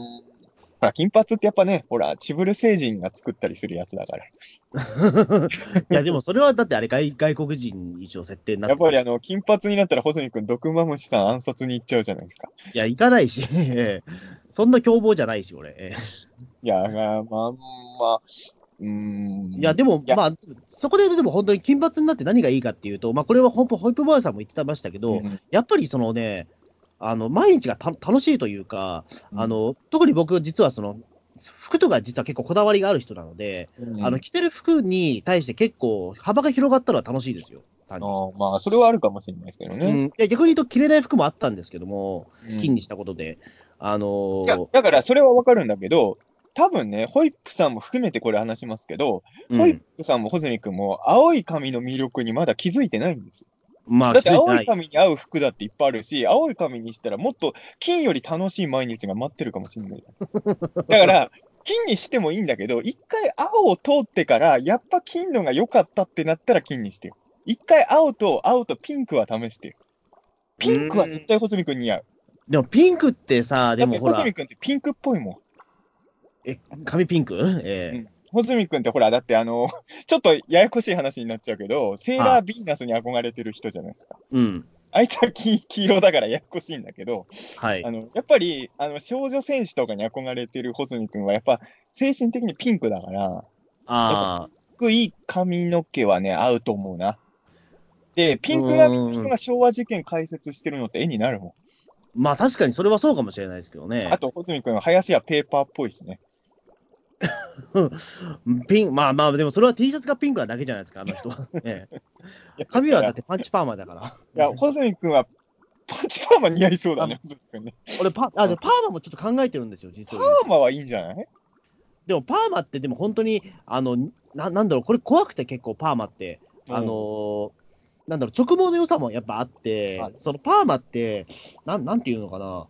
[SPEAKER 3] ほら、金髪ってやっぱね、ほら、チブル星人が作ったりするやつだか
[SPEAKER 2] い
[SPEAKER 3] ら。
[SPEAKER 2] や、でもそれはだってあれ外、外国人一応設定になって
[SPEAKER 3] やっぱり
[SPEAKER 2] る
[SPEAKER 3] あの、金髪になったら、細見君、毒マムシさん暗殺に行っちゃうじゃないですか。
[SPEAKER 2] いや、行かないし、 ええそんな凶暴じゃないし、俺。え
[SPEAKER 3] いや、まあ、まあ、うーん
[SPEAKER 2] え。いや、でも
[SPEAKER 3] い、や
[SPEAKER 2] まあ、そこで言うと、でも本当に金髪になって何がいいかっていうと、まあ、これはほんとホイップ坊やさんも言ってましたけど、
[SPEAKER 3] うん
[SPEAKER 2] やっぱりそのね、あの毎日がた楽しいというか、あ、の特に僕、実はその服とか実は結構こだわりがある人なので、
[SPEAKER 3] うん
[SPEAKER 2] あの着てる服に対して結構幅が広がったのは楽しいですよ、単に。
[SPEAKER 3] あーまあ、それはあるかもしれないですけど
[SPEAKER 2] うん
[SPEAKER 3] ね。
[SPEAKER 2] いや逆に言うと、着れない服もあったんですけども、
[SPEAKER 3] うん
[SPEAKER 2] 金にしたことで、あの
[SPEAKER 3] いや
[SPEAKER 2] ー
[SPEAKER 3] だからそれはわかるんだけど、多分ね、ホイップさんも含めてこれ話しますけど、
[SPEAKER 2] うん
[SPEAKER 3] ホイップさんも穂積君も、青い髪の魅力にまだ気づいてないんですよ。
[SPEAKER 2] まあ、
[SPEAKER 3] だって
[SPEAKER 2] 着て
[SPEAKER 3] 青
[SPEAKER 2] ない
[SPEAKER 3] 髪に合う服だっていっぱいあるし、青い髪にしたらもっと金より楽しい毎日が待ってるかもしれない。 だから、金にしてもいいんだけど、一回青を通ってから、やっぱ金のが良かったってなったら金にしてよ。一回青と青とピンクは試してよ。ピンクは絶対穂積君似合う。
[SPEAKER 2] でもピンクってさ、
[SPEAKER 3] だ
[SPEAKER 2] で
[SPEAKER 3] っ
[SPEAKER 2] も
[SPEAKER 3] て
[SPEAKER 2] ほ
[SPEAKER 3] 穂
[SPEAKER 2] ら
[SPEAKER 3] 積、君ってピンクっぽいもん。
[SPEAKER 2] え髪ピンク、え
[SPEAKER 3] 穂積君ってほら、だってあの、 ちょっとややこしい話になっちゃうけど、セーラー・ビーナスに憧れてる人じゃないですか。
[SPEAKER 2] えうん、
[SPEAKER 3] あいつは黄黄色だからややこしいんだけど、
[SPEAKER 2] はい
[SPEAKER 3] あ。のやっぱりあの少女戦士とかに憧れてる穂積君は、やっぱ精神的にピンクだから、
[SPEAKER 2] ああ、
[SPEAKER 3] ピンクいい髪の毛はね、合うと思うな。で、ピンク髪の人が昭和事件解説してるのって絵になるも
[SPEAKER 2] まあ確かにそれはそうかもしれないですけどね
[SPEAKER 3] ん。。あと、穂積君は林家ペーパーっぽいしね。
[SPEAKER 2] ピンまあまあ、でもそれは T シャツがピンクなだけじゃないですか、あの 人は。ええ髪はだってパンチパーマだから。
[SPEAKER 3] いや、穂積君はパンチパーマ似合いそうだね、穂積君ね。
[SPEAKER 2] 俺パあ、でもパーマもちょっと考えてるんですよ、実
[SPEAKER 3] パ
[SPEAKER 2] は言うと。
[SPEAKER 3] ーマはいいんじゃない
[SPEAKER 2] でもパーマって、でも本当に、あのななんだろう、これ怖くて結構パーマって、あのーなんだろう、直毛の良さもやっぱあって
[SPEAKER 3] はい、
[SPEAKER 2] そのパーマって、なんなんていうのかな、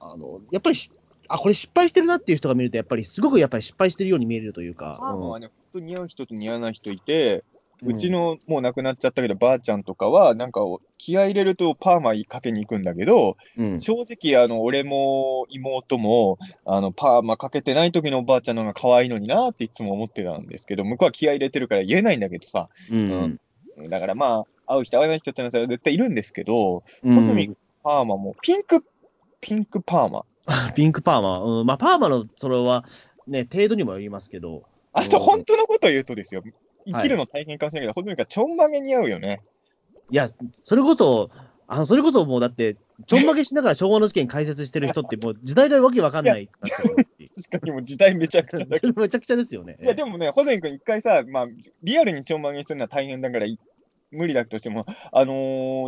[SPEAKER 2] あのやっぱりしあ、これ失敗してるなっていう人が見ると、やっぱりすごくやっぱり失敗してるように見えるというか。
[SPEAKER 3] パーマ
[SPEAKER 2] うん
[SPEAKER 3] はね、本当に似合う人と似合わない人いて、
[SPEAKER 2] う
[SPEAKER 3] うんちのもう亡くなっちゃったけど、ばあちゃんとかは、なんかお気合い入れるとパーマかけに行くんだけど、
[SPEAKER 2] うん
[SPEAKER 3] 正直、あの俺も妹もあのパーマかけてない時のおばあちゃんの方が可愛いのになっていつも思ってたんですけど、向こうは気合い入れてるから言えないんだけどさ、
[SPEAKER 2] うん
[SPEAKER 3] だからまあ、合う人、合わない人ってのはそれは絶対いるんですけど、
[SPEAKER 2] うん
[SPEAKER 3] 穂積パーマもピンク、ピンクパーマ。
[SPEAKER 2] あ ピンクパーマ、うんまあ、パーマのそれは、ね、程度にもよりますけど、
[SPEAKER 3] あと、
[SPEAKER 2] うん
[SPEAKER 3] 本当のこと言うとですよ、生きるの大変かもしれないけど、穂積がちょんまげ似合うよね。
[SPEAKER 2] いや、それこそ、あのそれこそもうだって、ちょんまげしながら昭和の事件解説してる人って、もう時代がわけわかんないなって思う し
[SPEAKER 3] 確かにもう時代めちゃくちゃだけど
[SPEAKER 2] めちゃくちゃですよね。
[SPEAKER 3] いや、でもね、ホゼン君、一回さ、まあ、リアルにちょんまげにするのは大変だからい、無理だとしても、あの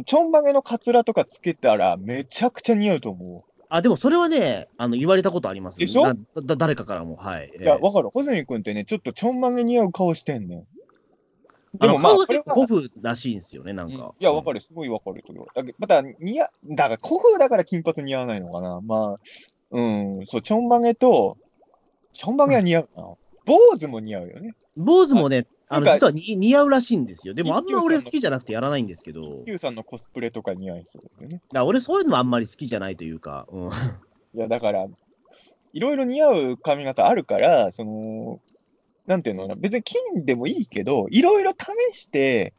[SPEAKER 3] ーちょんまげのカツラとかつけたら、めちゃくちゃ似合うと思
[SPEAKER 2] あでもそれはね、あの言われたことあります
[SPEAKER 3] でしょ
[SPEAKER 2] なだだ誰かからも、はい。
[SPEAKER 3] う。いや、
[SPEAKER 2] ええ
[SPEAKER 3] わかる。ホゼン君ってね、ちょっとちょんまげ似合う顔してんねん。
[SPEAKER 2] あ
[SPEAKER 3] で
[SPEAKER 2] の
[SPEAKER 3] もまあ、
[SPEAKER 2] 顔が
[SPEAKER 3] これ
[SPEAKER 2] 結
[SPEAKER 3] は
[SPEAKER 2] 構古風らしいんですよね、なん
[SPEAKER 3] うん
[SPEAKER 2] か。
[SPEAKER 3] いや、わかる。すごいわかるけど。だけまた、似合、だから、古風だから金髪似合わないのかな。まあ、うん、そう、ちょんまげと、ちょんまげは似合うな。坊主も似合うよね。
[SPEAKER 2] 坊主もね、
[SPEAKER 3] あ
[SPEAKER 2] あの
[SPEAKER 3] なん
[SPEAKER 2] 実
[SPEAKER 3] か
[SPEAKER 2] はに似合うらしいんですよ。でもあん
[SPEAKER 3] 一休さん
[SPEAKER 2] ま
[SPEAKER 3] の
[SPEAKER 2] 俺好きじゃなくてやらないんですけど、だ
[SPEAKER 3] Q さんのコスプレとか似合いそうだよね。
[SPEAKER 2] から俺そういうのもあんまり好きじゃないというか、うん、
[SPEAKER 3] いや、だから、いろいろ似合う髪型あるから、その、なんていうのかな、別に金でもいいけど、いろいろ試して、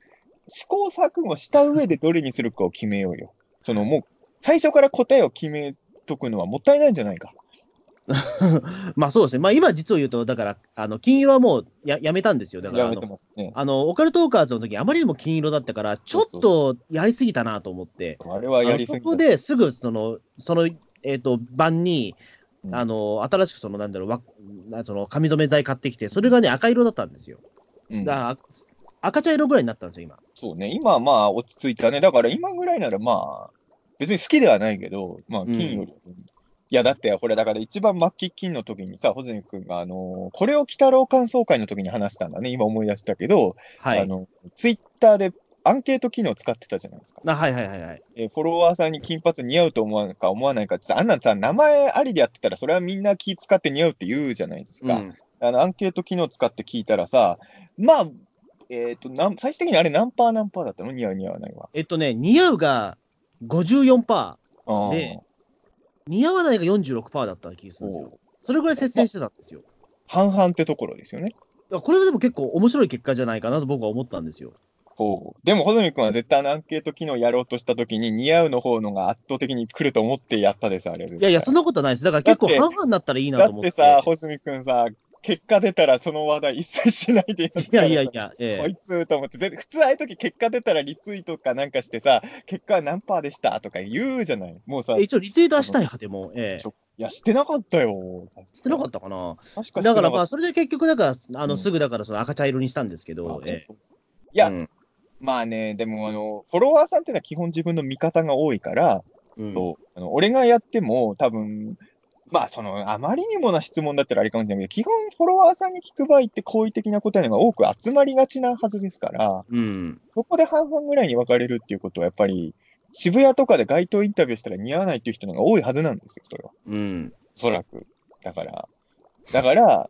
[SPEAKER 3] 試行錯誤した上でどれにするかを決めようよ。その、もう、最初から答えを決めとくのはもったいないんじゃないか。
[SPEAKER 2] まあそうですね、まあ今実を言うと、だから、あの金色はもうややめたんですよ。だから
[SPEAKER 3] や
[SPEAKER 2] あ
[SPEAKER 3] めて
[SPEAKER 2] の
[SPEAKER 3] ますね。
[SPEAKER 2] あの、オカルトーカーズの時あまりにも金色だったから、ちょっとやりすぎたなと思って、
[SPEAKER 3] あれはやりす
[SPEAKER 2] あの
[SPEAKER 3] ぎ
[SPEAKER 2] そこ
[SPEAKER 3] だ
[SPEAKER 2] ですぐその、その、えっ、と、版に、
[SPEAKER 3] うん
[SPEAKER 2] あの、新しくその、なんだろうわな、その、髪留め剤買ってきて、それがね、赤色だったんですよ。
[SPEAKER 3] うん
[SPEAKER 2] だから、赤茶色ぐらいになったんですよ、今。
[SPEAKER 3] そうね、今はまあ落ち着いたね。だから今ぐらいならまあ、別に好きではないけど、まあ
[SPEAKER 2] うん
[SPEAKER 3] 金より。いや、だってほら、だから一番末期金の時にさ、穂積君が、あのーこれを鬼太郎感想会の時に話したんだね。今思い出したけど、
[SPEAKER 2] はい。
[SPEAKER 3] あの、ツイッターでアンケート機能使ってたじゃないですか。
[SPEAKER 2] あはいはいはいはい。
[SPEAKER 3] えーフォロワーさんに金髪似合うと思わないか思わないかってさあんなんさ、名前ありでやってたら、それはみんな気使って似合うって言うじゃないですか。
[SPEAKER 2] うん
[SPEAKER 3] あの、アンケート機能使って聞いたらさ、まあ、えっ、となん、最終的にあれ何パー何パーだったの似合う似合わないは。
[SPEAKER 2] えっとね、似合うが54%、
[SPEAKER 3] あー
[SPEAKER 2] で似合わないが46%だった気がするんですよ。それぐらい接戦してたんですよ。
[SPEAKER 3] 半々ってところですよね。
[SPEAKER 2] だからこれはでも結構面白い結果じゃないかなと僕は思ったんですよ。
[SPEAKER 3] でも、穂積君は絶対あのアンケート機能やろうとしたときに、似合うの方のが圧倒的に来ると思ってやったです、あれ。い
[SPEAKER 2] いやいや、そんなことはないです。だから結構半々になったらいいな
[SPEAKER 3] だ
[SPEAKER 2] と
[SPEAKER 3] っ
[SPEAKER 2] 思ってて。
[SPEAKER 3] さ、穂積君さ、結果出たらその話題一切しないでやって
[SPEAKER 2] いやいやいや、え
[SPEAKER 3] こ
[SPEAKER 2] え
[SPEAKER 3] いつと思って、ぜ普通ああいう時結果出たらリツイートかなんかしてさ、結果は何パーでしたとか言うじゃない。もうさ、
[SPEAKER 2] え
[SPEAKER 3] い
[SPEAKER 2] 一応リツイートはしたい派でも、ええ
[SPEAKER 3] ちょや、してなかったよ。
[SPEAKER 2] してなかったかな。
[SPEAKER 3] 確かして
[SPEAKER 2] だか
[SPEAKER 3] なからっ
[SPEAKER 2] まあ、それで結局、だから、あ
[SPEAKER 3] う
[SPEAKER 2] の
[SPEAKER 3] ん
[SPEAKER 2] すぐだから、その赤茶色にしたんですけど、
[SPEAKER 3] た。
[SPEAKER 2] ええ
[SPEAKER 3] いや、
[SPEAKER 2] うん
[SPEAKER 3] まあね、でもあの、フォロワーさんっていうのは基本自分の味方が多いから、
[SPEAKER 2] うん
[SPEAKER 3] とあの俺がやっても多分まあそのあまりにもな質問だったらあれかもしれないけど基本フォロワーさんに聞く場合って好意的な答えの方が多く集まりがちなはずですから
[SPEAKER 2] うん、
[SPEAKER 3] そこで半々ぐらいに分かれるっていうことはやっぱり渋谷とかで街頭インタビューしたら似合わないっていう人の方が多いはずなんですよそれは
[SPEAKER 2] うん、
[SPEAKER 3] おそらくだからだから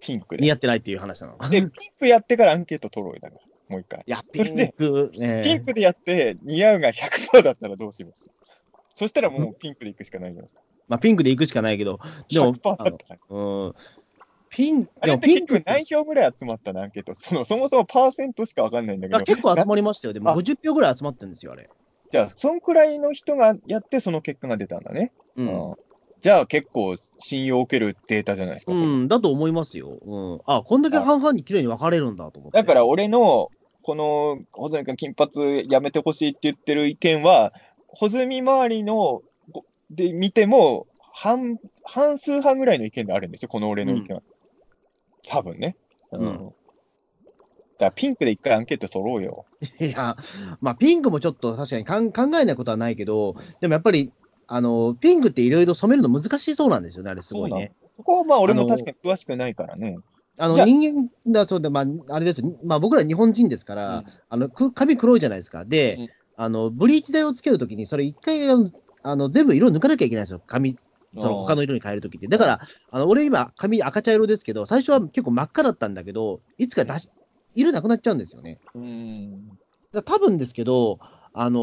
[SPEAKER 3] ピンクで
[SPEAKER 2] 似合ってないっていう話なの。
[SPEAKER 3] でピンクやってからアンケート取ろうよだからもう一回
[SPEAKER 2] いや、
[SPEAKER 3] そ
[SPEAKER 2] ピ
[SPEAKER 3] れ
[SPEAKER 2] ン
[SPEAKER 3] で
[SPEAKER 2] ク、
[SPEAKER 3] ピ
[SPEAKER 2] ね
[SPEAKER 3] ン、クでやって似合うが100%だったらどうしますそしたらもうピンクでいくしかないじゃないですか
[SPEAKER 2] まあ、ピンクで行くしかないけど、でも
[SPEAKER 3] 100%、だった
[SPEAKER 2] あ
[SPEAKER 3] ら
[SPEAKER 2] のうん、ピン、で
[SPEAKER 3] あれっ
[SPEAKER 2] も
[SPEAKER 3] て
[SPEAKER 2] ピ
[SPEAKER 3] 結
[SPEAKER 2] ンク
[SPEAKER 3] 局何票ぐらい集まったのアンケート。そのそもそもパーセントしかわかんないんだけ
[SPEAKER 2] あ
[SPEAKER 3] ど、
[SPEAKER 2] 結構集まりましたよ。でも
[SPEAKER 3] あ
[SPEAKER 2] 50票ぐらい集まってるんですよ、あれ。
[SPEAKER 3] じゃあ、そんくらいの人がやって、その結果が出たんだね。
[SPEAKER 2] う。
[SPEAKER 3] うんんじゃあ、結構信用を受けるデータじゃないですか。
[SPEAKER 2] う
[SPEAKER 3] それ
[SPEAKER 2] ん、だと思いますよ。うん。あ、こんだけ半々に綺麗に分かれるんだと思って。
[SPEAKER 3] だから、、俺の、この、穂積君、金髪やめてほしいって言ってる意見は、穂積周りのごで見ても半、半数派ぐらいの意見であるんですよ、この俺の意見は。多分ね。うん
[SPEAKER 2] う
[SPEAKER 3] だから、ピンクで一回アンケート取ろうよ。
[SPEAKER 2] いや、まあ、ピンクもちょっと確かにかん考えないことはないけど、でもやっぱり、あの、ピンクっていろいろ染めるの難しそうなんですよね、あれすごいね。
[SPEAKER 3] そこはまあ俺
[SPEAKER 2] あ
[SPEAKER 3] も
[SPEAKER 2] の
[SPEAKER 3] 確かに詳しくないからね。
[SPEAKER 2] あの、
[SPEAKER 3] じゃあ
[SPEAKER 2] 人間だそうで、まあ、あれです。まあ、僕ら日本人ですから、あの、く髪黒いじゃないですか。で、
[SPEAKER 3] うん
[SPEAKER 2] あの、ブリーチ剤をつけるときに、それ一回、あのあの、全部色抜かなきゃいけないんですよ。髪、その他の色に変えるときって。だから、あの、俺今、髪赤茶色ですけど、最初は結構真っ赤だったんだけど、いつか出し、色なくなっちゃうんですよね。
[SPEAKER 3] うん。
[SPEAKER 2] だから多分ですけど、あのー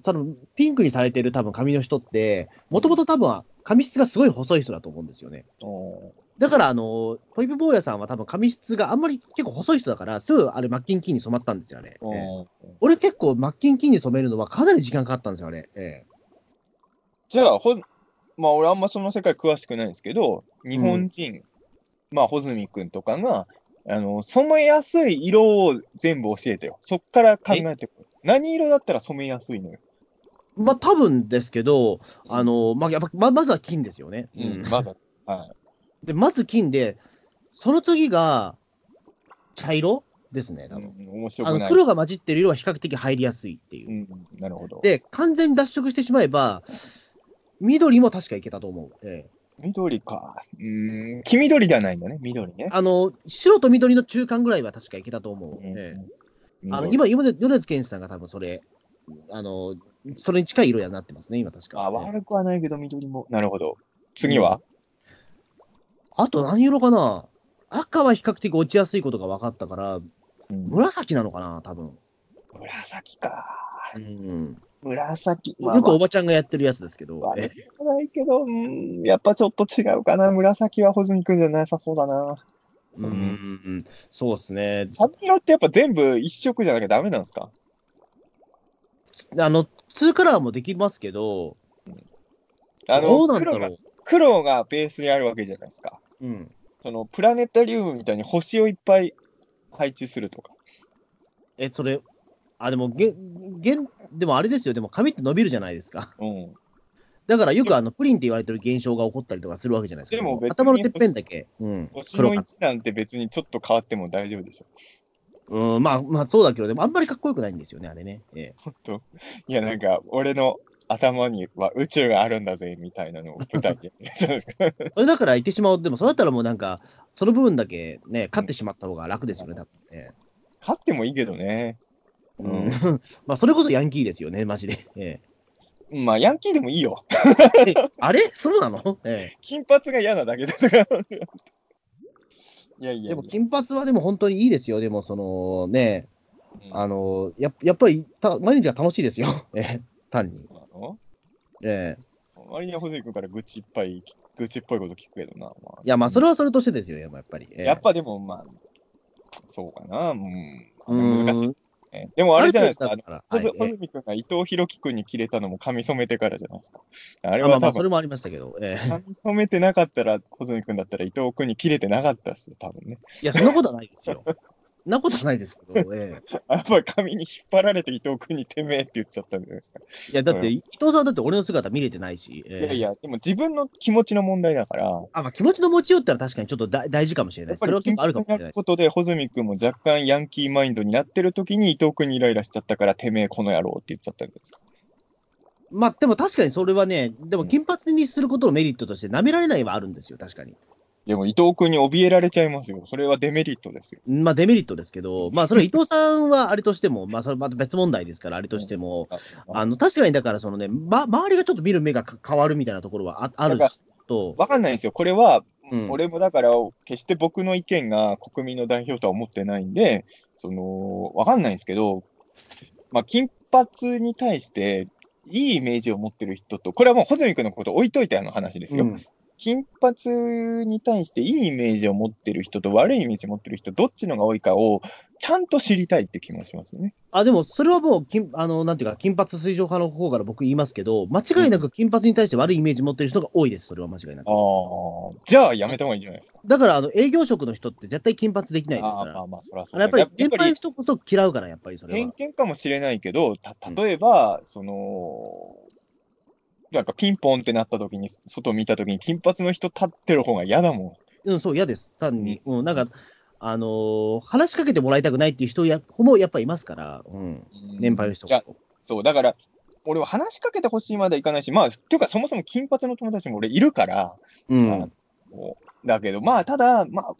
[SPEAKER 2] 多分ピンクにされてる多分髪の人って、もともと多分髪質がすごい細い人だと思うんですよね。
[SPEAKER 3] お
[SPEAKER 2] だから、あのーポイプ坊やさんは多分髪質があんまり結構細い人だから、すぐあれ、マッキンキーに染まったんですよ、あれ。
[SPEAKER 3] ーおー
[SPEAKER 2] 俺結構、マッキンキーに染めるのはかなり時間かかったんですよ、あれ。ええ
[SPEAKER 3] じゃあ、ほまあ俺あんまその世界詳しくないんですけど、日本人、まあ穂積君とかが、あの染めやすい色を全部教えてよ。そっから考えてくれ何色だったら染めやすいのよ。
[SPEAKER 2] まあ、多分ですけど、あのーまあ、やっぱままずは金ですよね。うん
[SPEAKER 3] まずは。はい
[SPEAKER 2] で、まず金で、その次が、茶色ですね、多
[SPEAKER 3] うん
[SPEAKER 2] 分。
[SPEAKER 3] 面白
[SPEAKER 2] あ
[SPEAKER 3] く
[SPEAKER 2] の
[SPEAKER 3] ない。
[SPEAKER 2] 黒が混じってる色は比較的入りやすいっていう
[SPEAKER 3] う。ん、なるほど。
[SPEAKER 2] で、完全に脱色してしまえば、緑も確かいけたと思う。ええ
[SPEAKER 3] 緑か。うん、黄緑ではないんだね。緑ね。
[SPEAKER 2] あの、白と緑の中間ぐらいは確かいけたと思う。
[SPEAKER 3] うん
[SPEAKER 2] ええ
[SPEAKER 3] うん
[SPEAKER 2] あの
[SPEAKER 3] 緑
[SPEAKER 2] 今、今で米津玄師さんが多分それ、あの、それに近い色にはなってますね、今確か。
[SPEAKER 3] あ、
[SPEAKER 2] ええ
[SPEAKER 3] 悪くはないけど、緑も。なるほど。次は、
[SPEAKER 2] あと何色かな赤は比較的落ちやすいことが分かったから、
[SPEAKER 3] うん
[SPEAKER 2] 紫なのかな、多分。
[SPEAKER 3] 紫か。
[SPEAKER 2] うん。
[SPEAKER 3] 紫。まあ
[SPEAKER 2] よくおばちゃんがやってるやつですけど。
[SPEAKER 3] わ
[SPEAKER 2] え
[SPEAKER 3] わかんないけど、うん、やっぱちょっと違うかな。紫は穂積くんじゃなさそうだな。
[SPEAKER 2] うんうんうん。そうですね。
[SPEAKER 3] 髪色ってやっぱ全部一色じゃなきゃダメなんですか
[SPEAKER 2] あの、2カラーもできますけど、
[SPEAKER 3] あ
[SPEAKER 2] ど
[SPEAKER 3] の
[SPEAKER 2] うなんだ
[SPEAKER 3] 黒が
[SPEAKER 2] ろ
[SPEAKER 3] 黒がベースにあるわけじゃないですか。
[SPEAKER 2] う。うん。
[SPEAKER 3] そのプラネタリウムみたいに星をいっぱい配置するとか。
[SPEAKER 2] え、それ、あ、でも、げ、げん、でもあれですよ、でも髪って伸びるじゃないですか。
[SPEAKER 3] うん。
[SPEAKER 2] だからよくあの、プリンって言われてる現象が起こったりとかするわけじゃないですか。
[SPEAKER 3] でも別に
[SPEAKER 2] 頭のてっぺんだけ。うん。
[SPEAKER 3] 星
[SPEAKER 2] 黒か
[SPEAKER 3] の位
[SPEAKER 2] っ
[SPEAKER 3] 置なんて別にちょっと変わっても大丈夫でしょ。
[SPEAKER 2] たうん、まあ、まあ、そうだけど、でもあんまりかっこよくないんですよね、あれね。ええ
[SPEAKER 3] いや、なんか俺の頭には宇宙があるんだぜみたいなのを舞 台で。そうですか。
[SPEAKER 2] それだから言ってしまう、でも、そうだったらもうなんか、その部分だけね、勝ってしまった方が楽ですよね、多分ね。
[SPEAKER 3] 勝ってもいいけどね。
[SPEAKER 2] う
[SPEAKER 3] うん
[SPEAKER 2] ん。 まあ、それこそヤンキーですよね、マジで。 え
[SPEAKER 3] まあ、ヤンキーでもいいよ。
[SPEAKER 2] ええあれ そうなのえ
[SPEAKER 3] 金髪が嫌なだけだから。いやい
[SPEAKER 2] え。
[SPEAKER 3] や
[SPEAKER 2] でも、金髪はでも本当にいいですよ。でも、その、ね、
[SPEAKER 3] うん
[SPEAKER 2] あの、ややっぱりた、毎日が楽しいですよ。 ええ、単に。
[SPEAKER 3] そうなの
[SPEAKER 2] ええ。
[SPEAKER 3] 割には細井君から愚痴いっぱい、愚痴っぽいこと聞くけどな。まあ
[SPEAKER 2] いや、まあ、それはそれとしてですよ、やっぱり。ええ
[SPEAKER 3] やっぱでも、まあ、そうかな。うん。あ
[SPEAKER 2] うん
[SPEAKER 3] の難しい、ね。でもあれじゃないですか。
[SPEAKER 2] あ
[SPEAKER 3] あ
[SPEAKER 2] る
[SPEAKER 3] の
[SPEAKER 2] 程度だったら
[SPEAKER 3] ほず
[SPEAKER 2] はいええ
[SPEAKER 3] 穂積君が伊藤博樹君に切れたのも髪染めてからじゃないですか。あれ
[SPEAKER 2] あまあま
[SPEAKER 3] は多
[SPEAKER 2] あ、それ
[SPEAKER 3] 分、
[SPEAKER 2] もありましたけど、ええ、
[SPEAKER 3] 髪染めてなかったら、穂積君だったら伊藤君に切れてなかったっすよ、多分ね。
[SPEAKER 2] いや、そんなことはないですよ。 そんなことはないですけど、え
[SPEAKER 3] やっぱり髪に引っ張られて伊藤君にてめえって言っちゃったんじゃないですか。
[SPEAKER 2] え、いや、だっ
[SPEAKER 3] う
[SPEAKER 2] て、伊藤さんだって俺の姿見れてないし、ええ
[SPEAKER 3] いやいや、でも自分の気持ちの問題だから、
[SPEAKER 2] あまあ、気持ちの持ちようってのは確かにちょっと大大事かもしれない
[SPEAKER 3] やっ
[SPEAKER 2] そ
[SPEAKER 3] ぱ
[SPEAKER 2] れは
[SPEAKER 3] り
[SPEAKER 2] 結
[SPEAKER 3] 金
[SPEAKER 2] 構ある
[SPEAKER 3] 髪
[SPEAKER 2] かも
[SPEAKER 3] にな
[SPEAKER 2] しれな
[SPEAKER 3] る
[SPEAKER 2] い
[SPEAKER 3] ことで、穂積君も若干ヤンキーマインドになってる時に伊藤君にイライラしちゃったから、てめえこの野郎って言っちゃったんじゃないですか。
[SPEAKER 2] まあ、でも確かにそれはね、でも
[SPEAKER 3] うん
[SPEAKER 2] 金髪にすることのメリットとして、舐められないはあるんですよ、確かに。
[SPEAKER 3] でも伊藤君に怯えられちゃいますよ。それはデメリットですよ。
[SPEAKER 2] まあ、デメリットですけど、まあ、それは伊藤さんはあれとしても、まあ、それまた別問題ですから、あれとしても、あの確かにだから、そのね、ま、周りがちょっと見る目がか変わるみたいなところはあある
[SPEAKER 3] なんか
[SPEAKER 2] と、
[SPEAKER 3] わかんないんですよ。これは、
[SPEAKER 2] うん
[SPEAKER 3] 俺もだから、決して僕の意見が国民の代表とは思ってないんで、その、わかんないんですけど、まあ、金髪に対して、いいイメージを持ってる人と、これはもう、穂積君のこと置いといてあの話ですよ。
[SPEAKER 2] うん
[SPEAKER 3] 金髪に対していいイメージを持ってる人と悪いイメージを持ってる人、どっちのが多いかをちゃんと知りたいって気もしますよね。
[SPEAKER 2] あでも、それはもう金、あのなんていうか、金髪推奨派の方から僕言いますけど、間違いなく金髪に対して悪いイメージ持ってる人が多いです、それは間違いなく。
[SPEAKER 3] ああ、じゃあやめた方がいいんじゃないですか。
[SPEAKER 2] だからあの営業職の人って絶対金髪できないですか
[SPEAKER 3] あーま
[SPEAKER 2] ら、
[SPEAKER 3] あまあ、そらそ
[SPEAKER 2] あ
[SPEAKER 3] う
[SPEAKER 2] のやっぱり年
[SPEAKER 3] やっぱ
[SPEAKER 2] 配の
[SPEAKER 3] り
[SPEAKER 2] 人こそ嫌うから、やっぱりそれ
[SPEAKER 3] 偏
[SPEAKER 2] は。
[SPEAKER 3] 見かもしれないけど、た例えば、その、なんかピンポンってなった時に、外を見た時に金髪の人立ってる方が嫌だもん。
[SPEAKER 2] うん、そう、嫌です、単に。うん、なんか、あのー話しかけてもらいたくないっていう人やもやっぱいますから、うん、年配の人
[SPEAKER 3] いや
[SPEAKER 2] こそ
[SPEAKER 3] そう、だから、俺は話しかけてほしいまではいかないし、まあ、っていうか、そもそも金髪の友達も俺いるから、
[SPEAKER 2] うん、
[SPEAKER 3] だけど、まあ、ただ、まあ、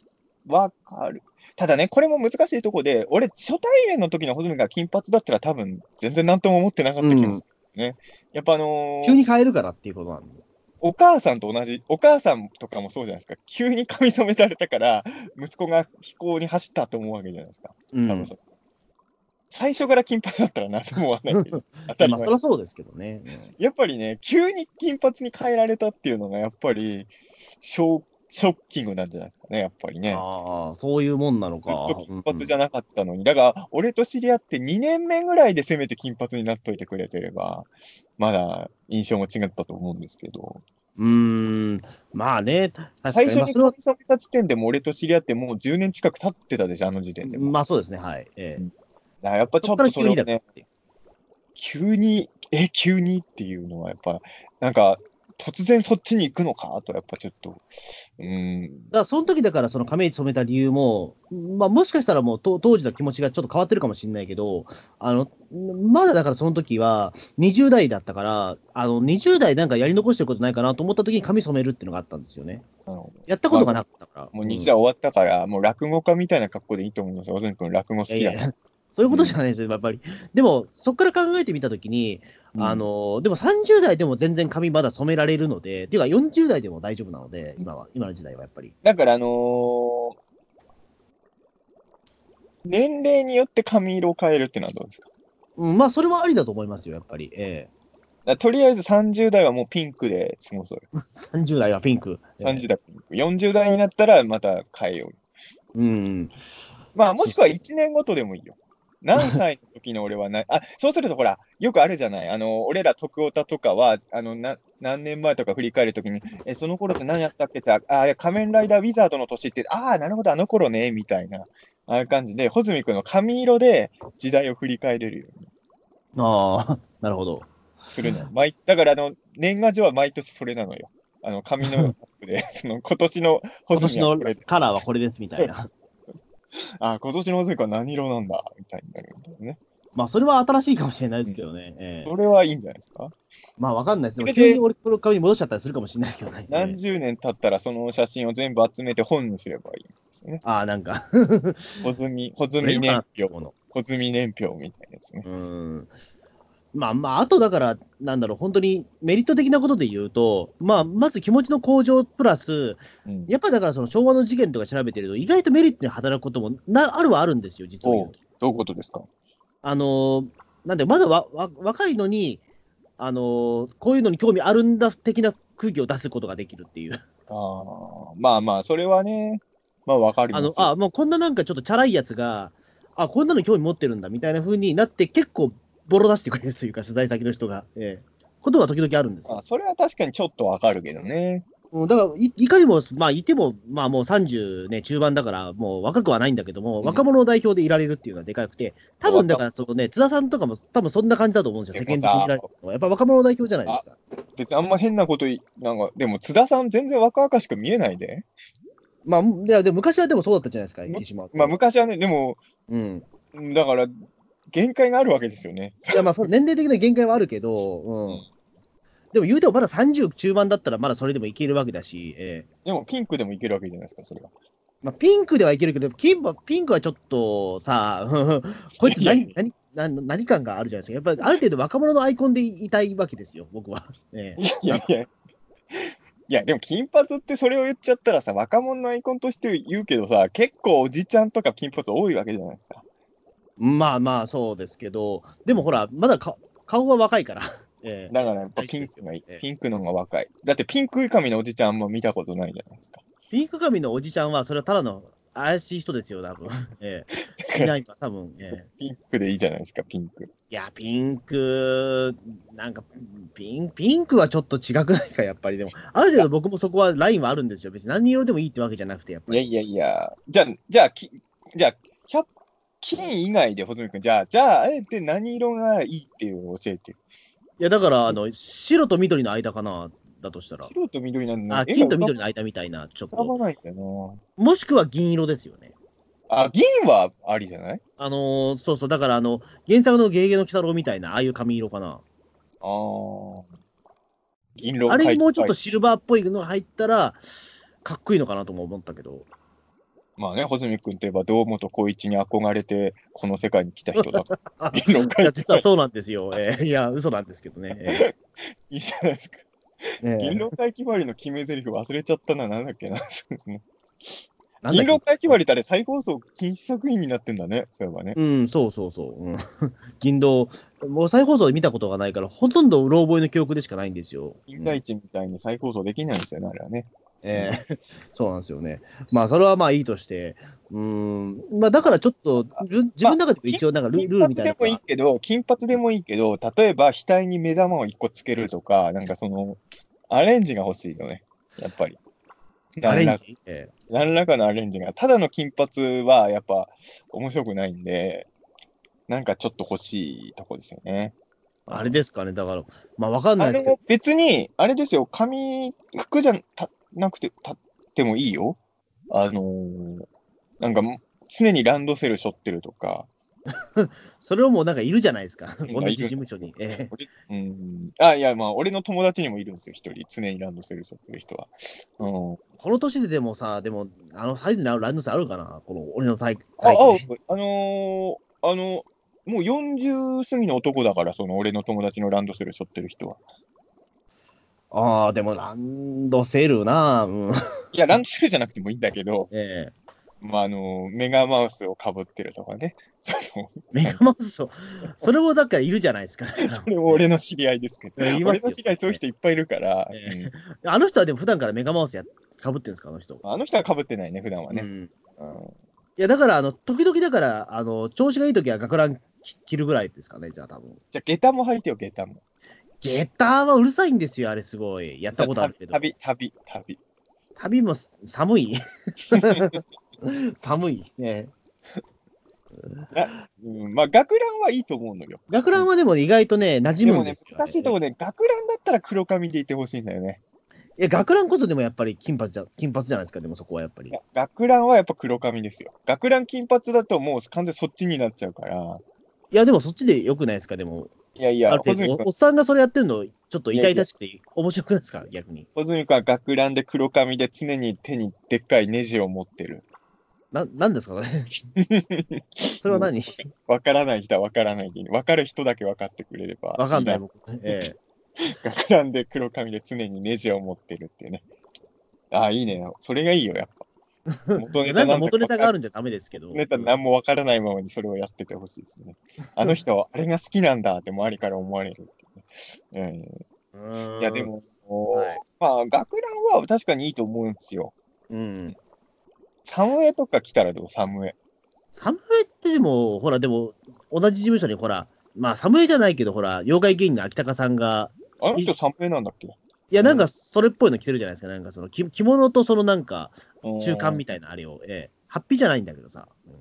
[SPEAKER 3] わかる。ただね、これも難しいとこで、俺、初対面の時の穂積が金髪だったら、多分全然なんとも思ってなかった気もするんですよね。やっぱあのー
[SPEAKER 2] 急に変えるからっていうことなんで。
[SPEAKER 3] お母さんと同じ、お母さんとかもそうじゃないですか、急に髪染められたから、息子が飛行に走ったと思うわけじゃないですか、
[SPEAKER 2] うん、
[SPEAKER 3] 多分そう。最初から金髪だったらなんとも思わないけど、当た り
[SPEAKER 2] まあ、
[SPEAKER 3] 前
[SPEAKER 2] そり。ゃそうですけどね。うん
[SPEAKER 3] やっぱりね、急に金髪に変えられたっていうのが、やっぱりショ、ショッキングなんじゃないですかね、やっぱりね。
[SPEAKER 2] ああ、そういうもんなの
[SPEAKER 3] ずっ
[SPEAKER 2] か。
[SPEAKER 3] と金髪じ
[SPEAKER 2] ゃ
[SPEAKER 3] ゃなかったのに。だから、俺と知り合って2年目ぐらいでせめて金髪になっといてくれてれば、まだ印象も違ったと思うんですけど、
[SPEAKER 2] うん、うーん、まあね、確か
[SPEAKER 3] 最
[SPEAKER 2] に
[SPEAKER 3] 初
[SPEAKER 2] まあ
[SPEAKER 3] に
[SPEAKER 2] それは
[SPEAKER 3] 髪染めた時点でもう俺と知り合ってもう10年近く経ってたでしょ、あの時点でも。
[SPEAKER 2] まあそうですね、はい。ええ
[SPEAKER 3] だからやっぱちょっとそ
[SPEAKER 2] そっから急
[SPEAKER 3] れを
[SPEAKER 2] にだ
[SPEAKER 3] ね、急に、え、急にっていうのはやっぱ、なんか、突然そっちに行くのかと、やっぱちょっと、うん
[SPEAKER 2] だ、からその時だから、その亀井染めた理由も、まあ、もしかしたらもうと当時の気持ちがちょっと変わってるかもしれないけど、あのまだだからその時は20代だったから、あの20代なんかやり残してることないかなと思った時に髪染めるっていうのがあったんですよね。
[SPEAKER 3] あの
[SPEAKER 2] やったことがなかったから。
[SPEAKER 3] もう日
[SPEAKER 2] 代
[SPEAKER 3] 大終わったから、もう落語家みたいな格好でいいと思いますよ、小泉君、落語好
[SPEAKER 2] いやい
[SPEAKER 3] きだから。
[SPEAKER 2] やそういうことじゃないですよ、やっぱり。でも、そこから考えてみたときに、あの、でも30代でも全然髪まだ染められるので、っていうか40代でも大丈夫なので、今は、今の時代はやっぱり。
[SPEAKER 3] だから、あのー年齢によって髪色を変えるってのはどうですか
[SPEAKER 2] うん、まあ、それはありだと思いますよ、やっぱり。え
[SPEAKER 3] だからとりあえず30代はもうピンクで過ごそうよ。
[SPEAKER 2] え30代はピンク。ええ
[SPEAKER 3] 30代ピンク。40代になったらまた変えようよ。
[SPEAKER 2] うん。
[SPEAKER 3] まあもしくは1年ごとでもいいよ。何歳の時の俺はない。あ、そうするとほら、よくあるじゃない。あの、俺ら徳オタとかは、あの、な何年前とか振り返るときに、え、その頃って何やったっけって、ああ、いや仮面ライダーウィザードの年って、ああ、なるほど、あの頃ね、みたいな。ああいう感じで、穂積君の髪色で時代を振り返れるように
[SPEAKER 2] あ あ、なるほど。
[SPEAKER 3] する の。毎だから、あの、年賀状は毎年それなのよ。あの、髪の 色で、その、今年の
[SPEAKER 2] 今
[SPEAKER 3] 穂
[SPEAKER 2] 年
[SPEAKER 3] 積は
[SPEAKER 2] の
[SPEAKER 3] これで
[SPEAKER 2] カラーはこれですみたいな。
[SPEAKER 3] あ、今年の穂積は何色なんだ、みたいになるんだよね。
[SPEAKER 2] まあ、それは新しいかもしれないですけどね。ええ
[SPEAKER 3] それはいいんじゃないですか
[SPEAKER 2] まあ、わかんないです。でも
[SPEAKER 3] それ
[SPEAKER 2] 急
[SPEAKER 3] で
[SPEAKER 2] に俺、この髪に戻しちゃったりするかもしれないですけどね。え
[SPEAKER 3] 何
[SPEAKER 2] え
[SPEAKER 3] 十年経ったらその写真を全部集めて本にすればいいんですよね。
[SPEAKER 2] ああ、なんか。
[SPEAKER 3] 穂積、穂積年表、
[SPEAKER 2] もの。
[SPEAKER 3] 穂積年表みたいなやつね。
[SPEAKER 2] うん。まあまあ、あとだから、なんだろう、本当にメリット的なことで言うと、まあ、まず気持ちの向上プラス、
[SPEAKER 3] うん、
[SPEAKER 2] やっぱだからその昭和の事件とか調べてると、意外とメリットに働くこともなあるはあるんですよ、実を言うと。
[SPEAKER 3] どういうことですか
[SPEAKER 2] あのーなんで、まだわわ若いのに、あのーこういうのに興味あるんだ的な空気を出すことができるっていう。
[SPEAKER 3] ああ、まあまあ、それはね、まあわかりま
[SPEAKER 2] あ
[SPEAKER 3] す
[SPEAKER 2] の
[SPEAKER 3] よ。
[SPEAKER 2] あ、もうこんななんかちょっとチャラいやつが、あ、こんなの興味持ってるんだみたいな風になって、結構ボロ出してくれるというか、取材先の人が。ええことは時々あるんですよ
[SPEAKER 3] まあ、それは確かにちょっとわかるけどね。
[SPEAKER 2] うんだからい、いかにも、まあ、いても、まあ、もう30ね、中盤だから、もう若くはないんだけども、
[SPEAKER 3] うん
[SPEAKER 2] 若者を代表でいられるっていうのはでかくて、多分だから、そのね、津田さんとかも、多分そんな感じだと思うんですよ、世間
[SPEAKER 3] で
[SPEAKER 2] 的
[SPEAKER 3] もさ
[SPEAKER 2] にいられるのは。やっぱ若者を代表じゃないですか。
[SPEAKER 3] 別にあんま変なことい、なんか、でも津田さん全然若々しく見えないで。
[SPEAKER 2] まあ、いやでも昔はでもそうだったじゃないですか、
[SPEAKER 3] む
[SPEAKER 2] 言ってしまうと。
[SPEAKER 3] まあ昔はね、でも、
[SPEAKER 2] うん。
[SPEAKER 3] だから、限界があるわけですよね。
[SPEAKER 2] いや、まあ、その年齢的な限界はあるけど、うん。でも言うても、まだ30中盤だったら、まだそれでもいけるわけだし、ええ
[SPEAKER 3] でもピンクでもいけるわけじゃないですか、それは。
[SPEAKER 2] まあ、ピンクではいけるけど、ピンクはピンクはちょっとさ、 こいつ
[SPEAKER 3] いやい
[SPEAKER 2] 何、何、何、何感があるじゃないですか。やっぱりある程度若者のアイコンでいたいわけですよ、僕は。ええ
[SPEAKER 3] いやいや。いや、でも金髪ってそれを言っちゃったらさ、若者のアイコンとして言うけどさ、結構おじちゃんとか金髪多いわけじゃないですか。
[SPEAKER 2] まあまあ、そうですけど、でもほら、まだか顔は若いから。ええ
[SPEAKER 3] だからやっぱピンクがい
[SPEAKER 2] ええ
[SPEAKER 3] い。ピンクの方が若い。だってピンク髪のおじちゃんあんま見たことないじゃないですか。
[SPEAKER 2] ピンク髪のおじちゃんは、それはただの怪しい人ですよ、多分。ええいないわ、多分。ええ
[SPEAKER 3] ピンクでいいじゃないですか、ピンク。
[SPEAKER 2] いや、ピンク、なんかピン、ピンクはちょっと違くないか、やっ ぱり。でも、ある程度僕もそこはラインはあるんですよ。別に何色でもいいってわけじゃなくて、やっぱり
[SPEAKER 3] いやいやいや。じゃあ、じゃあ、きじゃあ、100金以外で、細見君、じゃあ、じゃあ、あえて何色がいいっていうのを教えてよ。
[SPEAKER 2] いや、だから、あの、白と緑の間かな、だとしたら。
[SPEAKER 3] 白と緑なんだ
[SPEAKER 2] あ、金と緑
[SPEAKER 3] 絵
[SPEAKER 2] の間みたいな、ちょっ
[SPEAKER 3] が浮か
[SPEAKER 2] と。
[SPEAKER 3] ばないんだよ
[SPEAKER 2] もしくは銀色ですよね。
[SPEAKER 3] な。あ、銀はありじゃない
[SPEAKER 2] あのーそうそう、だから、あの、原作のゲーゲーの鬼太郎みたいな、ああいう髪色かな。
[SPEAKER 3] ああ。銀狼
[SPEAKER 2] あれにもうちょっ
[SPEAKER 3] 書
[SPEAKER 2] と
[SPEAKER 3] いて
[SPEAKER 2] シルバーっぽいのが入ったら、かっこいいのかなとも思ったけど。
[SPEAKER 3] まあね、穂積君といえば堂本光一に憧れて、この世界に来た 人だから 銀狼
[SPEAKER 2] い
[SPEAKER 3] 書
[SPEAKER 2] や、
[SPEAKER 3] い
[SPEAKER 2] 実はそうなんですよ。えーいや、嘘なんですけどね。え
[SPEAKER 3] いいじゃないですか。
[SPEAKER 2] ーえー
[SPEAKER 3] 銀狼会決まりの決め台詞忘れちゃったな、なんだっ けな。そうですね
[SPEAKER 2] なんだっけ
[SPEAKER 3] 銀狼会決まりってあれ再放送禁止作品になってんだね、そういえばね。
[SPEAKER 2] うん、そうそうそう。うん、 銀狼、もう再放送で見たことがないから、ほとんどうろ覚えの記憶でしかないんですよ。
[SPEAKER 3] 銀河一みたいに再放送できないんですよね、あれはね。
[SPEAKER 2] え えそうなんですよね。まあ、それはまあいいとして、うーん、まあ、だからちょっと、自自分の中でも一応、なんかル,、
[SPEAKER 3] 金
[SPEAKER 2] ルールみ
[SPEAKER 3] 髪
[SPEAKER 2] たいな
[SPEAKER 3] で
[SPEAKER 2] の
[SPEAKER 3] も
[SPEAKER 2] が
[SPEAKER 3] いいけど、金髪でもいいけど、例えば額に目玉を一個つけるとか、なんかその、アレンジが欲しいよね、やっぱり。
[SPEAKER 2] アレ
[SPEAKER 3] なん
[SPEAKER 2] ン
[SPEAKER 3] ら
[SPEAKER 2] ジ、ええ
[SPEAKER 3] 何らかのアレンジが、ただの金髪はやっぱ面白くないんで、なんかちょっと欲しいとこですよね。
[SPEAKER 2] あれですかね、だから、まあ、わかんな
[SPEAKER 3] あ
[SPEAKER 2] いで
[SPEAKER 3] れ
[SPEAKER 2] すけど
[SPEAKER 3] も、別に、あれですよ、髪、服じゃたなくて、たってもいいよ。あのーなんかもう常にランドセル背負ってるとか、
[SPEAKER 2] それはもうなんかいるじゃないですか、
[SPEAKER 3] うん
[SPEAKER 2] 同じ事務所に。ええ
[SPEAKER 3] うん、あ、いや、まあ、俺の友達にもいるんですよ、一人、常にランドセル背負ってる人は。うん、
[SPEAKER 2] この年ででもさ、でも、あのサイズに合うランドセルあるかな、この俺のタイ
[SPEAKER 3] あ、
[SPEAKER 2] タ
[SPEAKER 3] あ
[SPEAKER 2] イプね、
[SPEAKER 3] あのーあの、もう40過ぎの男だから、その俺の友達のランドセル背負ってる人は。
[SPEAKER 2] ああ、でもランドセルな、うん、
[SPEAKER 3] いや、ランドセルじゃなくてもいいんだけど、
[SPEAKER 2] ええ
[SPEAKER 3] まあ、あの、メガマウスをかぶってるとかね。その
[SPEAKER 2] メガマウスを、それもだからいるじゃないですか。
[SPEAKER 3] それも俺の知り合いですけど、
[SPEAKER 2] います
[SPEAKER 3] 俺
[SPEAKER 2] よ
[SPEAKER 3] の知り合いそういう人いっぱいいるから、
[SPEAKER 2] ええあの人はでも普段からメガマウスやかぶってるんですか、あの人。
[SPEAKER 3] うんあの人はかぶってないね、普段は
[SPEAKER 2] う
[SPEAKER 3] ね。
[SPEAKER 2] ん、い
[SPEAKER 3] うん
[SPEAKER 2] や、だから、あの、時々だから、あの、調子がいい時は学ランき着るぐらいですかね、じゃあ多分。
[SPEAKER 3] じゃあ、下駄も履いてよ、下駄も。
[SPEAKER 2] ゲターはうるさいんですよ、あれすごい。やったことあるけど。
[SPEAKER 3] 旅、旅、旅。
[SPEAKER 2] 旅も寒 い。寒い。ね。
[SPEAKER 3] うん、まあ、学ランはいいと思うのよ。
[SPEAKER 2] 学ランはでもね意外とね、馴
[SPEAKER 3] で
[SPEAKER 2] 染む
[SPEAKER 3] も
[SPEAKER 2] んで
[SPEAKER 3] ね
[SPEAKER 2] す、よ。
[SPEAKER 3] 難しいと
[SPEAKER 2] あ
[SPEAKER 3] こね、学ランだったら黒髪でいてほしいんだよね。
[SPEAKER 2] れねいや、学ランこそでもやっぱり金髪じゃ、金髪じゃないですか、でもそこはやっぱり
[SPEAKER 3] いや。学ランはやっぱ黒髪ですよ。学ラン金髪だともう完全そっちになっちゃうから。
[SPEAKER 2] いや、でもそっちでよくないですか、でも。
[SPEAKER 3] いやい
[SPEAKER 2] あ
[SPEAKER 3] や、
[SPEAKER 2] る
[SPEAKER 3] ホ
[SPEAKER 2] 程
[SPEAKER 3] ズミ
[SPEAKER 2] 度
[SPEAKER 3] 君
[SPEAKER 2] おおっさんがそれやってるの、ちょっと痛々しくて面白くないですか、逆に。
[SPEAKER 3] ホズミ君は学ランで黒髪で常に手にでっかいネジを持ってる。
[SPEAKER 2] な、なんですか、そ れ。それは何
[SPEAKER 3] わからない人はわからないで、わかる人だけ分かってくれれば。
[SPEAKER 2] わかんない、
[SPEAKER 3] い
[SPEAKER 2] 僕。ええ
[SPEAKER 3] いな。学ランで黒髪で常にネジを持ってるっていうね。ああ、いいね。それがいいよ、やっ ぱ。元
[SPEAKER 2] なんか
[SPEAKER 3] だ
[SPEAKER 2] 元ネタがあ
[SPEAKER 3] る。
[SPEAKER 2] るんじゃダメですけど。
[SPEAKER 3] 元ネタ何もわからないままにそれをやっててほしいですね。あの人、あれが好きなんだって周りから思われるっていうね。うん
[SPEAKER 2] うん
[SPEAKER 3] いや、で。も、
[SPEAKER 2] はい
[SPEAKER 3] まあ、学ランは確かにいいと思うんですよ。
[SPEAKER 2] うん。
[SPEAKER 3] サムエとか来たらどうサムエ。
[SPEAKER 2] サムエってでも、ほら、でも、同じ事務所にほら、まあ、サムエじゃないけど、ほら、妖怪芸人の秋高さんが、
[SPEAKER 3] あの人サムエなんだっけ
[SPEAKER 2] いや、なんか、それっぽいの着てるじゃないですか。なんか、その、き着物とそのなんか、中間
[SPEAKER 3] み
[SPEAKER 2] みたいなあれを、ええ、ハッピーじゃないんだけどさ。うん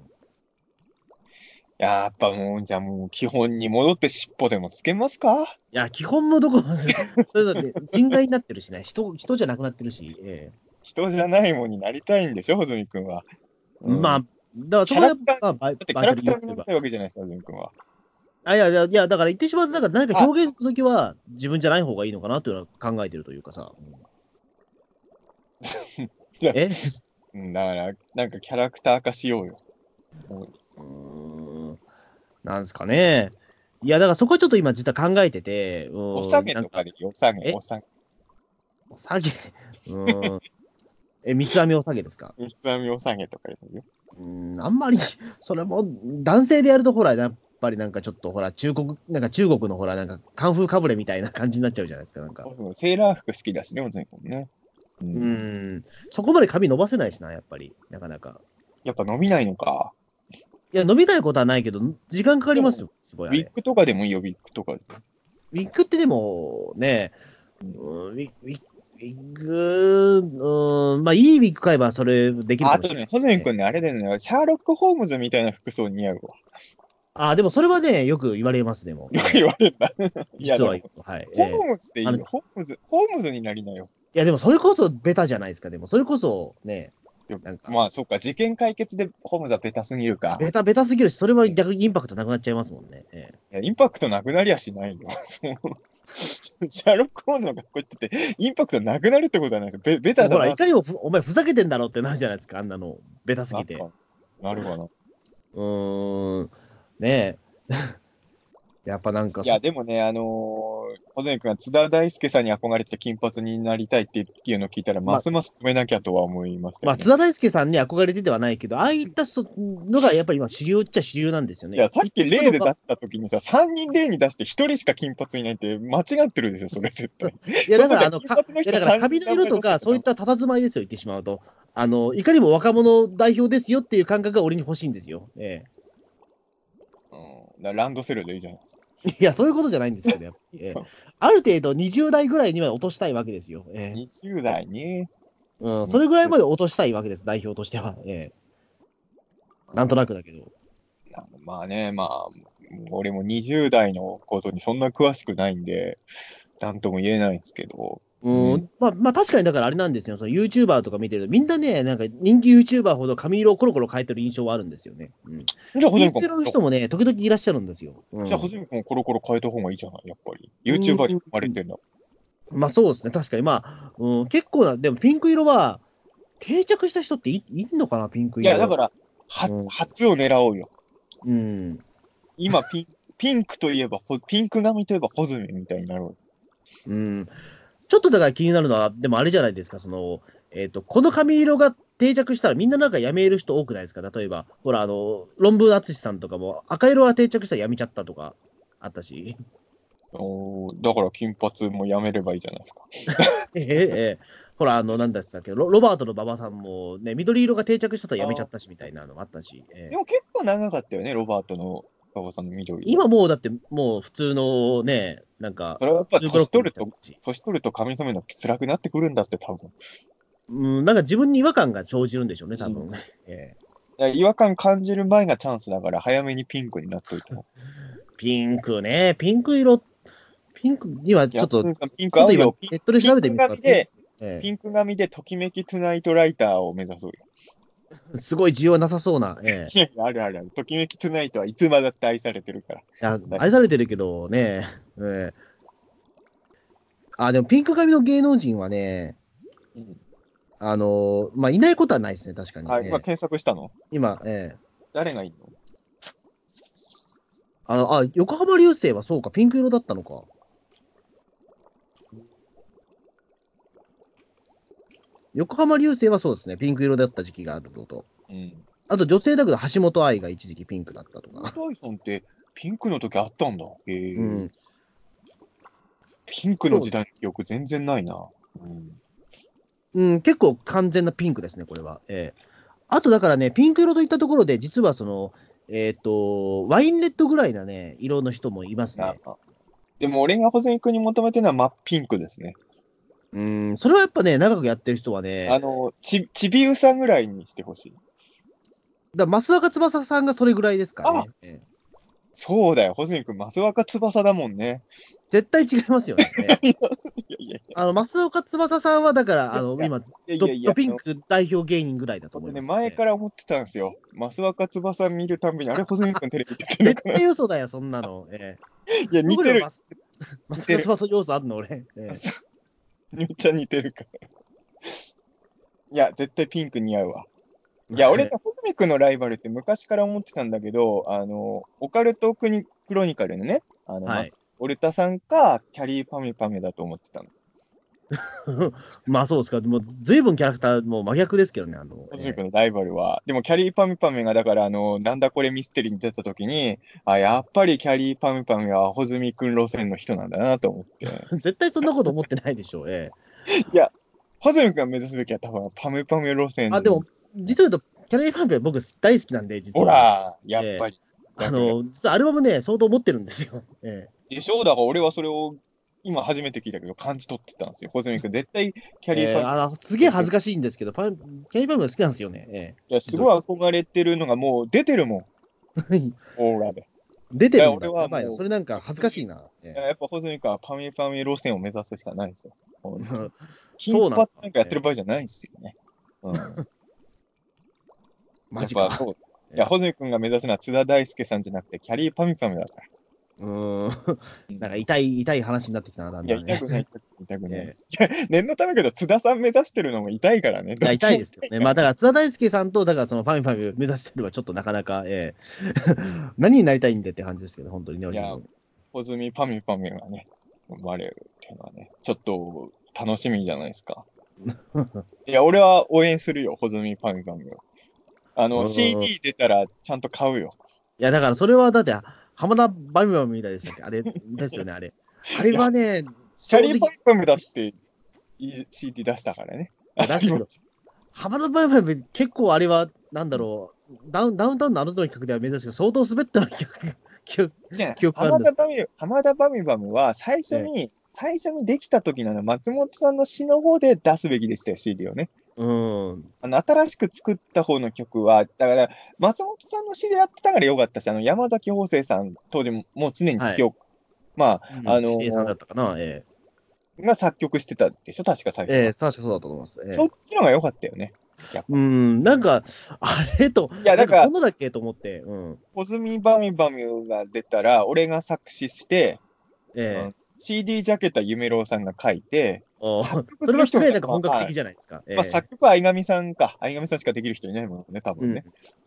[SPEAKER 3] やっぱもう、じゃあもう基本に戻って尻尾でもつけますか
[SPEAKER 2] いや、基本もどこも、 それだって、人外になってるしね、人、人じゃなくなってるし、え
[SPEAKER 3] 人じゃないもんになりたいんでしょ、穂積君は。
[SPEAKER 2] え。まあ、
[SPEAKER 3] だ
[SPEAKER 2] だからそこはやっ
[SPEAKER 3] キャラクタ
[SPEAKER 2] ぱ、バイ
[SPEAKER 3] ってキ
[SPEAKER 2] バ
[SPEAKER 3] ャ
[SPEAKER 2] イタ
[SPEAKER 3] ラ
[SPEAKER 2] ル
[SPEAKER 3] ク
[SPEAKER 2] ユ
[SPEAKER 3] タ
[SPEAKER 2] ー
[SPEAKER 3] ー
[SPEAKER 2] チュー
[SPEAKER 3] になり
[SPEAKER 2] バー
[SPEAKER 3] たいわけじゃないですか、穂積君は。
[SPEAKER 2] あいやいや、いやだから言ってしまうと、だから何か表現するときは、自分じゃない方がいいのかなというのは考えてるというか さ。
[SPEAKER 3] や
[SPEAKER 2] え
[SPEAKER 3] うん、だから、なんかキャラクター化しようよ。
[SPEAKER 2] うーんなんですかね。いや、だからそこはちょっと今、実は考えてて、うーん
[SPEAKER 3] お下げとか
[SPEAKER 2] なん
[SPEAKER 3] でいいよ、お下げ、
[SPEAKER 2] え
[SPEAKER 3] お下げ。
[SPEAKER 2] お下げ、うーん。え、三つ編みお下げですか
[SPEAKER 3] 三つ編みお下げとかでもいいよ。
[SPEAKER 2] うーん、あんまり、 それも、男性でやると、ほら、やっぱりなんかちょっと、ほら、中国、なんか中国のほら、なんか、カンフーかぶれみたいな感じになっちゃうじゃないですか、なんか。
[SPEAKER 3] うんセーラー服好きだしね、穂積君ね。う
[SPEAKER 2] うーん、そこまで髪伸ばせないしな、やっぱり、なかなか。
[SPEAKER 3] やっぱ伸びないのか。
[SPEAKER 2] いや、伸びないことはないけど、時間かかりますよ、すごい
[SPEAKER 3] ウ
[SPEAKER 2] あ
[SPEAKER 3] ィッ
[SPEAKER 2] れ。
[SPEAKER 3] グとかでもいいよ、ウィッグとかで。
[SPEAKER 2] ウィッグってでも、ね、うんウィウィウィッグ、うーん、まあ、いいウィッグ買えばそれできる
[SPEAKER 3] あ
[SPEAKER 2] か
[SPEAKER 3] あ
[SPEAKER 2] もし
[SPEAKER 3] と
[SPEAKER 2] れない
[SPEAKER 3] ね、
[SPEAKER 2] です
[SPEAKER 3] ホズミ君
[SPEAKER 2] ね。
[SPEAKER 3] ね、あれだよね、シャーロック・ホームズみたいな服装似合うわ。
[SPEAKER 2] あ、でもそれはね、よく言われます、でも。
[SPEAKER 3] よく言われるんだ。い や、
[SPEAKER 2] 実
[SPEAKER 3] でも
[SPEAKER 2] は、はい。ええ
[SPEAKER 3] ホームズっていい
[SPEAKER 2] あ
[SPEAKER 3] よ
[SPEAKER 2] の、
[SPEAKER 3] ホームズ、ホームズになりなよ。
[SPEAKER 2] いや、でもそれこそベタじゃないですか、でも、それこそね
[SPEAKER 3] いや、
[SPEAKER 2] なんか、
[SPEAKER 3] まあ、そっか、事件解決でホームズはベタすぎるか。い
[SPEAKER 2] ベタベタすぎるし、それは逆にインパクトなくなっちゃいますもんね。ええ
[SPEAKER 3] やインパクトなくなりゃしない よ。そうシャーロック・ホームズの格好ってて、インパクトなくなるってことはないですよ。ベベタだ
[SPEAKER 2] ほら、。
[SPEAKER 3] ない
[SPEAKER 2] かにもふお前ふざけてんだろうってなるじゃないですか、あんなの、ベタす
[SPEAKER 3] な
[SPEAKER 2] ぎ
[SPEAKER 3] ん
[SPEAKER 2] て。
[SPEAKER 3] かなるかな。
[SPEAKER 2] うーん、ねえ。 やっぱなんか
[SPEAKER 3] い、や、でもね、あのー、小泉君が津田大介さんに憧れて金髪になりたいっていうのを聞いたら、
[SPEAKER 2] まあ
[SPEAKER 3] ますます止めなきゃとは思いました
[SPEAKER 2] ま
[SPEAKER 3] よ
[SPEAKER 2] あ、
[SPEAKER 3] ね
[SPEAKER 2] 津田大介さんに憧れてではないけど、ああいったそのがやっぱり今、主流っちゃ主流なんですよね。
[SPEAKER 3] いや、さっき例で出
[SPEAKER 2] い
[SPEAKER 3] したときにさ、3人例に出して1人しか金髪いないって間違ってるでしょ、それ絶 対。
[SPEAKER 2] や、だから、あの、
[SPEAKER 3] そ
[SPEAKER 2] か
[SPEAKER 3] の時
[SPEAKER 2] いやだから髪の色とか、そういった佇まいですよ、言ってしまうと。あの、いかにも若者代表ですよっていう感覚が俺に欲しいんですよ。え
[SPEAKER 3] うん、だからランドセルでいいじゃないですか。
[SPEAKER 2] え。いや、そういうことじゃないんですけど、やっぱり。ええある程度、20代ぐらいには落としたいわけですよ。ええ。
[SPEAKER 3] 20代に、
[SPEAKER 2] うん、それぐらいまで落としたいわけです、代表としては。ええ。なんとなくだけど。
[SPEAKER 3] あのまあね、まあ、俺も20代のことにそんな詳しくないんで、なんとも言えないんですけど、
[SPEAKER 2] う、
[SPEAKER 3] うん
[SPEAKER 2] まあ、まあ、確かにだからあれなんですよ、その YouTuber とか見てると、みんなね、なんか人気 YouTuber ほど髪色をコロコロ変えてる印象はあるんですよね。うん。
[SPEAKER 3] じゃあ、保
[SPEAKER 2] イ
[SPEAKER 3] 存
[SPEAKER 2] ンテロの
[SPEAKER 3] 君
[SPEAKER 2] 人もね、時々いらっしゃるんですよ。うん
[SPEAKER 3] じゃあ、穂積君もコロコロ変えた方がいいじゃない、やっぱり。YouTuber に生まれてるの。
[SPEAKER 2] まあそうですね、確かに。まあ、うん、結構な、でもピンク色は、定着した人っていいんのかな、ピンク
[SPEAKER 3] い
[SPEAKER 2] 色。
[SPEAKER 3] や、だから、は
[SPEAKER 2] うん
[SPEAKER 3] 初を狙おうよ。
[SPEAKER 2] うん。
[SPEAKER 3] 今ピン、ピンクといえば、ほピンク髪といえば、穂積みたいになろうよ。
[SPEAKER 2] うん。ちょっとだから気になるのは、でもあれじゃないですか、その、えっ、と、この髪色が定着したらみんななんか辞める人多くないですか例えば、ほら、あの、論文淳さんとかも赤色は定着したら辞めちゃったとかあった し。
[SPEAKER 3] おーだから金髪もやめればいいじゃないですか。
[SPEAKER 2] ええええほら、あの、なんだったっけロ、ロバートの馬場さんもね、緑色が定着したとやめちゃったしみたいなのもあったし、え
[SPEAKER 3] で
[SPEAKER 2] え
[SPEAKER 3] も結構長かったよね、ロバートの馬場さんの緑。
[SPEAKER 2] 今もうだって、もう普通のね、なんか
[SPEAKER 3] そ、れはやっぱ
[SPEAKER 2] ツーブロッ
[SPEAKER 3] 年
[SPEAKER 2] クみ
[SPEAKER 3] 取る
[SPEAKER 2] たい
[SPEAKER 3] と
[SPEAKER 2] な、感じ
[SPEAKER 3] 年取ると髪染めるの辛くなってくるんだって、多分。
[SPEAKER 2] うん、なんか自分に違和感が生じるんでしょうね、多分ね。ええ
[SPEAKER 3] いや違和感感じる前がチャンスだから、早めにピンクになっといても。
[SPEAKER 2] ピンクね、ピンク色、ピンクにはちょっと、
[SPEAKER 3] い
[SPEAKER 2] ち
[SPEAKER 3] やピンク
[SPEAKER 2] ょっ
[SPEAKER 3] 合
[SPEAKER 2] と
[SPEAKER 3] う
[SPEAKER 2] 今
[SPEAKER 3] よ。、ピ
[SPEAKER 2] ネ
[SPEAKER 3] ン
[SPEAKER 2] ットで調べてみたら
[SPEAKER 3] ピンク髪で、
[SPEAKER 2] ええ
[SPEAKER 3] ピンク髪でときめきトゥナイトライターを目指そうよ。
[SPEAKER 2] すごい需要なさそうな、ええ
[SPEAKER 3] いや あるあるある。ときめきトゥナイトはいつまだって愛されてるから。
[SPEAKER 2] いや愛されてるけどね、ええあでもピンク髪の芸能人はね、あのまあ、いないことはないですね、確かに、
[SPEAKER 3] あ、
[SPEAKER 2] ええ
[SPEAKER 3] 今検索したの
[SPEAKER 2] 今、ええ
[SPEAKER 3] 誰がいいの
[SPEAKER 2] あのあ、横浜流星はそうか、ピンク色だったのか。横浜流星はそうですね、ピンク色だった時期があるのと、
[SPEAKER 3] うん。
[SPEAKER 2] あと女性だけど橋本愛が一時期ピンクだったと
[SPEAKER 3] ブルー
[SPEAKER 2] か、
[SPEAKER 3] トイソンってピンクの時あったんだ。へえ、
[SPEAKER 2] うん、
[SPEAKER 3] ピンクの時代の記憶全然ないな。うん。
[SPEAKER 2] うん、結構完全なピンクですね、これは。ええあとだからね、ピンク色といったところで、実はその、えっ、と、ワインレッドぐらいなね、色の人もいます
[SPEAKER 3] な
[SPEAKER 2] ね。
[SPEAKER 3] でも俺が保全君に求めてるのは真っピンクですね。
[SPEAKER 2] うん、それはやっぱね、長くやってる人はね、だ
[SPEAKER 3] あ
[SPEAKER 2] か
[SPEAKER 3] の、ち、ちびうさんぐらいにしてほしい。
[SPEAKER 2] ら増若翼さんがそれぐらいですからね。ええ
[SPEAKER 3] そうだよ、保全君、マスワカ翼だもんね。
[SPEAKER 2] 絶対違います よね。
[SPEAKER 3] いやいやい
[SPEAKER 2] あの、増岡翼さんは、だから、あの、
[SPEAKER 3] いや
[SPEAKER 2] 今、ド
[SPEAKER 3] やいやい
[SPEAKER 2] ッ
[SPEAKER 3] や
[SPEAKER 2] トピンク代表芸人ぐらいだと思い
[SPEAKER 3] 俺
[SPEAKER 2] ま
[SPEAKER 3] ね、
[SPEAKER 2] す、
[SPEAKER 3] 前から思ってたんですよ。増若翼見るたんびに、あれ、細見君テレビ出てるの
[SPEAKER 2] 絶
[SPEAKER 3] かな
[SPEAKER 2] 対嘘だよ、そんなの。え
[SPEAKER 3] いや、
[SPEAKER 2] え
[SPEAKER 3] 似てる。。
[SPEAKER 2] 増
[SPEAKER 3] 似
[SPEAKER 2] 若
[SPEAKER 3] てる
[SPEAKER 2] 翼要素あんの、俺。ええ
[SPEAKER 3] めっちゃ似てるから。いや、絶対ピンク似合うわ。いや、俺ね、細見君のライバルって昔から思ってたんだけど、あの、オカルトクニクロニカルのね、あの、
[SPEAKER 2] はい
[SPEAKER 3] 松オルタさんか、キャリーパミュパミュだと思ってたの。
[SPEAKER 2] まあそうですか、でもずいぶんキャラクター、もう真逆ですけどね、あの、
[SPEAKER 3] 細見君のライバルは。でも、キャリーパミュパミュが、だから、あの、なんだこれミステリーに出た時に、あ、やっぱりキャリーパミュパミュは細見君路線の人なんだなと思 って。
[SPEAKER 2] え絶対そんなこと思ってないでしょう、え
[SPEAKER 3] ハズミ君が目指すべきは多分パムパム路
[SPEAKER 2] え
[SPEAKER 3] 線。
[SPEAKER 2] あでも、実は言うと、キャリーパンペ僕大好きなんで、実は。
[SPEAKER 3] ほら、やっぱり。
[SPEAKER 2] あの、実はアルバムね、相当持ってるんですよ。え
[SPEAKER 3] でしょうだから俺はそれを今初めて聞いたけど感じ取ってたんですよ。ホズミ君絶対キ
[SPEAKER 2] え
[SPEAKER 3] ャリーパ
[SPEAKER 2] ええ
[SPEAKER 3] ム、
[SPEAKER 2] あのすげえ恥ずかしいんですけど、パンキャリーパンペ好きなんですよね。え
[SPEAKER 3] いやすごい憧れてるのがもう出てるもん、
[SPEAKER 2] え
[SPEAKER 3] オーラで。
[SPEAKER 2] 出てるん
[SPEAKER 3] いや俺
[SPEAKER 2] だ。
[SPEAKER 3] は
[SPEAKER 2] やばい
[SPEAKER 3] も
[SPEAKER 2] な。
[SPEAKER 3] う
[SPEAKER 2] それなんか恥ずかしいな。え
[SPEAKER 3] いややっぱホズミ君はパムパム路線を目指すしかないですよ。ほん
[SPEAKER 2] え
[SPEAKER 3] とに
[SPEAKER 2] そ
[SPEAKER 3] 金
[SPEAKER 2] うなんだ
[SPEAKER 3] 髪なんかやってる場合じゃないですよね。うん、
[SPEAKER 2] マジ
[SPEAKER 3] やっぱ
[SPEAKER 2] か。
[SPEAKER 3] そういや、ホズミ君が目指すのは津田大介さんじゃなくて、キャリーパミュパミュだから。
[SPEAKER 2] うーん。
[SPEAKER 3] うん
[SPEAKER 2] なんか痛い、痛い話になってきたな、だん
[SPEAKER 3] いや、
[SPEAKER 2] だん
[SPEAKER 3] 痛
[SPEAKER 2] ね。
[SPEAKER 3] くない、痛くない。
[SPEAKER 2] え
[SPEAKER 3] 念のためけど、津田さん目指してるのも痛いからね。。
[SPEAKER 2] いや痛いですす よね。まあ、だから津田大介さんと、だからそのファミファミ目指してるはちょっとなかなか、ええ 何になりたいんでって感じですけど、本当にね。
[SPEAKER 3] いや小積みパミュパミュがね、生まれるっていうのはね、ちょっと楽しみじゃないで すか。いや、俺は応援するよ、小積みパミュパミュを。あ
[SPEAKER 2] う
[SPEAKER 3] の、
[SPEAKER 2] ん
[SPEAKER 3] CD 出たらちゃんと買うよ。
[SPEAKER 2] いや、だからそれはだって、浜田バミバミみたいでしたっけあれ ですよね、あれ。あれはね、
[SPEAKER 3] キ
[SPEAKER 2] 正
[SPEAKER 3] ャリーパ
[SPEAKER 2] 直
[SPEAKER 3] ミュ、パミュだっていい CD 出したからね。
[SPEAKER 2] 出したけど浜田バミバミ結構あれは、なんだろう、ダウンダウンタウンのあの時の企画では珍しく、相当滑ったような記憶記憶
[SPEAKER 3] じゃ
[SPEAKER 2] 記憶
[SPEAKER 3] あ
[SPEAKER 2] あるん
[SPEAKER 3] 浜
[SPEAKER 2] です
[SPEAKER 3] 田バミュ、浜田バミュバムは最初に、最初にできた時なの松本さんの詩の方で出すべきでしたよ、CD をね。
[SPEAKER 2] うん。
[SPEAKER 3] あの、新しく作った方の曲は、だから、松本さんの知り合ってたからよかったし、あの、山崎邦生さん、当時ももう常に月を、まあのー
[SPEAKER 2] 指定さんだったかな、え
[SPEAKER 3] あ、が作曲してたでしょ確か最
[SPEAKER 2] え
[SPEAKER 3] 初。
[SPEAKER 2] ええ確かそうだと思います。ええ
[SPEAKER 3] そっちの方が良かったよね。
[SPEAKER 2] うん、なんか、あれと、
[SPEAKER 3] いやだから
[SPEAKER 2] なんこんなだっけと思って、うん。
[SPEAKER 3] 小ズミバミュバミュが出たら、俺が作詞して、う
[SPEAKER 2] ええ
[SPEAKER 3] ん CD ジャケットは夢郎さんが書いて、
[SPEAKER 2] お
[SPEAKER 3] 作
[SPEAKER 2] そ
[SPEAKER 3] 曲す
[SPEAKER 2] れ
[SPEAKER 3] る
[SPEAKER 2] はす
[SPEAKER 3] 人
[SPEAKER 2] ご
[SPEAKER 3] が
[SPEAKER 2] いなんか本格的じゃないですか。ええ
[SPEAKER 3] まあ、作曲は相上さんか。相上さんしかできる人いないもんね、多分ね。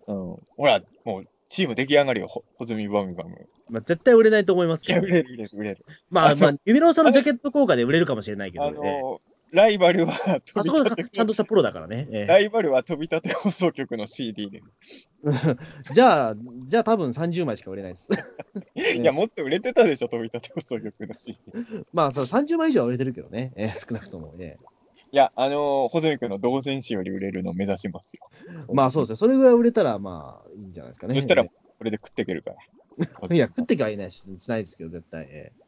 [SPEAKER 3] うん。ほら、もう、チーム出来上がるよ、ほ小ズミバミュバミュ。
[SPEAKER 2] まあ、絶対売れないと思います
[SPEAKER 3] い
[SPEAKER 2] け
[SPEAKER 3] や、
[SPEAKER 2] ど
[SPEAKER 3] 売、れる、売れる、売れる。
[SPEAKER 2] まあ、
[SPEAKER 3] あそ
[SPEAKER 2] ま
[SPEAKER 3] う
[SPEAKER 2] あ、ユミロウさんのジャケット効果で売れるかもしれないけど、
[SPEAKER 3] あの
[SPEAKER 2] ええ
[SPEAKER 3] ーライバルは飛
[SPEAKER 2] あ
[SPEAKER 3] び
[SPEAKER 2] そこ
[SPEAKER 3] 立
[SPEAKER 2] はちゃんとしたプロだからね。え
[SPEAKER 3] ライバルは飛び立て放送局の CD で、
[SPEAKER 2] えじゃあ、じゃあ多分30枚しか売れないです。
[SPEAKER 3] いや、もっと売れてたでしょ、飛び立て放送局の CD。い
[SPEAKER 2] まあ、そう30枚以上は売れてるけどね、ええ少なくとも、ね。
[SPEAKER 3] や、あのー、穂積君の同人誌より売れるのを目指しますよ。
[SPEAKER 2] まあそうですね、それぐらい売れたら、まあいいんじゃないですかね。
[SPEAKER 3] そしたら、
[SPEAKER 2] え
[SPEAKER 3] これで食っていけるから。
[SPEAKER 2] えいや、食ってきゃいないし、しないですけど、絶対。ええ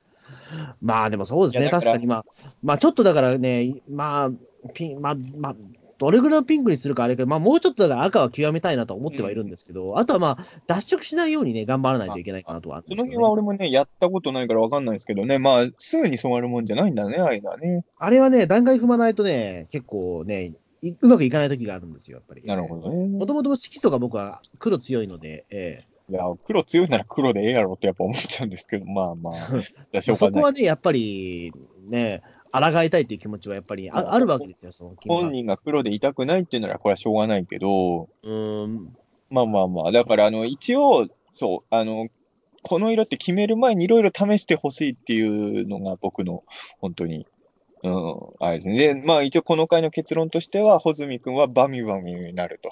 [SPEAKER 2] まあでもそうです
[SPEAKER 3] い
[SPEAKER 2] ね、
[SPEAKER 3] やだ
[SPEAKER 2] 確
[SPEAKER 3] から
[SPEAKER 2] かに、まあ、まあちょっとだからね、まあ、ピンまあ、まあ、どれぐらいのピンクにするかあれか、まあもうちょっとだから赤は極めたいなとは思ってはいるんですけど、あとはまあ、脱色しないようにね、頑張らないといけないかなとはあるん
[SPEAKER 3] そ
[SPEAKER 2] です
[SPEAKER 3] の
[SPEAKER 2] けどね
[SPEAKER 3] 辺は俺もね、やったことないからわかんないですけどね、まあ、すぐに染まるもんじゃないんだね、あいだね。
[SPEAKER 2] あれはね、段階踏まないとね、結構ね、いうまくいかない時があるんですよ、やっぱり。
[SPEAKER 3] なるほど
[SPEAKER 2] も
[SPEAKER 3] ね。
[SPEAKER 2] ともと色素が僕は黒強いので、え
[SPEAKER 3] いや、黒強いなら黒でええやろってやっぱ思っちゃうんですけど、まあ まあ、出し
[SPEAKER 2] え
[SPEAKER 3] ょう
[SPEAKER 2] そ
[SPEAKER 3] が
[SPEAKER 2] こ
[SPEAKER 3] ない。
[SPEAKER 2] はね、やっぱりね、抗いたいっていう気持ちはやっぱり
[SPEAKER 3] まあ
[SPEAKER 2] ああるわけですよ、その気持
[SPEAKER 3] 本
[SPEAKER 2] ち。
[SPEAKER 3] 人が黒でいたくないっていうなら、これはしょうがないけど、
[SPEAKER 2] うーん、
[SPEAKER 3] まあまあまあ、だから、あの、一応、そう、あの、この色って決める前にいろいろ試してほしいっていうのが僕の、本当に、うん、あれですね。で、まあ一応この回の結論としては、穂積君はバミバミにな ると。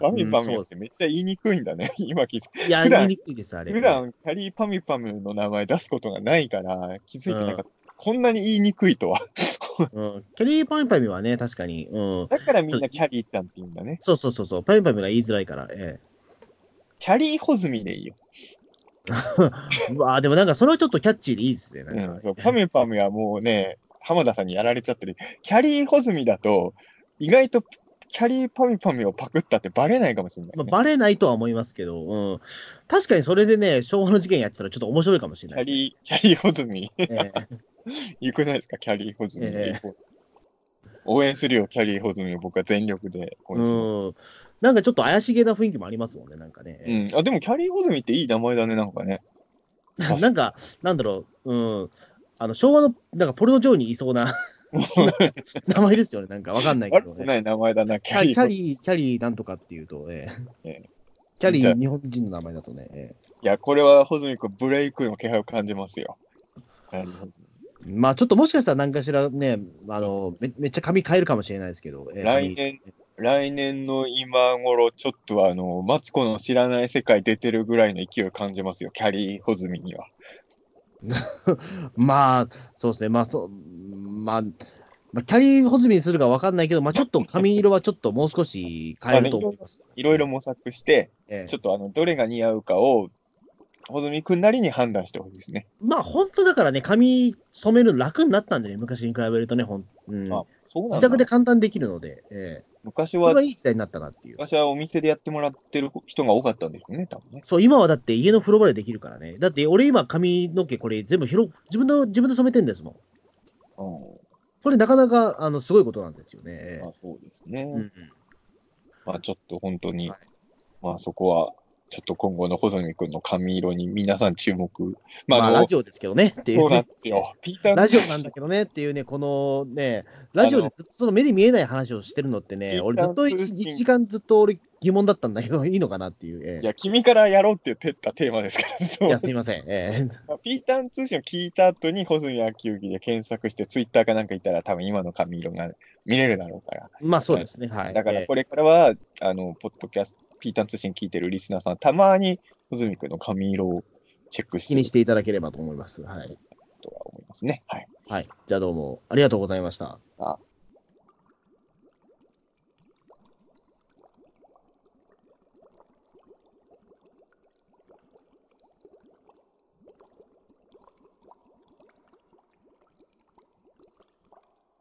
[SPEAKER 3] バミバミってめっちゃ言いにくいんだね、 今気づ
[SPEAKER 2] いや、
[SPEAKER 3] 普
[SPEAKER 2] 言
[SPEAKER 3] 段
[SPEAKER 2] いにくいです、あれ。
[SPEAKER 3] 普段キャリーパミュパムの名前出すことがないから、気づいてなかった。こんなに言いにくいとは。
[SPEAKER 2] うん、キャリーパミュパミュはね、確かに、うん、
[SPEAKER 3] だからみんなキャリーちゃんって言うんだね。
[SPEAKER 2] そうそうそうそう、パミュパミュが言いづらいから、え
[SPEAKER 3] キャリーホズミでいいよ。
[SPEAKER 2] え。うわあでもなんかそれはちょっとキャッチーでいいですね、な
[SPEAKER 3] うん
[SPEAKER 2] か
[SPEAKER 3] ん、そうパミュパムはもうね、浜田さんにやられちゃってる。キャリーホズミだと、意外とキャリーパミュパミュをパクったってバレないかもしれない、
[SPEAKER 2] まあ、
[SPEAKER 3] ね。
[SPEAKER 2] バレないとは思いますけど、うん、確かにそれでね、昭和の事件やってたらちょっと面白いかもしれ
[SPEAKER 3] キ
[SPEAKER 2] な
[SPEAKER 3] ャ
[SPEAKER 2] いですね。
[SPEAKER 3] リー、キャリーホズミ。
[SPEAKER 2] ええ
[SPEAKER 3] よくないですか、キャリーホズミ。
[SPEAKER 2] え
[SPEAKER 3] 応援するよ、キャリーホズミを僕は全力で応援する。
[SPEAKER 2] うん、なんかちょっと怪しげな雰囲気もありますもんね、なんかね。
[SPEAKER 3] うん、あでもキャリーホズミっていい名前だね、なんかね。うん
[SPEAKER 2] なんか、なんだろう、うん、あの昭和の、なんかポルノ上にいそう な名前ですよね、なんかわかんないけ
[SPEAKER 3] 悪
[SPEAKER 2] ど
[SPEAKER 3] く
[SPEAKER 2] ね。
[SPEAKER 3] ない名前だな、キ
[SPEAKER 2] キ
[SPEAKER 3] ャ
[SPEAKER 2] ャ
[SPEAKER 3] リー
[SPEAKER 2] キャ
[SPEAKER 3] ホズミ。い
[SPEAKER 2] リー、キャリーなんとかっていうと、ええ
[SPEAKER 3] え
[SPEAKER 2] キャリ
[SPEAKER 3] じゃあ
[SPEAKER 2] ー、日本人の名前だとね、ええ
[SPEAKER 3] や、これはホズミ君、ブレイクの気配を感じますよ。キャリーホズミ
[SPEAKER 2] まあちょっともしかしたら何かしらね、あのめめっちゃ髪変えるかもしれないですけど、ええ
[SPEAKER 3] 来年、来年の今頃、ちょっとあの、マツコの知らない世界出てるぐらいの勢いを感じますよ、キャリー・ホズミには。
[SPEAKER 2] まあ、そうですね、まあ、そうまあ、まあ、キャリー・ホズミにするかわかんないけど、 まあ、ちょっと髪色はちょっともう少し変えると思います。
[SPEAKER 3] いろいろ模索して、
[SPEAKER 2] ええ
[SPEAKER 3] ちょっとあの、どれが似合うかを、ホズミ君なりに判断してほしいですね。
[SPEAKER 2] まあ、本当だからね、髪染めるの楽になったんでね、昔に比べるとね、ほんうん、
[SPEAKER 3] あそうな
[SPEAKER 2] 自
[SPEAKER 3] んだ
[SPEAKER 2] 宅で簡単にできるので、ええ
[SPEAKER 3] 昔
[SPEAKER 2] これ
[SPEAKER 3] は
[SPEAKER 2] は、いい時代になったなっていう。
[SPEAKER 3] 昔はお店でやってもらってる人が多かったんですよね、多分ね。
[SPEAKER 2] そう、今はだって家の風呂場でできるからね。だって俺今髪の毛これ全部広く、自分の、自分で染めてんですもん。
[SPEAKER 3] う
[SPEAKER 2] これなかなか、あの、すごいことなんですよね。
[SPEAKER 3] ん。まあ、そうですね。
[SPEAKER 2] うんうん
[SPEAKER 3] まあちょっと本当に、
[SPEAKER 2] はい
[SPEAKER 3] まあそこは、ちょっと今後の穂積君の髪色に皆さん注目。まあ、
[SPEAKER 2] まあ、
[SPEAKER 3] あの
[SPEAKER 2] ラジオですけどね、っていう、ね。
[SPEAKER 3] そうなんです よ。ピーター
[SPEAKER 2] ラジオなんだけどねっていうね、このね、ラジオでずっとその目に見えない話をしてるのって
[SPEAKER 3] あ
[SPEAKER 2] ね、
[SPEAKER 3] の
[SPEAKER 2] 俺ずっと
[SPEAKER 3] ピーター
[SPEAKER 2] 1,
[SPEAKER 3] 通信
[SPEAKER 2] 時間ずっと俺疑問だったんだけど、 いいのかなっていう。ええ
[SPEAKER 3] いや、君からやろうって言ってたテーマですから、そ
[SPEAKER 2] いうや、すいません。ええ
[SPEAKER 3] まあピーターン通信を聞いた後に、ホズミ野球技で検索して、ツイッターかなんかいたら、多分今の髪色が見れるだろうから。
[SPEAKER 2] まあそうですね。はい。
[SPEAKER 3] だから
[SPEAKER 2] ええ
[SPEAKER 3] これからは、あの、ポッドキャスト、ピーターン通信聞いてるリスナーさん、たまにホズミ君の髪色をチェックし
[SPEAKER 2] 気
[SPEAKER 3] て
[SPEAKER 2] に
[SPEAKER 3] る
[SPEAKER 2] していただければと思います。はい。
[SPEAKER 3] とは思いますね。はい。
[SPEAKER 2] はい。じゃあどうもありがとうございました。
[SPEAKER 3] あ